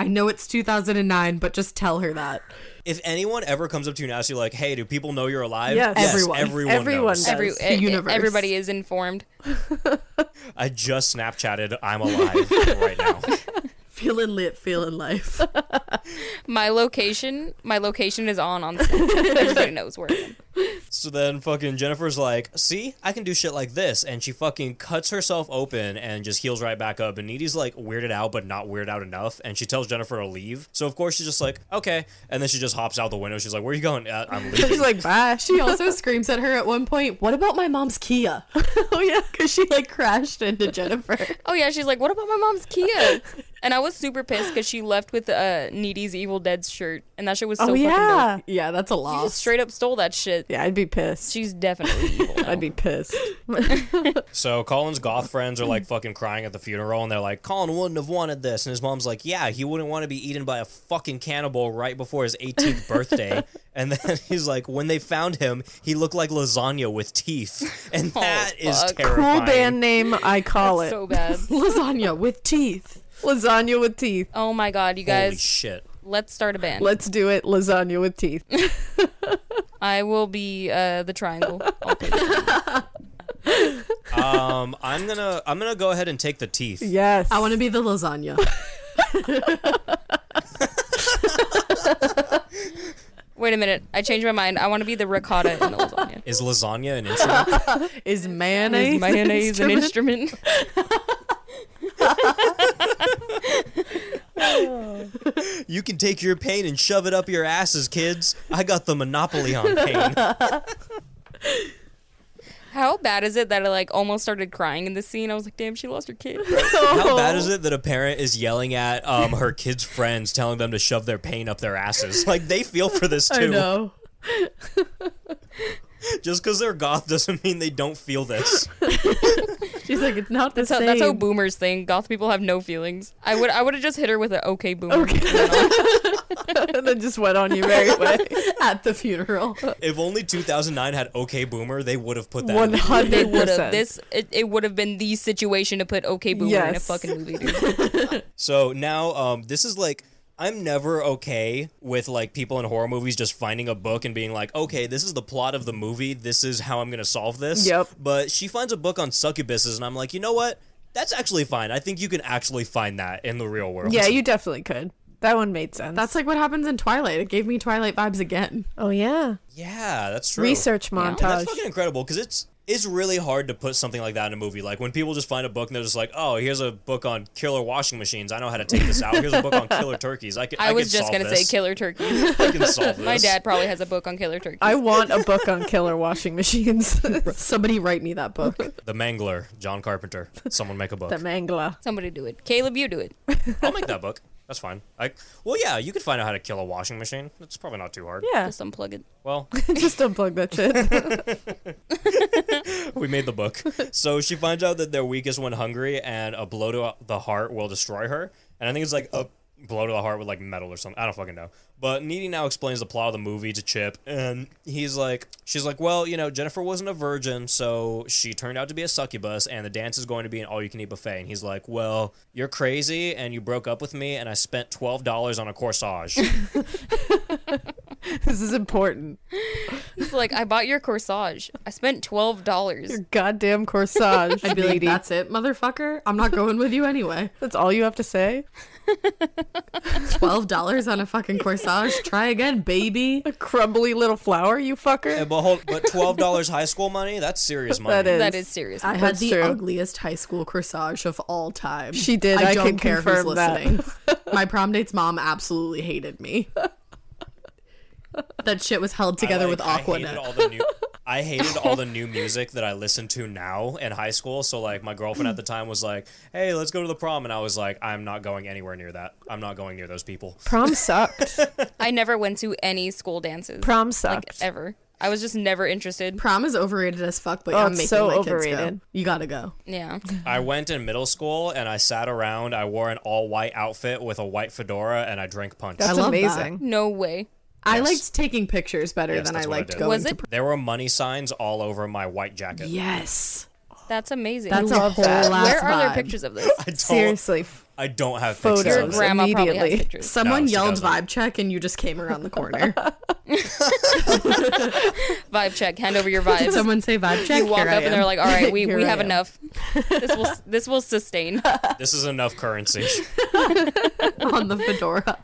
Speaker 2: I know it's 2009, but just tell her that.
Speaker 3: If anyone ever comes up to you and asks you, like, "Hey, do people know you're alive?"
Speaker 2: Yes. Everyone.
Speaker 3: everyone,
Speaker 2: Everyone
Speaker 3: knows.
Speaker 2: does.
Speaker 5: Every,
Speaker 2: The
Speaker 5: e- e-
Speaker 2: universe.
Speaker 5: Everybody is informed.
Speaker 3: I just Snapchatted, "I'm alive." right now.
Speaker 2: Feeling lit, feeling life.
Speaker 5: My location, my location is on on Snapchat. Everybody knows where I am.
Speaker 3: So then fucking Jennifer's like, see, I can do shit like this. And she fucking cuts herself open and just heals right back up. And Needy's like weirded out, but not weirded out enough. And she tells Jennifer to leave. So of course she's just like, okay. And then she just hops out the window. She's like, where are you going? Uh,
Speaker 8: <laughs>
Speaker 3: I'm leaving.
Speaker 8: She's like, bye.
Speaker 2: She also screams at her at one point, What about my mom's
Speaker 8: <laughs>
Speaker 2: Kia? <laughs> oh, yeah, because she like crashed into Jennifer.
Speaker 8: <laughs>
Speaker 5: Oh yeah, she's like, what about my mom's Kia? And I was super pissed because she left with uh, Needy's Evil Dead's shirt, and that shit was so
Speaker 8: Oh,
Speaker 5: fucking
Speaker 8: yeah.
Speaker 5: dope.
Speaker 2: Yeah, that's a
Speaker 5: She
Speaker 2: loss.
Speaker 5: just straight up stole that shit.
Speaker 8: Yeah, I'd be pissed.
Speaker 5: She's definitely evil.
Speaker 8: <laughs> I'd
Speaker 2: <laughs>
Speaker 8: be pissed.
Speaker 3: So Colin's goth friends are like fucking crying at the funeral, and they're like, "Colin wouldn't have wanted this," and his mom's like, "Yeah, he wouldn't want to be eaten by a fucking cannibal right before his 18th
Speaker 8: <laughs>
Speaker 3: birthday." and then <laughs> he's like, "When they found him, he looked like lasagna with teeth," and that is
Speaker 8: Oh, fuck. Cool
Speaker 3: terrifying.
Speaker 8: band name, I call it.
Speaker 5: so
Speaker 8: <laughs>
Speaker 5: bad.
Speaker 8: Lasagna with teeth. Lasagna with teeth.
Speaker 5: Oh my god, you
Speaker 3: Holy
Speaker 5: guys,
Speaker 3: shit!
Speaker 5: let's start a band.
Speaker 8: Let's do it. Lasagna with teeth.
Speaker 5: I will be uh, the
Speaker 8: <laughs>
Speaker 5: triangle. I'll play the triangle.
Speaker 3: Um, I'm gonna I'm gonna go ahead and take the teeth.
Speaker 8: Yes.
Speaker 2: I want to be the
Speaker 8: <laughs>
Speaker 2: lasagna.
Speaker 5: Wait a minute, I changed my mind. I want to be the ricotta in the
Speaker 8: <laughs>
Speaker 5: lasagna.
Speaker 3: Is lasagna an instrument?
Speaker 2: Is mayonnaise?
Speaker 5: Is mayonnaise an instrument? <laughs>
Speaker 3: you can take your pain and shove it up your asses, kids. I got the monopoly on
Speaker 8: <laughs>
Speaker 3: pain.
Speaker 5: How bad is it that I like almost started crying in this scene? I was like, damn, she lost her
Speaker 8: <laughs>
Speaker 5: kid.
Speaker 3: How bad
Speaker 8: Oh.
Speaker 3: is it that a parent is yelling at um, her kids' friends, telling them to shove their pain up their asses? <laughs> Like they feel for this
Speaker 8: I
Speaker 3: too.
Speaker 8: know.
Speaker 3: Just because they're goth doesn't mean they don't feel
Speaker 8: <laughs>
Speaker 3: this.
Speaker 8: She's like, it's not the
Speaker 5: That's how,
Speaker 8: same.
Speaker 5: that's how boomers think. Goth people have no feelings. I would I would have just hit her with an okay boomer. <laughs>
Speaker 8: and then just went on you very way.
Speaker 2: at the funeral.
Speaker 3: If only 2009 had OK Boomer, they would have put that. in
Speaker 8: One
Speaker 3: the-
Speaker 5: They
Speaker 8: hundred
Speaker 5: would
Speaker 8: percent.
Speaker 5: have this. It, it would have been the situation to put okay boomer in a
Speaker 8: Yes.
Speaker 5: fucking movie.
Speaker 2: <laughs>
Speaker 5: Dude.
Speaker 3: So now, um, this is like. I'm never okay with like people in horror movies just finding a book and being like, okay, this is the plot of the movie. This is how I'm gonna solve this.
Speaker 8: Yep.
Speaker 3: But she finds a book on succubuses, and I'm like, you know what? That's actually fine. I think you can actually find that in the real world.
Speaker 8: Yeah, you definitely could. That one made sense.
Speaker 2: That's like what happens in Twilight. It gave me Twilight vibes again.
Speaker 8: oh yeah,
Speaker 3: Yeah, that's true.
Speaker 8: research montage.
Speaker 3: And that's fucking incredible because it's it's really hard to put something like that in a movie. Like when people just find a book and they're just like, "Oh, here's a book on killer washing machines. I know how to take this out. Here's a book
Speaker 8: <laughs>
Speaker 3: on killer turkeys. I can.
Speaker 5: I, was
Speaker 3: can
Speaker 5: just
Speaker 3: solve
Speaker 5: gonna
Speaker 3: this.
Speaker 5: say killer turkey.
Speaker 3: I can solve this."
Speaker 5: <laughs> My dad probably has a book on killer turkey.
Speaker 8: I want a book on killer washing machines. the
Speaker 2: Somebody write me that book.
Speaker 3: the Mangler, John Carpenter. Someone make a book.
Speaker 8: <laughs> mangler.
Speaker 5: Somebody do it. Caleb, you
Speaker 2: <laughs>
Speaker 5: do it.
Speaker 3: I'll make that book. That's fine. I well, yeah, you could find out how to kill a washing machine. It's probably not too hard.
Speaker 8: Yeah,
Speaker 5: Just unplug it.
Speaker 3: Well,
Speaker 8: just unplug that shit.
Speaker 3: <laughs> we made the book. So she finds out that they're weakest when hungry, and a blow to the heart will destroy her. And I think it's like a blow to the heart with like metal or something. I don't fucking know. But Needy now explains the plot of the movie to Chip, and he's like, she's like, well, you know, Jennifer wasn't a virgin, so she turned out to be a succubus, and the dance is going to be an all-you-can-eat buffet. And he's like, well, you're crazy, and you broke up with me, and I spent twelve dollars on a corsage.
Speaker 8: this is important.
Speaker 5: He's like, I bought your corsage. I spent twelve dollars.
Speaker 8: Your goddamn corsage.
Speaker 2: I'd be like,
Speaker 8: lady.
Speaker 2: that's it, motherfucker. I'm not going with you anyway.
Speaker 8: <laughs> that's all you have to say.
Speaker 2: Twelve dollars on a fucking corsage. Try again, baby.
Speaker 8: A crumbly little flower, you fucker.
Speaker 3: and but hold, but twelve dollars high school money? That's serious money.
Speaker 8: That is.
Speaker 5: That is serious.
Speaker 2: I had
Speaker 8: That's
Speaker 2: the
Speaker 8: true.
Speaker 2: ugliest high school corsage of all time.
Speaker 8: She did. I can confirm that. <laughs>
Speaker 2: My prom date's mom absolutely hated me. that shit was held together
Speaker 3: I, like,
Speaker 2: with
Speaker 3: I hated,
Speaker 2: Aquanet.
Speaker 3: all the new,
Speaker 8: <laughs>
Speaker 3: I hated all the new music that I listened to now in high school. So like my girlfriend at the time was like, "Hey, let's go to the prom," and I was like, "I'm not going anywhere near that. I'm not going near those people."
Speaker 8: Prom sucked.
Speaker 5: I never went to any school dances.
Speaker 8: Prom sucked.
Speaker 5: ever. I was just never interested.
Speaker 2: Prom is overrated as fuck, but
Speaker 8: Oh,
Speaker 2: I'm
Speaker 8: it's
Speaker 2: making
Speaker 8: so
Speaker 2: my kids go.
Speaker 8: overrated.
Speaker 2: You gotta go.
Speaker 5: Yeah.
Speaker 3: I went in middle school and I sat around. I wore an all white outfit with a white fedora and I drank punch.
Speaker 8: That's
Speaker 2: I love that.
Speaker 8: amazing.
Speaker 5: No way.
Speaker 2: I liked taking pictures better
Speaker 3: Yes,
Speaker 2: than I
Speaker 3: that's what I
Speaker 2: liked
Speaker 3: did.
Speaker 2: going.
Speaker 5: Was
Speaker 2: to
Speaker 5: it?
Speaker 3: There were money signs all over my white jacket.
Speaker 2: Yes,
Speaker 5: That's amazing.
Speaker 2: that's a
Speaker 8: love
Speaker 2: whole
Speaker 8: that.
Speaker 2: ass
Speaker 5: Where are there
Speaker 2: vibe.
Speaker 5: pictures of this?
Speaker 3: I <laughs> don't,
Speaker 8: Seriously.
Speaker 3: I don't have
Speaker 8: Photos.
Speaker 3: pictures.
Speaker 5: Your
Speaker 3: of it.
Speaker 5: grandma probably has
Speaker 8: Immediately.
Speaker 5: pictures.
Speaker 2: <laughs> Someone
Speaker 3: No, she
Speaker 2: yelled
Speaker 3: doesn't.
Speaker 2: vibe check and you just came around
Speaker 5: <laughs>
Speaker 2: the corner.
Speaker 5: Vibe check. Hand
Speaker 2: <laughs>
Speaker 5: over your vibes.
Speaker 2: Someone say vibe check.
Speaker 5: you walk
Speaker 2: Here I
Speaker 5: up and they're
Speaker 2: am.
Speaker 5: like, "All right, we,
Speaker 8: Here
Speaker 5: we
Speaker 8: I
Speaker 5: have
Speaker 8: am.
Speaker 5: enough. This will this will sustain."
Speaker 3: This is enough
Speaker 8: <laughs>
Speaker 3: currency.
Speaker 2: <laughs> on the
Speaker 5: <laughs>
Speaker 2: fedora.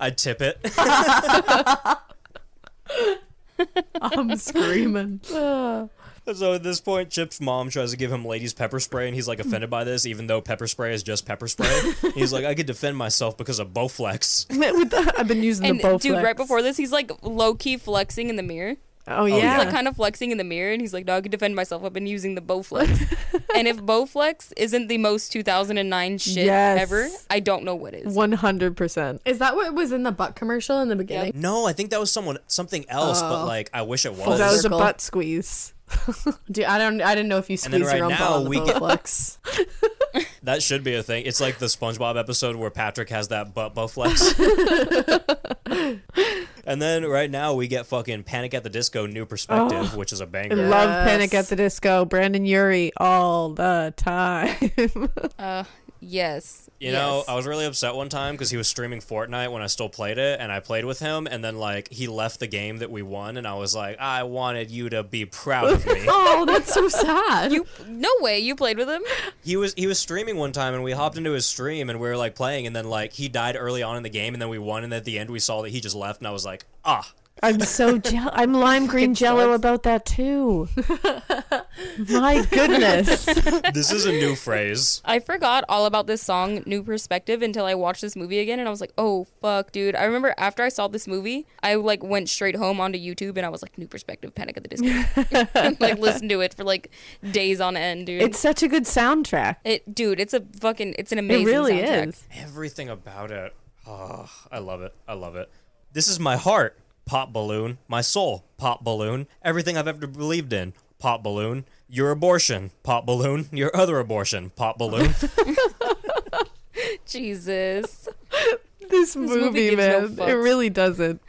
Speaker 3: I tip it.
Speaker 2: I'm screaming.
Speaker 3: So at this point, Chip's mom tries to give him ladies pepper spray, and he's like offended by this, even though pepper spray is just pepper spray.
Speaker 8: <laughs>
Speaker 3: he's like, I could defend myself because of Bowflex.
Speaker 8: With the- I've been using
Speaker 5: And
Speaker 8: the bow
Speaker 5: dude, right
Speaker 8: flex.
Speaker 5: before this, he's like low key flexing in the mirror.
Speaker 8: Oh,
Speaker 5: He's
Speaker 8: yeah.
Speaker 5: like kind of flexing in the mirror, and he's like, "No, I can defend myself. I've been using the Bowflex." and if Bowflex isn't the most 2009 shit
Speaker 8: Yes.
Speaker 5: ever, I don't know what is.
Speaker 8: One hundred percent.
Speaker 2: Is that what was in the butt commercial in the beginning?
Speaker 3: No, I think that was someone something else, but
Speaker 2: Oh.
Speaker 3: like I wish it was.
Speaker 8: That was a butt squeeze.
Speaker 2: <laughs> Dude, I don't. I didn't know if you
Speaker 3: And then
Speaker 2: squeeze
Speaker 3: right
Speaker 2: your own
Speaker 3: now
Speaker 2: butt on the
Speaker 3: we get-
Speaker 2: Bowflex.
Speaker 3: <laughs> That should be a thing. It's like the SpongeBob episode where Patrick has that butt butt
Speaker 8: <laughs>
Speaker 3: flex. and then right now we get fucking Panic at the Disco New Perspective,
Speaker 8: Oh.
Speaker 3: which is a
Speaker 8: I
Speaker 3: banger.
Speaker 8: love Panic at the Disco. Brandon Yuri all the time. <laughs>
Speaker 5: Uh, yes.
Speaker 3: You know, I was really upset one time because he was streaming Fortnite when I still played it, and I played with him, and then like he left the game that we won, and I was like, I wanted you to be proud of me.
Speaker 2: oh, that's so sad.
Speaker 5: You no way. You played with him.
Speaker 3: he was he was streaming one time, and we hopped into his stream, and we were like playing, and then like he died early on in the game, and then we won, and at the end we saw that he just left, and I was like, ah,
Speaker 8: I'm so jealous. I'm lime green jello
Speaker 5: sucks.
Speaker 8: about that too. My goodness.
Speaker 3: this is a new phrase.
Speaker 5: I forgot all about this song, New Perspective, until I watched this movie again, and I was like, "Oh fuck, dude!" I remember after I saw this movie, I like went straight home onto YouTube, and I was like, "New Perspective, Panic at the
Speaker 8: <laughs>
Speaker 5: Disco," <laughs> like listen to it for like days on end, dude.
Speaker 8: It's such a good soundtrack.
Speaker 5: it, dude. It's a fucking. It's an amazing.
Speaker 8: it really
Speaker 5: soundtrack.
Speaker 8: is.
Speaker 3: Everything about it. Oh, I love it. I love it. This is my heart, pop balloon. My soul, pop balloon. Everything I've ever believed in, pop balloon. Your abortion, pop balloon. <laughs> Your other abortion, pop balloon.
Speaker 8: <laughs>
Speaker 5: Jesus.
Speaker 8: This,
Speaker 5: movie
Speaker 8: movie,
Speaker 5: gives no
Speaker 8: man, it
Speaker 5: fucks.
Speaker 8: really doesn't.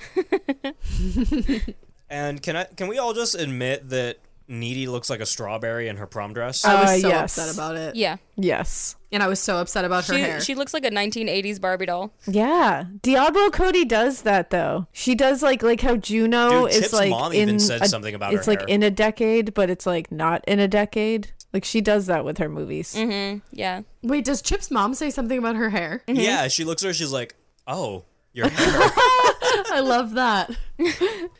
Speaker 3: and can I can we all just admit that Needy looks like a strawberry in her prom dress?
Speaker 2: I was
Speaker 8: Uh,
Speaker 2: so
Speaker 8: yes.
Speaker 2: upset about it.
Speaker 5: Yeah.
Speaker 8: Yes.
Speaker 2: And I was so upset about her
Speaker 5: She,
Speaker 2: hair.
Speaker 5: she looks like a 1980s Barbie doll.
Speaker 8: Yeah, Diablo Cody does that though. She does like like how Juno
Speaker 3: Dude,
Speaker 8: is
Speaker 3: Chip's
Speaker 8: like
Speaker 3: mom
Speaker 8: in
Speaker 3: even said
Speaker 8: a-
Speaker 3: something about her
Speaker 8: it's like
Speaker 3: hair.
Speaker 8: in a decade, but it's like not in a decade. Like she does that with her movies.
Speaker 5: Mm-hmm. Yeah.
Speaker 2: Wait, does Chip's mom say something about her hair?
Speaker 3: Yeah, she looks at her, she's like, Oh, your hair.
Speaker 2: I love that.
Speaker 8: <laughs>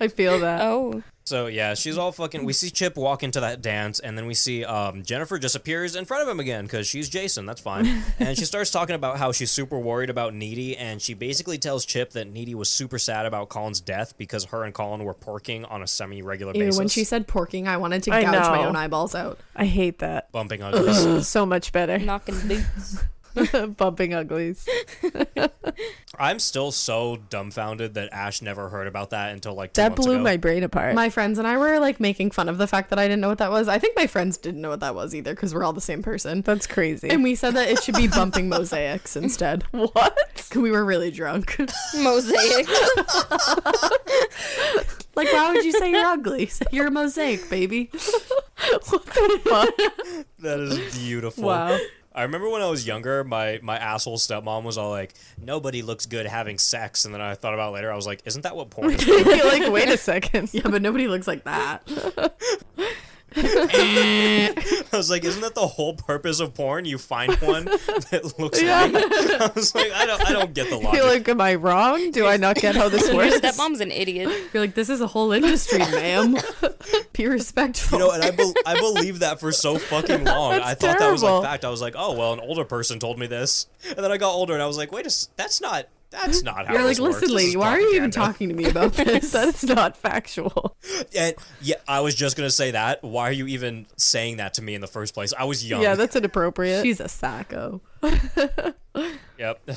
Speaker 8: I feel that.
Speaker 5: Oh.
Speaker 3: so yeah, she's all fucking we see Chip walk into that dance and then we see um, Jennifer just appears in front of him again because she's Jason, that's
Speaker 8: <laughs>
Speaker 3: fine. and she starts talking about how she's super worried about Needy and she basically tells Chip that Needy was super sad about Colin's death because her and Colin were porking on a semi regular
Speaker 2: Ew,
Speaker 3: basis.
Speaker 2: when she said porking, I wanted to
Speaker 8: I
Speaker 2: gouge my
Speaker 8: know.
Speaker 2: own eyeballs out.
Speaker 8: I hate that.
Speaker 3: bumping uglies.
Speaker 8: <clears throat> So much better.
Speaker 5: Knocking boots.
Speaker 8: <laughs> Bumping uglies.
Speaker 3: I'm still so dumbfounded that Ash never heard about that until like two
Speaker 8: That
Speaker 3: months
Speaker 8: blew
Speaker 3: ago.
Speaker 8: my brain apart.
Speaker 2: My friends and I were like making fun of the fact that I didn't know what that was. I think my friends didn't know what that was either because we're all the same person.
Speaker 8: That's crazy.
Speaker 2: And we said that it should be bumping mosaics
Speaker 8: <laughs>
Speaker 2: instead. What? We were really drunk. <laughs>
Speaker 5: Mosaic.
Speaker 2: like, why would you say you're ugly? <laughs> Say You're a mosaic,
Speaker 8: <laughs>
Speaker 2: baby.
Speaker 3: That is beautiful.
Speaker 8: Wow.
Speaker 3: I remember when I was younger, my my asshole stepmom was all like, "Nobody looks good having sex," and then I thought about it later, I was like, "Isn't that what porn is?"
Speaker 2: <laughs>
Speaker 8: You're like, wait a second.
Speaker 2: <laughs> Yeah, but nobody looks like that.
Speaker 3: I was like, "Isn't that the whole purpose of porn? You find
Speaker 2: <laughs>
Speaker 3: one that looks like." <laughs> I was like, "I don't, I don't
Speaker 2: <laughs>
Speaker 3: get the logic."
Speaker 8: You're like, am I wrong? Do I not get how this
Speaker 5: Your
Speaker 8: works?
Speaker 5: stepmom's an idiot.
Speaker 2: You're like, this is a whole industry,
Speaker 8: <laughs>
Speaker 2: ma'am. Be respectful.
Speaker 3: you know, and I,
Speaker 2: "Oh."
Speaker 3: bel I believed that for so fucking long. I thought that was
Speaker 8: terrible.
Speaker 3: like fact. I was like, "Oh well, an older person told me this," and then I got older and I was like, "Wait a, s- that's not, that's not how."
Speaker 2: <laughs> You're like,
Speaker 3: this works.
Speaker 2: listen,
Speaker 3: This is
Speaker 2: lady, why are you even
Speaker 3: propaganda."
Speaker 2: talking to me
Speaker 8: <laughs>
Speaker 2: about this?
Speaker 8: that is not factual.
Speaker 3: And yeah, I was just gonna say that. Why are you even saying that to me in the first place? I was young.
Speaker 8: Yeah, that's inappropriate.
Speaker 2: She's a sacco.
Speaker 3: Yep. <laughs>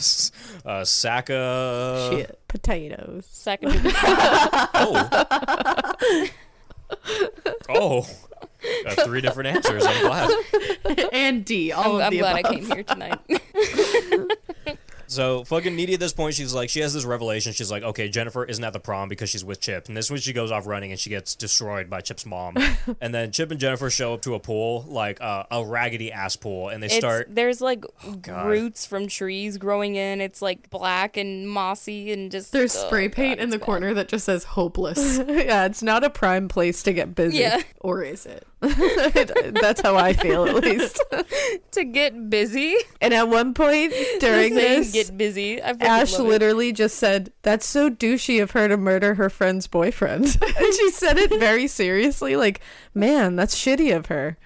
Speaker 3: Uh, Saka.
Speaker 8: Shit. Potatoes.
Speaker 5: Second.
Speaker 8: <laughs>
Speaker 5: to the- <laughs>
Speaker 3: Oh. oh. Got three different answers. I'm glad.
Speaker 2: <laughs> and D,
Speaker 5: I'm,
Speaker 2: all of
Speaker 5: I'm
Speaker 2: the
Speaker 5: glad
Speaker 2: above.
Speaker 5: I came here tonight.
Speaker 8: <laughs>
Speaker 3: So fucking needy at this point. She's like, she has this revelation. She's like, okay, Jennifer isn't at the prom because she's with Chip, and this is when she goes off running and she gets destroyed by Chip's
Speaker 5: <laughs>
Speaker 3: mom. and then Chip and Jennifer show up to a pool, like uh, a raggedy ass pool, and they
Speaker 5: It's,
Speaker 3: start. Oh,
Speaker 5: There's like
Speaker 3: God.
Speaker 5: roots from trees growing in. It's like black and mossy and just.
Speaker 2: There's
Speaker 5: oh,
Speaker 2: spray
Speaker 5: God,
Speaker 2: paint in
Speaker 5: it's
Speaker 2: the
Speaker 5: bad.
Speaker 2: corner that just says hopeless.
Speaker 8: <laughs> yeah, it's not a prime place to get busy.
Speaker 5: Yeah.
Speaker 2: or is
Speaker 8: <laughs>
Speaker 2: it?
Speaker 8: That's how I feel, at least.
Speaker 2: <laughs>
Speaker 5: To get busy. <laughs>
Speaker 8: And at one point during
Speaker 5: Just saying
Speaker 8: this,
Speaker 5: get busy. I fucking
Speaker 8: Ash
Speaker 5: love it.
Speaker 8: literally just said, That's so douchey of her to murder her <laughs> friend's boyfriend. and she said it very seriously, like, Man, that's shitty of her.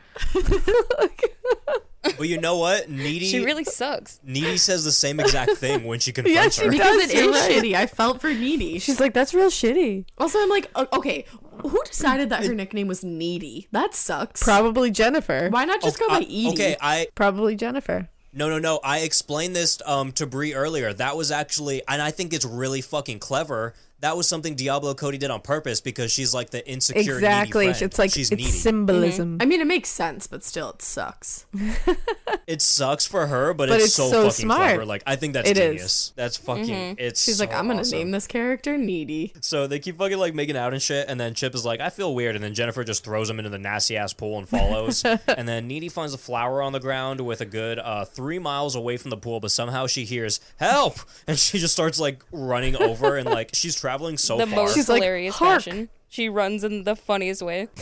Speaker 3: But you know what? Needy
Speaker 5: She really sucks.
Speaker 3: Needy says the same exact thing when
Speaker 8: <laughs>
Speaker 3: she confronts
Speaker 2: yeah, she
Speaker 3: her.
Speaker 2: does. It
Speaker 8: You're
Speaker 2: is
Speaker 8: right.
Speaker 2: shitty. I felt for Needy.
Speaker 8: She's like, that's real shitty.
Speaker 2: Also, I'm like, o- okay, who decided that her nickname was Needy? That sucks.
Speaker 8: Probably Jennifer.
Speaker 2: Why not just
Speaker 3: Oh,
Speaker 2: go by
Speaker 3: I-
Speaker 2: Edie?
Speaker 3: Okay, I
Speaker 8: Probably Jennifer.
Speaker 3: no no no. I explained this um to Bree earlier. That was actually, and I think it's really fucking clever. That was something Diablo Cody did on purpose because she's like the insecure.
Speaker 8: exactly.
Speaker 3: needy friend.
Speaker 8: It's like
Speaker 3: she's
Speaker 8: it's
Speaker 3: needy.
Speaker 8: symbolism.
Speaker 2: I mean, it makes sense, but still, it sucks.
Speaker 3: it sucks for her, but,
Speaker 8: But
Speaker 3: it's,
Speaker 8: it's
Speaker 3: so,
Speaker 8: so
Speaker 3: fucking
Speaker 8: smart.
Speaker 3: clever. Like I think that's
Speaker 8: It is. Mm-hmm.
Speaker 3: genius. That's fucking. It's.
Speaker 2: She's like,
Speaker 3: so
Speaker 2: I'm gonna
Speaker 3: awesome."
Speaker 2: name this character
Speaker 8: <laughs>
Speaker 2: Needy.
Speaker 3: So they keep fucking like making out and shit, and then Chip is like, "I feel weird," and then Jennifer just throws him into the nasty ass pool and follows. and then Needy finds a flower on the ground with a good uh, three miles away from the pool, but somehow she hears help, and she just starts like running over and like she's traveling so
Speaker 5: the
Speaker 3: Oh, far.
Speaker 5: most
Speaker 8: She's like,
Speaker 5: hilarious
Speaker 8: "Hark."
Speaker 5: fashion. She runs in the funniest way. <laughs>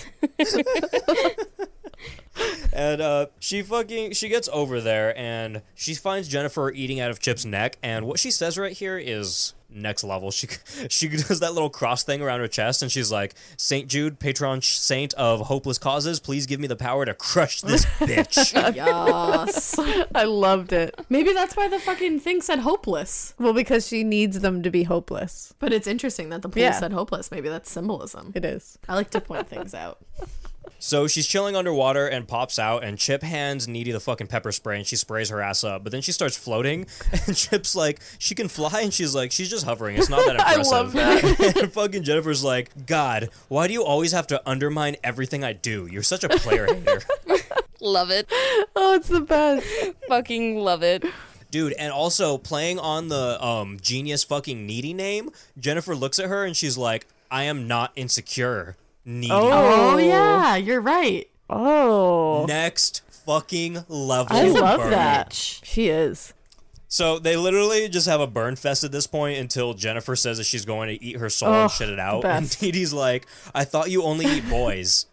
Speaker 3: And uh, she fucking she gets over there and she finds Jennifer eating out of Chip's neck. And what she says right here is next level. She <laughs> she does that little cross thing around her chest, and she's like, "Saint Jude, patron sh- saint of hopeless causes, please give me the power to crush this bitch."
Speaker 2: Yes.
Speaker 8: I loved it.
Speaker 2: Maybe that's why the fucking thing said hopeless.
Speaker 8: Well, because she needs them to be hopeless.
Speaker 2: But it's interesting that the pool
Speaker 8: Yeah.
Speaker 2: said hopeless. Maybe that's symbolism.
Speaker 8: It is.
Speaker 2: I like to point things out.
Speaker 3: so she's chilling underwater and pops out, and Chip hands Needy the fucking pepper spray, and she sprays her ass up. But then she starts floating, <laughs> and Chip's like, "She can fly," and she's like, "She's just hovering. It's not that
Speaker 8: <laughs> I
Speaker 3: impressive."
Speaker 8: love that.
Speaker 3: <laughs> and fucking Jennifer's like, God, why do you always have to undermine everything I do? You're such a
Speaker 8: <laughs>
Speaker 3: player hater.
Speaker 5: love it.
Speaker 8: oh, it's <laughs> the best.
Speaker 5: Fucking love it.
Speaker 3: Dude, and also playing on the um, genius fucking needy name, Jennifer looks at her and she's like, I am not insecure. Needy.
Speaker 2: Oh yeah, you're right.
Speaker 8: Oh.
Speaker 3: Next fucking level.
Speaker 8: I love
Speaker 3: burn.
Speaker 8: that. She is.
Speaker 3: So they literally just have a burn fest at this point until Jennifer says that she's going to eat her soul
Speaker 8: Ugh,
Speaker 3: and shit it out. And <laughs>
Speaker 8: best.
Speaker 3: Needy's like, I thought you only eat boys.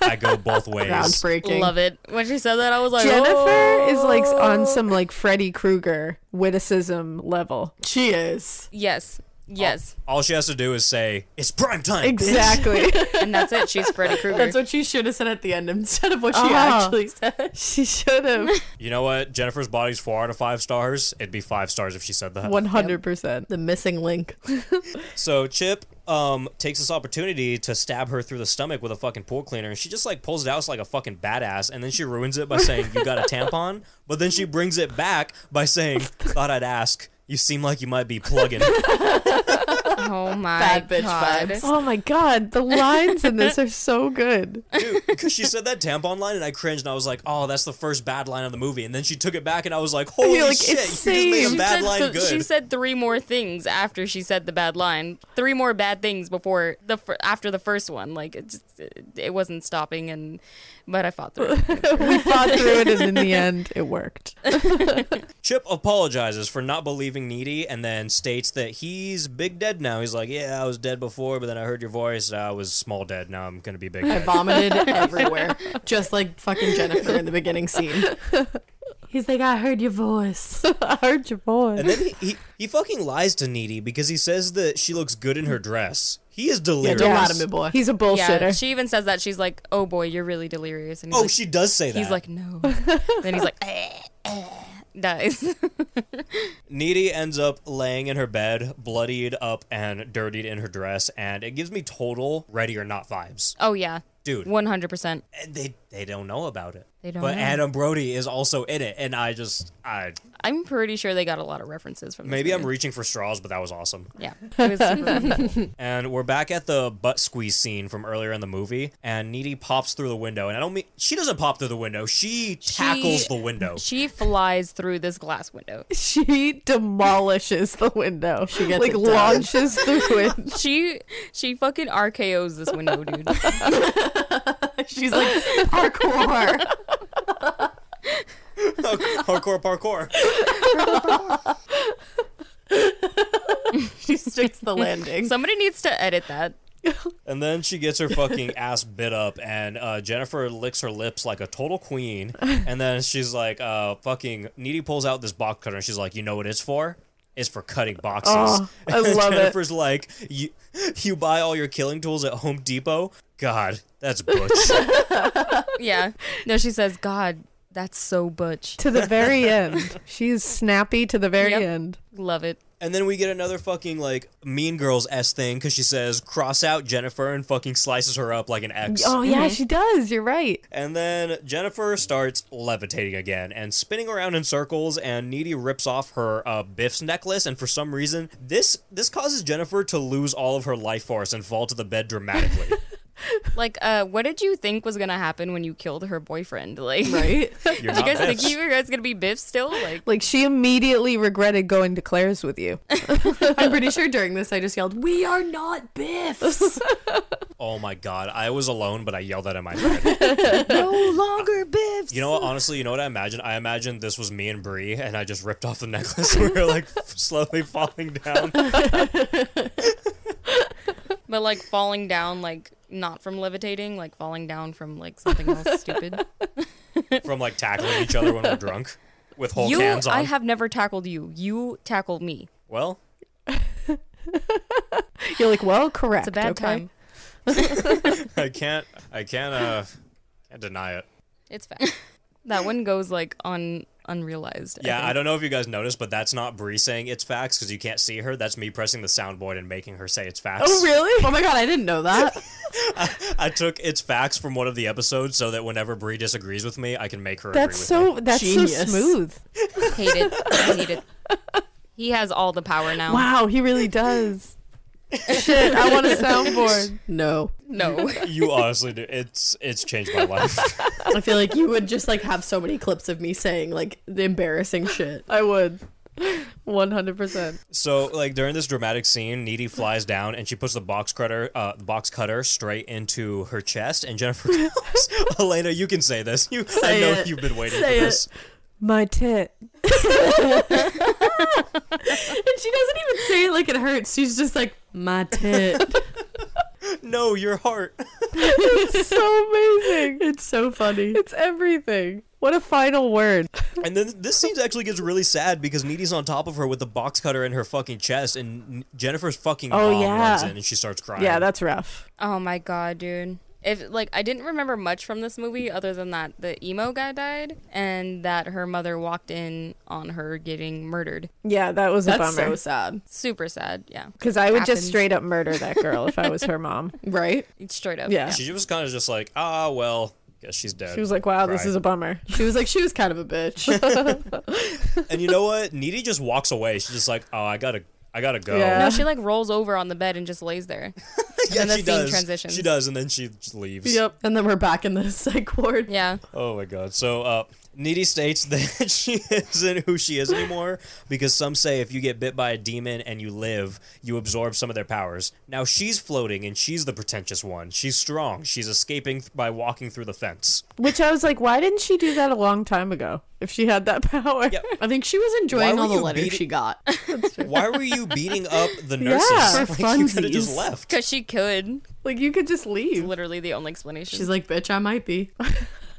Speaker 3: I go both
Speaker 8: <laughs>
Speaker 3: ways.
Speaker 2: Groundbreaking.
Speaker 5: Love it. When she said that, I was like,
Speaker 8: Jennifer
Speaker 5: "Oh."
Speaker 8: is like on some like Freddy Krueger witticism level.
Speaker 2: She is.
Speaker 5: Yes. Yes.
Speaker 3: All she has to do is say, It's prime time. bitch."
Speaker 8: Exactly.
Speaker 5: And that's it. She's Freddy Krueger.
Speaker 2: <laughs> That's what she should have said at the end instead of what she
Speaker 8: Uh-huh.
Speaker 2: actually said.
Speaker 8: she
Speaker 2: <laughs>
Speaker 8: should have.
Speaker 3: You know what? Jennifer's body's four out of five stars. It'd be five stars if she said that.
Speaker 8: 100%.
Speaker 2: The missing link.
Speaker 3: So Chip um takes this opportunity to stab her through the stomach with a fucking pool cleaner, and she just like pulls it out like a fucking badass, and then she ruins it by saying, "You got a tampon," but then she brings it back by saying, "Thought I'd ask. You seem like you might be plugging."
Speaker 5: oh my
Speaker 2: Bad bitch
Speaker 5: god.
Speaker 2: vibes.
Speaker 8: Oh my god, the lines in this are so good.
Speaker 3: Dude, because she said that tampon line, and I cringed, and I was like, "Oh, that's the first bad line of the movie." And then she took it back, and I was like, "Holy
Speaker 8: like,
Speaker 3: shit! You
Speaker 8: it's
Speaker 3: just made a
Speaker 8: saved.
Speaker 3: bad
Speaker 5: said
Speaker 3: line
Speaker 5: th-
Speaker 3: good."
Speaker 5: she said three more things after she said the bad line. Three more bad things before the fir- after the first one. Like it, just, it, it wasn't stopping, and but I fought through. it.
Speaker 8: We thought through it and in the end it worked.
Speaker 3: Chip apologizes for not believing Needy and then states that he's big dead now. He's like, Yeah, I was dead before, but then I heard your voice. I was small dead. Now I'm going to be big
Speaker 2: I
Speaker 3: dead.
Speaker 2: vomited everywhere, just like fucking Jennifer in the beginning scene. He's like, I heard your voice.
Speaker 8: <laughs> I heard your
Speaker 2: <laughs>
Speaker 8: voice.
Speaker 3: And then he, he, he fucking lies to Needy because he says that she looks good in her dress. He is delirious.
Speaker 2: don't lie to me, boy.
Speaker 8: He's a
Speaker 5: yeah,
Speaker 8: bullshitter.
Speaker 5: she even says that she's like, "Oh boy, you're really delirious." And he's
Speaker 3: Oh,
Speaker 5: like,
Speaker 3: she does say that.
Speaker 5: he's like, "No." then he's like, eh, eh, dies. <laughs>
Speaker 3: Needy ends up laying in her bed, bloodied up and dirtied in her dress, and it gives me total ready or not vibes.
Speaker 5: oh yeah,
Speaker 3: Dude.
Speaker 5: one hundred percent.
Speaker 3: And they, they don't know about it.
Speaker 5: They don't
Speaker 3: but
Speaker 5: know.
Speaker 3: Adam Brody is also in it, and I just I
Speaker 5: I'm pretty sure they got a lot of references from. this
Speaker 3: Maybe I'm
Speaker 5: movie.
Speaker 3: reaching for straws, but that was awesome.
Speaker 5: yeah, it was super cool.
Speaker 3: And we're back at the butt squeeze scene from earlier in the movie, and Needy pops through the window. And I don't mean she doesn't pop through the window; she tackles the
Speaker 8: <laughs>
Speaker 3: window. <laughs>
Speaker 5: She flies through this glass window.
Speaker 8: She demolishes the window. She
Speaker 2: gets
Speaker 8: like
Speaker 2: it done.
Speaker 8: launches
Speaker 2: <laughs>
Speaker 8: through it.
Speaker 5: She she fucking RKO's this window, dude.
Speaker 2: She's like, parkour. <laughs>
Speaker 3: parkour, parkour.
Speaker 2: She sticks the landing.
Speaker 5: Somebody needs to edit that.
Speaker 3: And then she gets her
Speaker 8: <laughs>
Speaker 3: fucking ass bit up, and uh, Jennifer licks her lips like a total queen. And then she's like, uh, "Fucking Needy pulls out this box cutter, and she's like, you know what it's for? is for cutting boxes.
Speaker 8: Oh,
Speaker 3: <laughs>
Speaker 8: I love it.
Speaker 3: Jennifer's like, you, you buy all your killing tools at Home Depot? God, that's
Speaker 8: <laughs>
Speaker 3: butch.
Speaker 5: yeah. No, she says, God, that's so butch.
Speaker 8: to the very end. She's snappy to the very
Speaker 5: Yep.
Speaker 8: end.
Speaker 5: Love it.
Speaker 3: and then we get another fucking like Mean Girls s thing because she says cross out Jennifer and fucking slices her up like an X.
Speaker 8: Oh yeah, she does. You're right.
Speaker 3: And then Jennifer starts levitating again and spinning around in circles. And Needy rips off her uh, Biff's necklace, and for some reason, this this causes Jennifer to lose all of her life force and fall to the bed dramatically.
Speaker 8: <laughs>
Speaker 5: Like, uh, what did you think was gonna happen when you killed her boyfriend? Like, <laughs>
Speaker 8: Right?
Speaker 5: did you
Speaker 3: not
Speaker 5: guys think
Speaker 3: Biff's.
Speaker 5: you were guys gonna be Biff still? Like,
Speaker 8: Like she immediately regretted going to Claire's with you.
Speaker 2: <laughs> I'm pretty sure during this I just yelled, "We are not Biffs."
Speaker 3: oh my god, I was alone, but I yelled that in
Speaker 8: <laughs>
Speaker 3: my head. Uh,
Speaker 8: no longer Biffs.
Speaker 3: You know what? Honestly, you know what I imagine? I imagine this was me and Bree, and I just ripped off the necklace. and we were like <laughs> slowly falling down.
Speaker 5: but like falling down, like not from levitating, like falling down from like something <laughs> else stupid.
Speaker 3: from like tackling each other when we're drunk with whole
Speaker 5: you,
Speaker 3: cans on.
Speaker 5: I have never tackled you. You tackled me.
Speaker 3: well,
Speaker 8: <laughs> You're like, well, correct.
Speaker 5: It's a bad
Speaker 8: okay?
Speaker 5: time.
Speaker 8: <laughs>
Speaker 3: I can't, I can't, uh, can't deny it.
Speaker 5: It's fact. <laughs> that one goes like un unrealized.
Speaker 3: Yeah, I
Speaker 5: think.
Speaker 3: don't know if you guys noticed, but that's not Bree saying it's facts because you can't see her. That's me pressing the soundboard and making her say it's facts.
Speaker 8: Oh really?
Speaker 2: oh my god, I didn't know that.
Speaker 3: <laughs> I took it's facts from one of the episodes so that whenever Bree disagrees with me, I can make her
Speaker 8: That's
Speaker 3: agree
Speaker 8: so
Speaker 3: with me.
Speaker 8: <laughs> <laughs> that's so
Speaker 2: Genius.
Speaker 8: smooth.
Speaker 5: hate it. I hate it.
Speaker 3: <laughs>
Speaker 5: He has all the power now.
Speaker 8: Wow, he really does. Shit, I want a soundboard.
Speaker 2: <laughs> No,
Speaker 5: No.
Speaker 3: You honestly do. It's it's changed my life.
Speaker 8: <laughs>
Speaker 2: I feel like you would just like have so many clips of me saying like the embarrassing shit.
Speaker 8: I would. 100%.
Speaker 3: So like during this dramatic scene, Needy flies down and she puts the box cutter, uh, the box cutter straight into her chest. And
Speaker 8: <laughs>
Speaker 3: Jennifer, goes, Elena, you can say this. You, I
Speaker 2: Say
Speaker 3: know
Speaker 2: it.
Speaker 3: you've been waiting
Speaker 2: Say
Speaker 3: for
Speaker 2: it.
Speaker 3: this.
Speaker 8: My tit.
Speaker 2: And she doesn't even say it like it hurts. She's just like my
Speaker 8: <laughs>
Speaker 2: tit.
Speaker 3: No, your heart.
Speaker 8: So amazing.
Speaker 2: it's so funny.
Speaker 8: It's everything. What a final word.
Speaker 3: And then this scene actually gets really sad because Needy's on top of her with the box cutter in her fucking chest, and Jennifer's fucking
Speaker 8: Oh,
Speaker 3: mom
Speaker 8: yeah.
Speaker 3: runs in and she starts crying.
Speaker 8: Yeah, that's rough.
Speaker 5: Oh my god, dude. If like I didn't remember much from this movie other than that the emo guy died and that her mother walked in on her getting murdered.
Speaker 8: Yeah, that was a
Speaker 2: That's so
Speaker 8: bummer.
Speaker 2: sad,
Speaker 5: Super sad. Yeah.
Speaker 8: Because I would
Speaker 5: Happens.
Speaker 8: just straight up murder that girl if I was her mom.
Speaker 2: <laughs> right?
Speaker 5: Straight up.
Speaker 8: Yeah.
Speaker 3: she was kind of just like, ah, well, guess she's dead.
Speaker 8: She was like, wow, this
Speaker 3: Cry.
Speaker 8: is a bummer.
Speaker 2: She was like, she was kind of a bitch.
Speaker 8: <laughs>
Speaker 2: <laughs>
Speaker 3: and you know what? Needy just walks away. She's just like, oh, I gotta, I gotta go.
Speaker 8: Yeah.
Speaker 5: No, she like rolls over on the bed and just lays there.
Speaker 3: yeah,
Speaker 5: the
Speaker 3: she
Speaker 5: scene
Speaker 3: does.
Speaker 5: transitions.
Speaker 3: She does, and then she just leaves.
Speaker 2: yep. And then we're back in the <laughs> psych ward.
Speaker 8: <laughs>
Speaker 5: Yeah.
Speaker 3: Oh my god. So uh Needy states <laughs> that she isn't who she is anymore because some say if you get bit by a demon and you live, you absorb some of their powers. Now she's floating and she's the pretentious one. She's strong. She's escaping th- by walking through the fence.
Speaker 8: Which I was like, why didn't she do that a long time ago if she had that <laughs> power?
Speaker 2: I think she was
Speaker 3: Why
Speaker 2: enjoying
Speaker 3: were
Speaker 2: all the
Speaker 3: you
Speaker 2: letters
Speaker 3: beating-
Speaker 2: she got. <laughs>
Speaker 3: Why were you beating up the nurses?
Speaker 8: Yeah,
Speaker 2: for
Speaker 3: like, you could have just
Speaker 2: funsies.
Speaker 3: left.
Speaker 5: Cuz she could.
Speaker 8: Like, you could just leave.
Speaker 5: Literally the only explanation.
Speaker 2: She's like, bitch, I might be.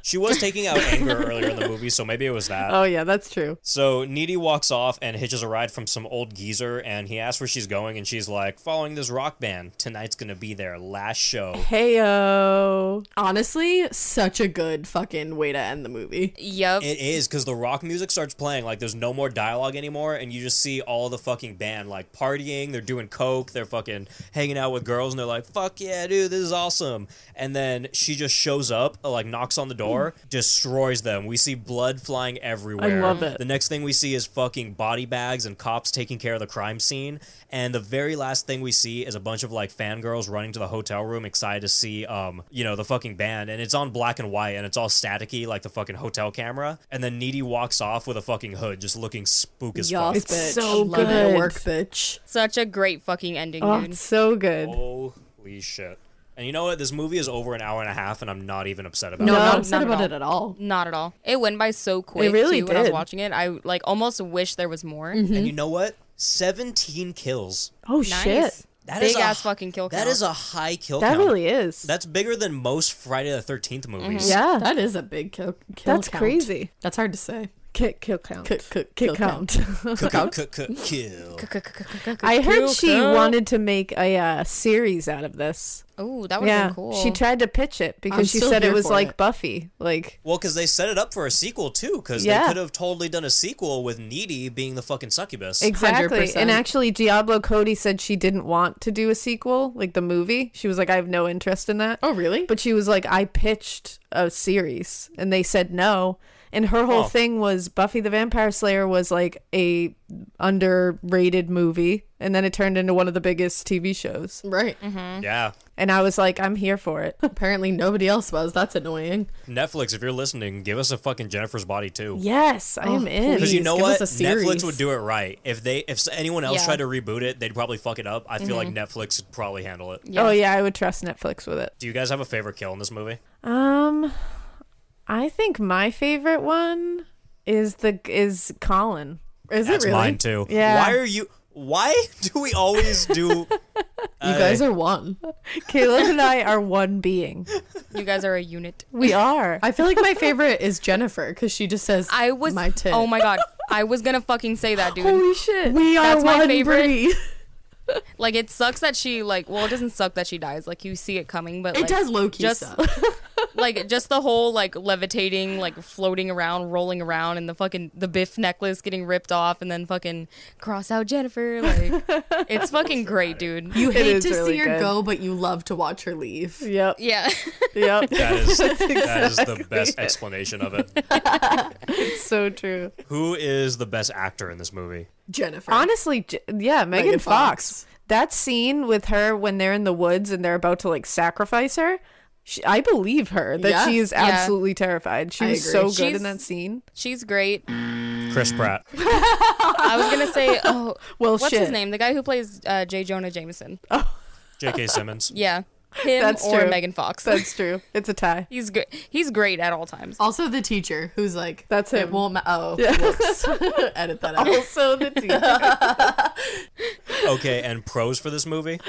Speaker 3: She was taking out anger earlier in the movie, so maybe it was that.
Speaker 8: <laughs> Oh, yeah, that's true.
Speaker 3: So Needy walks off and hitches a ride from some old geezer, and he asks where she's going, and she's like, "Following this rock band. Tonight's gonna be their last show."
Speaker 8: Heyo.
Speaker 2: Honestly, such a good fucking way to end the movie.
Speaker 5: Yep.
Speaker 3: It is because the rock music starts playing. Like, there's no more dialogue anymore, and you just see all the fucking band like partying. They're doing coke. They're fucking hanging out with girls, and they're like, "Fuck yeah, dude, this is awesome." And then she just shows up, uh, like knocks on the door, destroys them. We see blood flying everywhere.
Speaker 8: Mm. love it.
Speaker 3: The next thing we see is fucking body bags and cops taking care of the crime scene. And the very last thing we see is a bunch of like fangirls running to the hotel room excited to see um, you know, the fucking band. And it's on black and white and it's all staticky like the fucking hotel camera. And then Needy walks off with a fucking hood just looking spook as
Speaker 2: Yup,
Speaker 3: fuck.
Speaker 8: It's so
Speaker 2: Love it
Speaker 8: good.
Speaker 2: work, bitch.
Speaker 5: Such a great fucking ending,
Speaker 8: Oh,
Speaker 5: dude.
Speaker 8: it's so good.
Speaker 3: Holy shit. And you know what? This movie is over an hour and a half and I'm not even upset about
Speaker 2: No,
Speaker 3: it.
Speaker 2: I'm
Speaker 8: not
Speaker 2: not
Speaker 5: at
Speaker 2: upset about
Speaker 5: all.
Speaker 2: it at all.
Speaker 5: Not at all. It went by so quick.
Speaker 8: really
Speaker 5: too, When I was
Speaker 8: did. Mm-hmm.
Speaker 5: watching it, I like almost wish there was more. <laughs>
Speaker 3: And you know what? 17 kills.
Speaker 8: Oh,
Speaker 5: Nice.
Speaker 8: shit.
Speaker 3: That is
Speaker 5: Big
Speaker 3: a-
Speaker 5: ass fucking kill count.
Speaker 3: That is a high kill
Speaker 8: That
Speaker 3: count.
Speaker 8: really is.
Speaker 3: That's bigger than most Friday the 13th movies.
Speaker 8: yeah.
Speaker 2: That is a big kill. kill
Speaker 8: That's
Speaker 2: count.
Speaker 8: crazy.
Speaker 2: That's hard to say.
Speaker 8: Kick, kill count.
Speaker 2: Kick, kick, kill
Speaker 8: count.
Speaker 2: count.
Speaker 3: Cook,
Speaker 2: <laughs>
Speaker 3: cook, cook, cook, kill.
Speaker 8: <laughs> I heard she
Speaker 5: count.
Speaker 8: wanted to make a uh, series out of this.
Speaker 5: Oh, that would have been cool.
Speaker 8: She tried to pitch it because
Speaker 2: I'm
Speaker 8: she
Speaker 2: still
Speaker 8: said it
Speaker 2: here
Speaker 8: was
Speaker 2: for
Speaker 8: like
Speaker 2: it.
Speaker 8: Buffy. Like,
Speaker 3: Well, because they set it up for a sequel too, because
Speaker 8: Yeah.
Speaker 3: they could have totally done a sequel with Needy being the fucking succubus.
Speaker 8: Exactly.
Speaker 2: 100%.
Speaker 8: And actually, Diablo Cody said she didn't want to do a sequel, like the movie. She was like, I have no interest in that.
Speaker 2: Oh, uh, really?
Speaker 8: But she was like, I pitched a series and they said no. And her whole
Speaker 3: Oh.
Speaker 8: thing was Buffy the Vampire Slayer was like a underrated movie. And then it turned into one of the biggest TV shows.
Speaker 2: Right.
Speaker 3: Mm-hmm. Yeah,
Speaker 8: And I was like, I'm here for it.
Speaker 2: <laughs> Apparently nobody else was. That's annoying.
Speaker 3: Netflix, if you're listening, give us a fucking Jennifer's Body too.
Speaker 8: Yes, I am
Speaker 2: Oh,
Speaker 8: in.
Speaker 3: Because you
Speaker 2: Please,
Speaker 3: know
Speaker 2: give
Speaker 3: what,
Speaker 2: us a series.
Speaker 3: Netflix would do it right. If they, if anyone else
Speaker 5: Yeah.
Speaker 3: tried to reboot it, they'd probably fuck it up. I feel like
Speaker 2: Mm-hmm.
Speaker 3: Netflix would probably handle it.
Speaker 8: Oh, yeah, I would trust Netflix with it.
Speaker 3: Do you guys have a favorite kill in this movie?
Speaker 8: Um, I think my favorite one is the is Colin.
Speaker 2: Is
Speaker 3: That's
Speaker 2: it really?
Speaker 3: mine too.
Speaker 8: Yeah.
Speaker 3: Why are you? Why <laughs> do we always
Speaker 2: <laughs>
Speaker 3: do?
Speaker 2: You guys are one.
Speaker 8: <laughs> Caleb and I are one being.
Speaker 5: You guys are a unit.
Speaker 2: <laughs>
Speaker 8: We are.
Speaker 2: I feel like my favorite is Jennifer because she just says,
Speaker 5: I was.
Speaker 2: my tit."
Speaker 5: oh my god. I was gonna fucking say that, dude.
Speaker 8: <laughs> Holy shit. We
Speaker 5: are That's my one favorite.
Speaker 8: It
Speaker 5: Like it sucks that she like. Well, it doesn't suck that she dies. Like you see it coming, but
Speaker 2: It
Speaker 5: like,
Speaker 2: does low key
Speaker 5: just- <laughs>
Speaker 2: suck. <laughs>
Speaker 5: like just the whole like levitating, like floating around, rolling around, and the fucking the Biff necklace getting ripped off, and then fucking cross out Jennifer. Like
Speaker 2: <laughs>
Speaker 5: it's fucking great, dude.
Speaker 2: You hate
Speaker 8: is
Speaker 2: to
Speaker 8: really
Speaker 2: see her
Speaker 8: good.
Speaker 2: go, but you love to watch her leave.
Speaker 8: Yep.
Speaker 5: yeah. <laughs>
Speaker 8: Yep.
Speaker 3: That is that is the best explanation of it.
Speaker 8: It's so true.
Speaker 3: Who is the best actor in this movie?
Speaker 2: Jennifer.
Speaker 8: Honestly, J- yeah, Megan,
Speaker 2: Megan
Speaker 8: Fox.
Speaker 2: Fox.
Speaker 8: That scene with her when they're in the woods and they're about to like sacrifice her. She, I believe her that
Speaker 2: Yeah.
Speaker 8: she is
Speaker 5: Yeah.
Speaker 8: absolutely terrified. She
Speaker 2: I
Speaker 8: was
Speaker 2: agree.
Speaker 8: so good in
Speaker 5: She's-
Speaker 8: that scene.
Speaker 5: She's great.
Speaker 3: Chris Pratt.
Speaker 5: I was gonna
Speaker 2: <laughs>
Speaker 5: say, oh,
Speaker 8: Well,
Speaker 5: what's
Speaker 8: shit.
Speaker 5: his name? The guy who plays uh, J. Jonah Jameson.
Speaker 2: Oh,
Speaker 3: J.K. Simmons.
Speaker 5: Yeah, him
Speaker 8: That's
Speaker 5: or
Speaker 8: true.
Speaker 5: Megan Fox.
Speaker 8: That's true. It's a tie.
Speaker 5: <laughs> he's good. He's great at all times.
Speaker 2: Also, the teacher who's like,
Speaker 8: That's
Speaker 2: it
Speaker 8: him.
Speaker 2: won't ma- Oh, <laughs> whoops. Edit that out. <laughs>
Speaker 8: Also the team.
Speaker 3: Okay, and pros for this movie?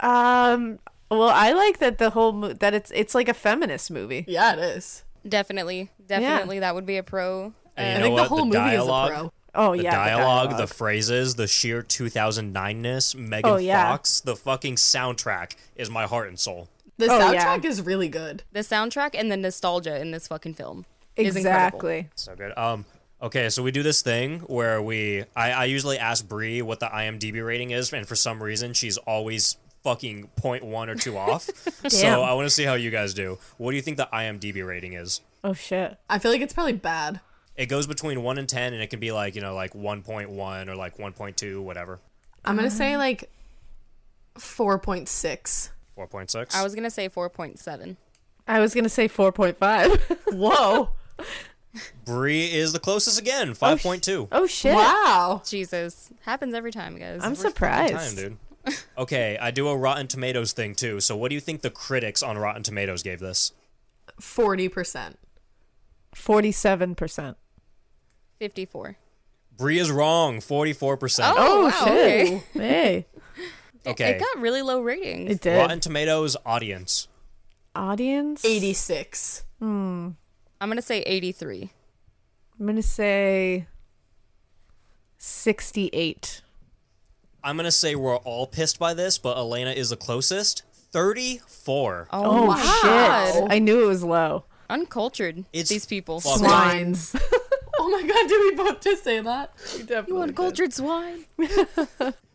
Speaker 8: um. Well, I like that the whole mo- that it's it's like a feminist movie.
Speaker 2: Yeah, it is.
Speaker 5: Definitely, definitely, that would be a pro.
Speaker 3: And you
Speaker 2: I
Speaker 3: know
Speaker 2: think
Speaker 3: what?
Speaker 2: the whole movie
Speaker 3: dialogue,
Speaker 2: is a pro.
Speaker 8: Oh
Speaker 3: The
Speaker 8: yeah,
Speaker 3: dialogue, the phrases, the sheer 2009ness, Megan
Speaker 8: Oh, yeah.
Speaker 3: Fox, the fucking soundtrack is my heart and soul.
Speaker 2: The
Speaker 8: Oh, yeah.
Speaker 2: soundtrack is really good.
Speaker 5: The soundtrack and the nostalgia in this fucking film is incredible.
Speaker 8: exactly.
Speaker 3: So good. Um, okay, so we do this thing where we, I, I usually ask Brie what the IMDb rating is, and for some reason she's always fucking point 0.1 or two off. so I want to see how you guys do. What do you think the IMDb rating is?
Speaker 8: Oh shit.
Speaker 2: I feel like it's probably bad.
Speaker 3: It goes between one and ten, and it can be like you know, like one point one or like one point two, whatever.
Speaker 2: I'm gonna say
Speaker 8: Um.
Speaker 2: like 4.6.
Speaker 3: Four point six.
Speaker 5: I was gonna say four point seven.
Speaker 8: I was gonna say four point five. <laughs> Whoa.
Speaker 3: Bree is the closest again, five point two.
Speaker 8: Oh shit.
Speaker 2: Wow.
Speaker 5: Jesus, happens every time, guys.
Speaker 8: I'm
Speaker 5: We're-
Speaker 8: surprised.
Speaker 5: <laughs>
Speaker 3: Time, dude. Okay, I do a Rotten Tomatoes thing too. So, what do you think the critics on Rotten Tomatoes gave this?
Speaker 2: 40%.
Speaker 8: Forty-seven percent.
Speaker 5: Fifty-four.
Speaker 3: Bree is wrong, forty-four percent.
Speaker 5: Oh, wow, okay.
Speaker 8: Hey,
Speaker 3: okay,
Speaker 5: It got really low ratings.
Speaker 8: it did.
Speaker 3: Rotten Tomatoes audience.
Speaker 8: Audience.
Speaker 2: 86.
Speaker 5: I'm gonna say eighty-three.
Speaker 8: I'm gonna say sixty-eight.
Speaker 3: I'm gonna say we're all pissed by this, but Elena is the closest, thirty-four.
Speaker 5: Oh,
Speaker 8: Shit. I knew it was low.
Speaker 5: Uncultured.
Speaker 3: It's
Speaker 5: these people.
Speaker 3: fucked
Speaker 5: Swine.
Speaker 2: Swines. oh my god, did we both just say that?
Speaker 5: You uncultured swine.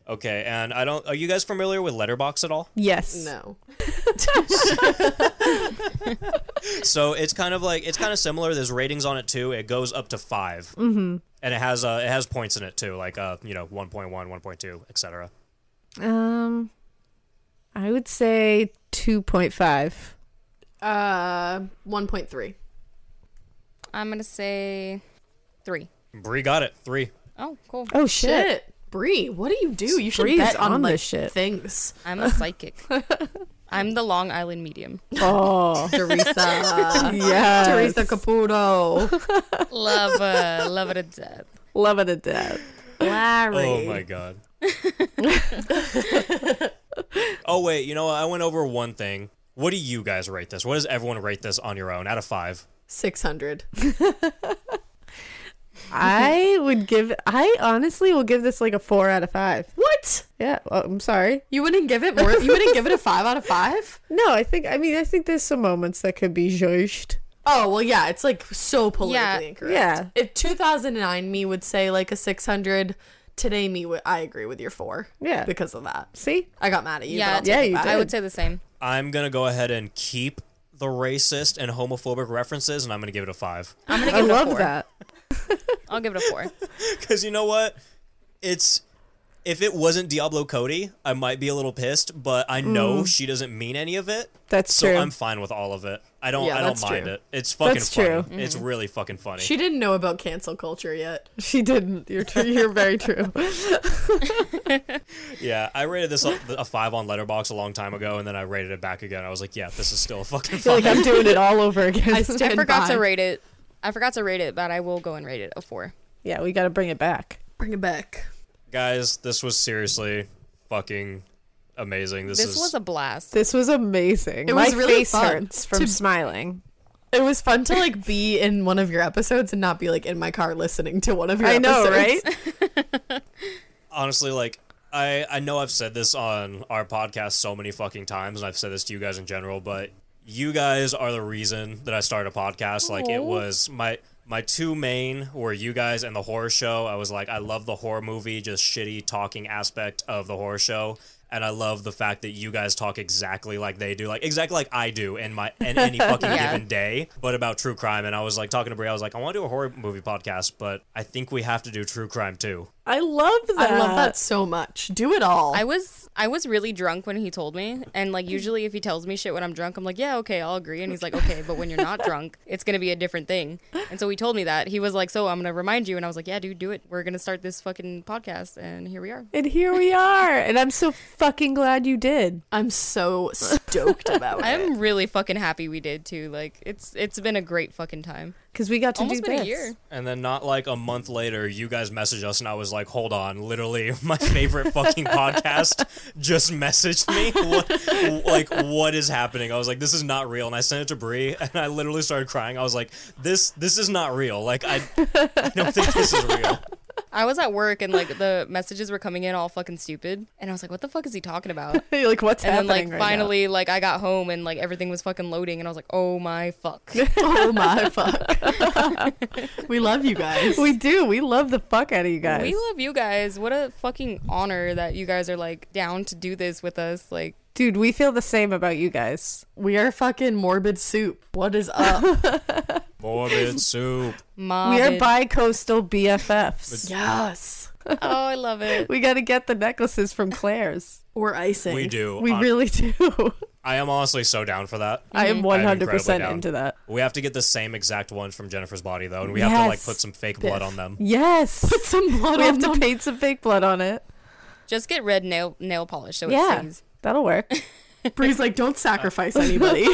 Speaker 3: Okay, and I don't. Are you guys familiar with Letterbox at all?
Speaker 8: Yes.
Speaker 2: No.
Speaker 3: So it's kind of like it's kind of similar. There's ratings on it too. It goes up to 5 mm-hmm. and it has uh, it has points in it too, like uh, you know, 1.1, 1.2, etc.
Speaker 8: Um, I would say two point five.
Speaker 2: Uh, 1.3.
Speaker 5: I'm gonna say three.
Speaker 3: Bree got it three.
Speaker 5: Oh, <laughs> cool.
Speaker 8: Oh shit.
Speaker 2: Shit. Bree, what do you do? You should
Speaker 8: Bree's
Speaker 2: bet on,
Speaker 8: on
Speaker 2: like,
Speaker 8: this shit.
Speaker 2: things.
Speaker 5: I'm a psychic. I'm the Long Island medium.
Speaker 8: Oh
Speaker 2: <laughs>
Speaker 8: <laughs>
Speaker 2: Teresa.
Speaker 8: yeah.
Speaker 2: Teresa Caputo.
Speaker 5: Love, uh, love it to death.
Speaker 8: <laughs> Love it to death.
Speaker 2: Larry.
Speaker 3: Oh my god. oh wait, you know what? I went over one thing. What do you guys rate this? What does everyone rate this on your own out of five?
Speaker 2: 600.
Speaker 8: <laughs> I would give. I honestly will give this like a four out of five.
Speaker 2: What?
Speaker 8: Yeah. Well, I'm sorry.
Speaker 2: You wouldn't give it more. You wouldn't give it a five out of five.
Speaker 8: <laughs> No, I think. I mean, I think there's some moments that could be judged.
Speaker 2: Oh well, yeah. It's like so politically
Speaker 8: Yeah.
Speaker 2: incorrect.
Speaker 8: Yeah.
Speaker 2: If 2009 me would say like a 600, today me would. I agree with your four.
Speaker 8: Yeah.
Speaker 2: Because of that.
Speaker 8: See,
Speaker 2: I got mad at you.
Speaker 5: Yeah,
Speaker 2: but I'll take it back.
Speaker 5: I would say the same.
Speaker 3: I'm gonna go ahead and keep the racist and homophobic references, and I'm gonna give it a five.
Speaker 5: I'm gonna
Speaker 8: I
Speaker 5: give it
Speaker 8: love
Speaker 5: a four.
Speaker 8: that.
Speaker 5: I'll give it a four.
Speaker 3: Because you know what? It's if it wasn't Diablo Cody, I might be a little pissed, but I know
Speaker 8: Mm.
Speaker 3: she doesn't mean any of it.
Speaker 8: That's
Speaker 3: so
Speaker 8: true.
Speaker 3: I'm fine with all of it. I don't.
Speaker 8: Yeah,
Speaker 3: I don't
Speaker 8: that's
Speaker 3: mind
Speaker 8: true.
Speaker 3: it. It's fucking
Speaker 8: That's
Speaker 3: funny.
Speaker 8: true.
Speaker 3: It's
Speaker 8: Mhm.
Speaker 3: really fucking funny.
Speaker 2: She didn't know about cancel culture yet.
Speaker 8: She didn't. You're true. You're very true.
Speaker 3: yeah, I rated this
Speaker 8: <laughs>
Speaker 3: a, a five on Letterbox a long time ago, and then I rated it back again. I was like, yeah, this is still
Speaker 8: <laughs>
Speaker 3: fucking
Speaker 8: feel
Speaker 3: funny.
Speaker 8: like I'm doing it all
Speaker 5: <laughs>
Speaker 8: over again.
Speaker 5: I forgot to rate it. I forgot to rate it, but I will go and rate it a four.
Speaker 8: Yeah, we got to bring it back.
Speaker 2: Bring it back.
Speaker 3: Guys, this was seriously fucking amazing. This,
Speaker 5: This,
Speaker 3: is
Speaker 5: was a blast.
Speaker 8: This was amazing.
Speaker 2: It
Speaker 8: My
Speaker 2: was really
Speaker 8: face
Speaker 2: fun
Speaker 8: hurts from
Speaker 2: to-
Speaker 8: smiling.
Speaker 2: It was fun to like be in one of your episodes and not be like in my car listening to one of your
Speaker 8: I know,
Speaker 2: episodes.
Speaker 8: right?
Speaker 3: honestly like I I know I've said this on our podcast so many fucking times, and I've said this to you guys in general, but you guys are the reason that I started a podcast. Like it
Speaker 11: Aw.
Speaker 3: was my my two main were you guys and the horror show. I was like, I love the horror movie, just shitty talking aspect of the horror show. And I love the fact that you guys talk exactly like they do, like exactly like I do in my
Speaker 11: <laughs>
Speaker 3: in any fucking
Speaker 11: Yeah.
Speaker 3: given day, but about true crime. And I was like talking to Brie, I was like, I want to do a horror movie podcast, but I think we have to do true crime too.
Speaker 8: I love
Speaker 2: that. <laughs> I love that so much. Do it all.
Speaker 5: I was I was really drunk when he told me, and like usually if he tells me shit when I'm drunk, I'm like, yeah, okay, I'll agree. And he's like, okay, but when you're not drunk, it's gonna be a different thing. And so he told me that he was like, so I'm gonna remind you, and I was like, yeah, dude, do it. We're gonna start this fucking podcast, and here we are.
Speaker 8: And here we are. And I'm so fucking glad you did.
Speaker 2: I'm so
Speaker 5: <laughs>
Speaker 2: stoked about it.
Speaker 5: I'm really fucking happy we did too. Like it's it's been a great fucking time.
Speaker 8: Because we got to
Speaker 5: Almost
Speaker 8: do
Speaker 5: been
Speaker 8: this.
Speaker 5: a year.
Speaker 3: And then not like a month later, you guys messaged us, and I was like, "Hold on, literally, <laughs> my favorite fucking podcast just messaged me. <laughs> What, like, what is happening?" I was like, "This is not real," and I sent it to Bree, and I literally started crying. I was like, "This, this is not real. Like, I, I don't think this is real."
Speaker 5: I was at work and like the messages were coming in all fucking stupid, and I was like, "What the fuck is he talking about?"
Speaker 8: You're like, what's
Speaker 5: and then
Speaker 8: happening
Speaker 5: like
Speaker 8: right now?
Speaker 5: finally like I got home and like everything was fucking loading, and I was like, "Oh my
Speaker 8: <laughs>
Speaker 5: fuck."
Speaker 2: <laughs> oh my fuck.
Speaker 5: <laughs>
Speaker 2: we love you guys.
Speaker 8: We do. We love the fuck out of you guys.
Speaker 5: We love you guys. What a fucking honor that you guys are like down to do this with us. Like,
Speaker 8: Dude, we feel the same about you guys.
Speaker 2: We are fucking morbid soup. What is
Speaker 8: <laughs>
Speaker 2: up?
Speaker 3: Morbid soup.
Speaker 8: We are bi coastal BFFs.
Speaker 2: yes.
Speaker 5: Oh, I love it.
Speaker 8: We got to get the necklaces from Claire's.
Speaker 2: We're icing.
Speaker 3: We do.
Speaker 8: We
Speaker 3: Hon-
Speaker 8: really do.
Speaker 2: <laughs>
Speaker 3: I am honestly so down for that.
Speaker 8: I am 100%
Speaker 3: incredibly down.
Speaker 8: into that.
Speaker 3: We have to get the same exact ones from Jennifer's body though, and we have to like
Speaker 8: Yes.
Speaker 3: put some fake
Speaker 8: Biff.
Speaker 3: blood on them.
Speaker 8: <laughs> Yes. Put
Speaker 2: some blood
Speaker 8: we
Speaker 5: on
Speaker 8: have to paint some fake blood on it.
Speaker 5: just get red nail nail polish so it
Speaker 8: yeah.
Speaker 5: stays.
Speaker 8: That'll work.
Speaker 2: <laughs> Bree's like, don't sacrifice anybody.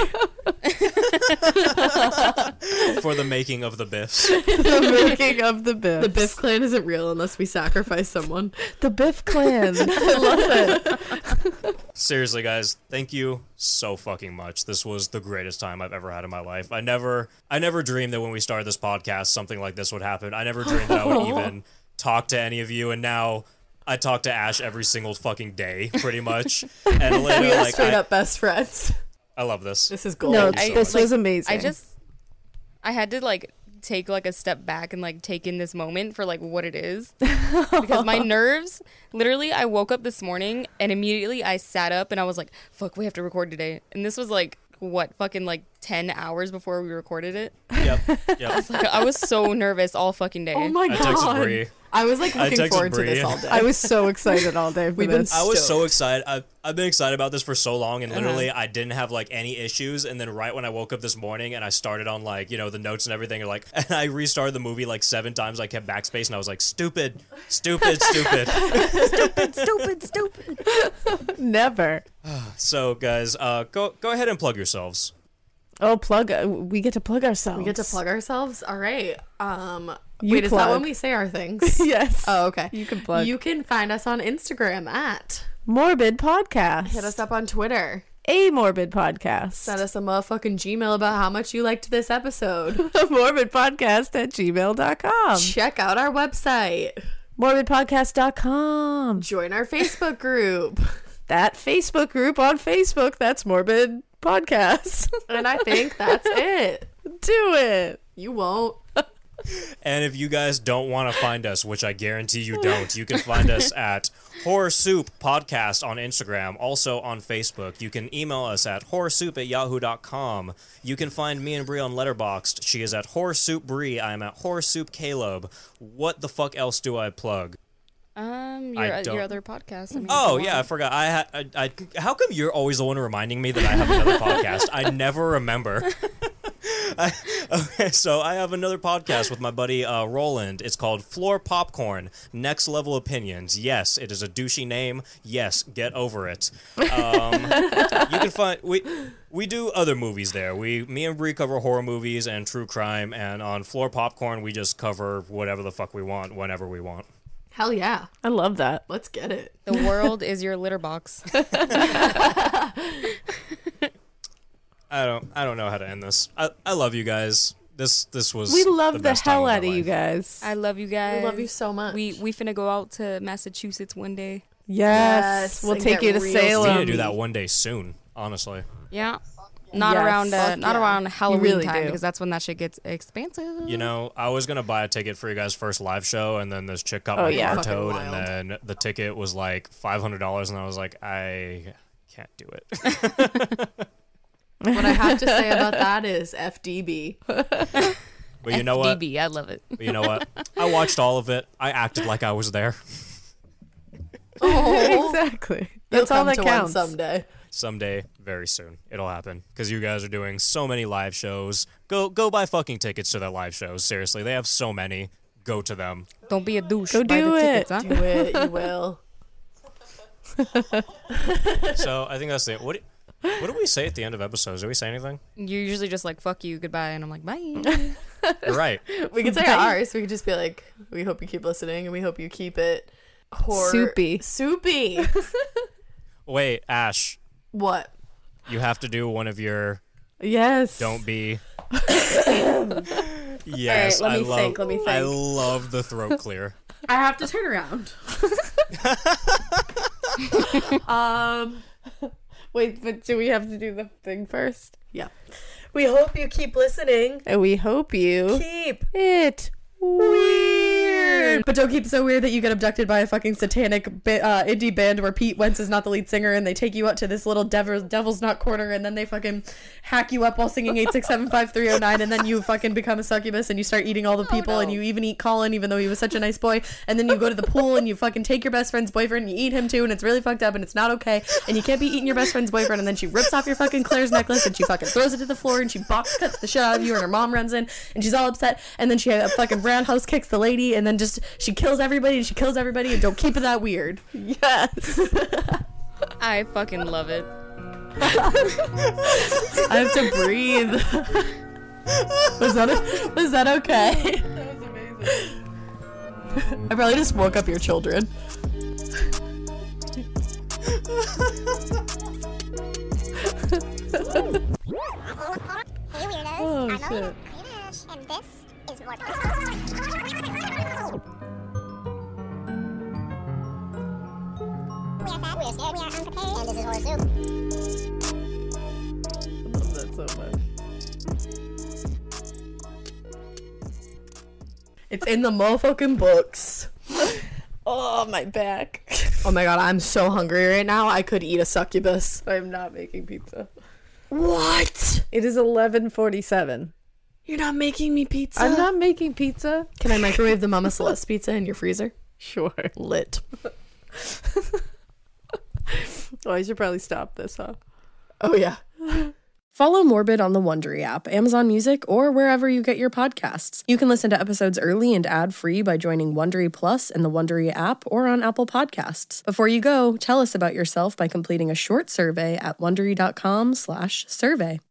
Speaker 3: for the making of the Biffs.
Speaker 8: <laughs> the making of the
Speaker 2: <laughs>
Speaker 8: Biff.
Speaker 2: The Biff clan isn't real unless we sacrifice someone.
Speaker 8: The Biff
Speaker 2: <laughs>
Speaker 8: clan. I love it.
Speaker 3: Seriously, guys, thank you so fucking much. This was the greatest time I've ever had in my life. I never, I never dreamed that when we started this podcast, something like this would happen. I never dreamed that I
Speaker 2: <laughs>
Speaker 3: would even talk to any of you, and now I talk to Ash every single fucking day, pretty
Speaker 2: <laughs>
Speaker 3: much. And Elena,
Speaker 2: we are
Speaker 3: like,
Speaker 2: straight
Speaker 3: I,
Speaker 2: up best friends.
Speaker 3: I love this.
Speaker 2: This is
Speaker 8: gold. No, this was amazing.
Speaker 5: I just I had to like take like a step back and like take in this moment for like what it
Speaker 2: <laughs>
Speaker 5: is because my nerves literally I woke up this morning and immediately I sat up and I was like fuck we have to record today and this was like what fucking like 10 hours before we recorded
Speaker 2: <laughs>
Speaker 5: it
Speaker 3: Yep.
Speaker 5: Like, I was so nervous all fucking day.
Speaker 2: Oh my
Speaker 3: I
Speaker 2: god.
Speaker 3: texted Bree.
Speaker 2: I was like
Speaker 3: I
Speaker 2: looking
Speaker 3: texted
Speaker 2: forward to
Speaker 3: Bree.
Speaker 2: this all
Speaker 3: <laughs>
Speaker 2: day.
Speaker 8: I was so excited all day for
Speaker 2: We've been
Speaker 8: this.
Speaker 3: I was so excited. I've, I've been excited about this for so long, and
Speaker 8: Uh-huh.
Speaker 3: literally, I didn't have like any issues. And then, right when I woke up this morning and I started on like, you know, the notes and everything, and like, <laughs> and I restarted the movie like seven times. I kept backspace and I was like, stupid, stupid, stupid.
Speaker 8: stupid, stupid, stupid. Never.
Speaker 3: so, guys, uh, go, go ahead and plug yourselves.
Speaker 8: Oh, plug. uh, We get to plug ourselves.
Speaker 2: We get to plug ourselves. All right. Um
Speaker 8: You
Speaker 2: wait, is that when
Speaker 8: plug.
Speaker 2: we say our things?
Speaker 8: <laughs> yes.
Speaker 2: Oh, okay.
Speaker 8: You can plug.
Speaker 2: You can find us on Instagram at
Speaker 8: Morbid podcast.
Speaker 2: hit us up on Twitter
Speaker 8: a morbid podcast.
Speaker 2: Send us a motherfucking Gmail about how much you liked this episode.
Speaker 8: <laughs> morbidpodcast at gmail.com.
Speaker 2: Check out our website,
Speaker 8: morbidpodcast.com.
Speaker 2: Join our Facebook group.
Speaker 8: <laughs>
Speaker 2: <laughs>
Speaker 8: that Facebook group on Facebook, that's Morbid Podcast. <laughs>
Speaker 2: and I think that's it.
Speaker 8: Do it.
Speaker 2: You won't.
Speaker 3: And if you guys don't want to find us, which I guarantee you don't, you can find us at Horror Soup Podcast on Instagram, also on Facebook. You can email us at horrorsoup at yahoo.com. You can find me and Brie on Letterboxd. She is at Horror Soup Brie. I am at Horror Soup Caleb. What the fuck else do I plug?
Speaker 5: Um,
Speaker 3: I
Speaker 5: your,
Speaker 3: don't-
Speaker 5: your other podcast. I mean,
Speaker 3: Oh
Speaker 5: come
Speaker 3: yeah, I
Speaker 5: on.
Speaker 3: forgot. I, ha- I, I how come you're always the one reminding me that I have another podcast? I never remember. <laughs> I- okay, so I have another podcast with my buddy uh, Roland. It's called Floor Popcorn: Next Level Opinions. Yes, it is a douchey name. Yes, get over it. Um, you can find we we do other movies there. We me and Bree cover horror movies and true crime, and on Floor Popcorn we just cover whatever the fuck we want, whenever we want.
Speaker 2: Hell yeah.
Speaker 8: I love that.
Speaker 2: Let's get it.
Speaker 3: <laughs>
Speaker 5: The world is your litter box.
Speaker 3: I don't I don't know how to end this. I, I love you guys. This this was
Speaker 8: We love the,
Speaker 3: best time
Speaker 8: hell
Speaker 3: my
Speaker 8: out of you
Speaker 3: life.
Speaker 8: guys.
Speaker 5: I love you guys.
Speaker 2: We love you so much.
Speaker 5: We we finna go out to Massachusetts one day.
Speaker 2: Yes,
Speaker 8: Yes. we'll
Speaker 2: and
Speaker 8: take
Speaker 2: get
Speaker 8: you to
Speaker 2: real
Speaker 3: We need to
Speaker 8: Salem.
Speaker 3: do that one day soon, honestly.
Speaker 5: Yeah. Not
Speaker 8: Yes.
Speaker 5: around uh,
Speaker 8: Fuck
Speaker 5: not
Speaker 8: yeah.
Speaker 5: around
Speaker 8: You
Speaker 5: Halloween
Speaker 8: really
Speaker 5: time
Speaker 8: do.
Speaker 5: because that's when that shit gets expensive.
Speaker 3: You know, I was gonna buy a ticket for you guys' first live show, and then this chick got
Speaker 8: Oh,
Speaker 3: my
Speaker 8: yeah.
Speaker 3: car
Speaker 2: Fucking
Speaker 3: towed,
Speaker 2: wild.
Speaker 3: and then the ticket was like five hundred dollars, and I was like, I can't do it.
Speaker 8: <laughs>
Speaker 2: What I have to say about that is FDB.
Speaker 3: But you know what?
Speaker 5: DB, I love it.
Speaker 3: But you know what? I watched all of it. I acted like I was there.
Speaker 2: Oh,
Speaker 8: exactly.
Speaker 2: you'll
Speaker 8: That's all
Speaker 2: come
Speaker 8: that
Speaker 2: to
Speaker 8: counts.
Speaker 2: one someday.
Speaker 3: Someday, very soon, it'll happen because you guys are doing so many live shows. Go go buy fucking tickets to their live shows. Seriously, they have so many. Go to them.
Speaker 5: <laughs> Don't be a douche.
Speaker 8: Go
Speaker 5: Buy
Speaker 8: do
Speaker 5: the
Speaker 8: it.
Speaker 5: tickets, huh?
Speaker 2: Do it. You
Speaker 8: <laughs>
Speaker 2: will.
Speaker 3: So I think that's it. What do, what do we say at the end of episodes? Do we say anything?
Speaker 5: You're usually just like fuck you, goodbye, and I'm like bye.
Speaker 3: You're right.
Speaker 4: <laughs>
Speaker 2: We could say ours. We could just be like, we hope you keep listening and we hope you keep it horror-
Speaker 8: Soupy.
Speaker 2: Soupy.
Speaker 8: <laughs>
Speaker 3: Wait, Ash,
Speaker 2: what?
Speaker 3: you have to do one of your
Speaker 8: Yes.
Speaker 4: <coughs>
Speaker 3: don't be. yes,
Speaker 4: All right, let
Speaker 3: I
Speaker 4: me
Speaker 3: love.
Speaker 4: think, let me
Speaker 3: I
Speaker 4: think.
Speaker 3: love the throat clear.
Speaker 4: I have to turn around. um,
Speaker 8: <laughs> Wait, but do we have to do the thing first?
Speaker 2: Yeah.
Speaker 4: we hope you keep listening.
Speaker 8: And we hope you
Speaker 4: Keep.
Speaker 8: it weird.
Speaker 2: But don't keep it so weird that you get abducted by a fucking satanic ba- uh, indie band where Pete Wentz is not the lead singer and they take you out to this little devil, devil's not corner and then they fucking hack you up while singing 8675309 and then you fucking become a succubus and you start eating all the
Speaker 8: Oh,
Speaker 2: people and you even eat Colin even though he was such a nice boy and then you go to the pool and you fucking take your best friend's boyfriend and you eat him too and it's really fucked up and it's not okay and you can't be eating your best friend's boyfriend and then she rips <laughs> off your fucking Claire's necklace and she fucking throws it to the floor and she box cuts the shit out of you and her mom runs in and she's all upset and then she uh, fucking roundhouse kicks the lady and then just she kills everybody and she kills everybody and don't keep it that weird.
Speaker 8: Yes.
Speaker 5: I fucking love it.
Speaker 2: I have to breathe. <laughs> was that was that okay? That was amazing. I probably just woke up your children.
Speaker 6: Hey weirdos, I'm Alina Greenish, and this is Mordor. We are fat, we are scared, we are unprepared, and this is Horror Soup.
Speaker 2: It's in the motherfucking books.
Speaker 8: <laughs> Oh, my back.
Speaker 2: Oh my god, I'm so hungry right now. I could eat a succubus.
Speaker 8: I'm not making pizza.
Speaker 2: What?
Speaker 8: It is 11:47.
Speaker 2: You're not making me pizza.
Speaker 8: I'm not making pizza.
Speaker 2: Can I microwave the Mama Celeste pizza in your freezer?
Speaker 8: Sure.
Speaker 2: Lit.
Speaker 8: <laughs> Oh, I should probably stop this, huh?
Speaker 2: Oh yeah.
Speaker 1: Follow Morbid on the Wondery app, Amazon Music, or wherever you get your podcasts. You can listen to episodes early and ad-free by joining Wondery Plus in the Wondery app or on Apple Podcasts. Before you go, tell us about yourself by completing a short survey at wondery.com/survey.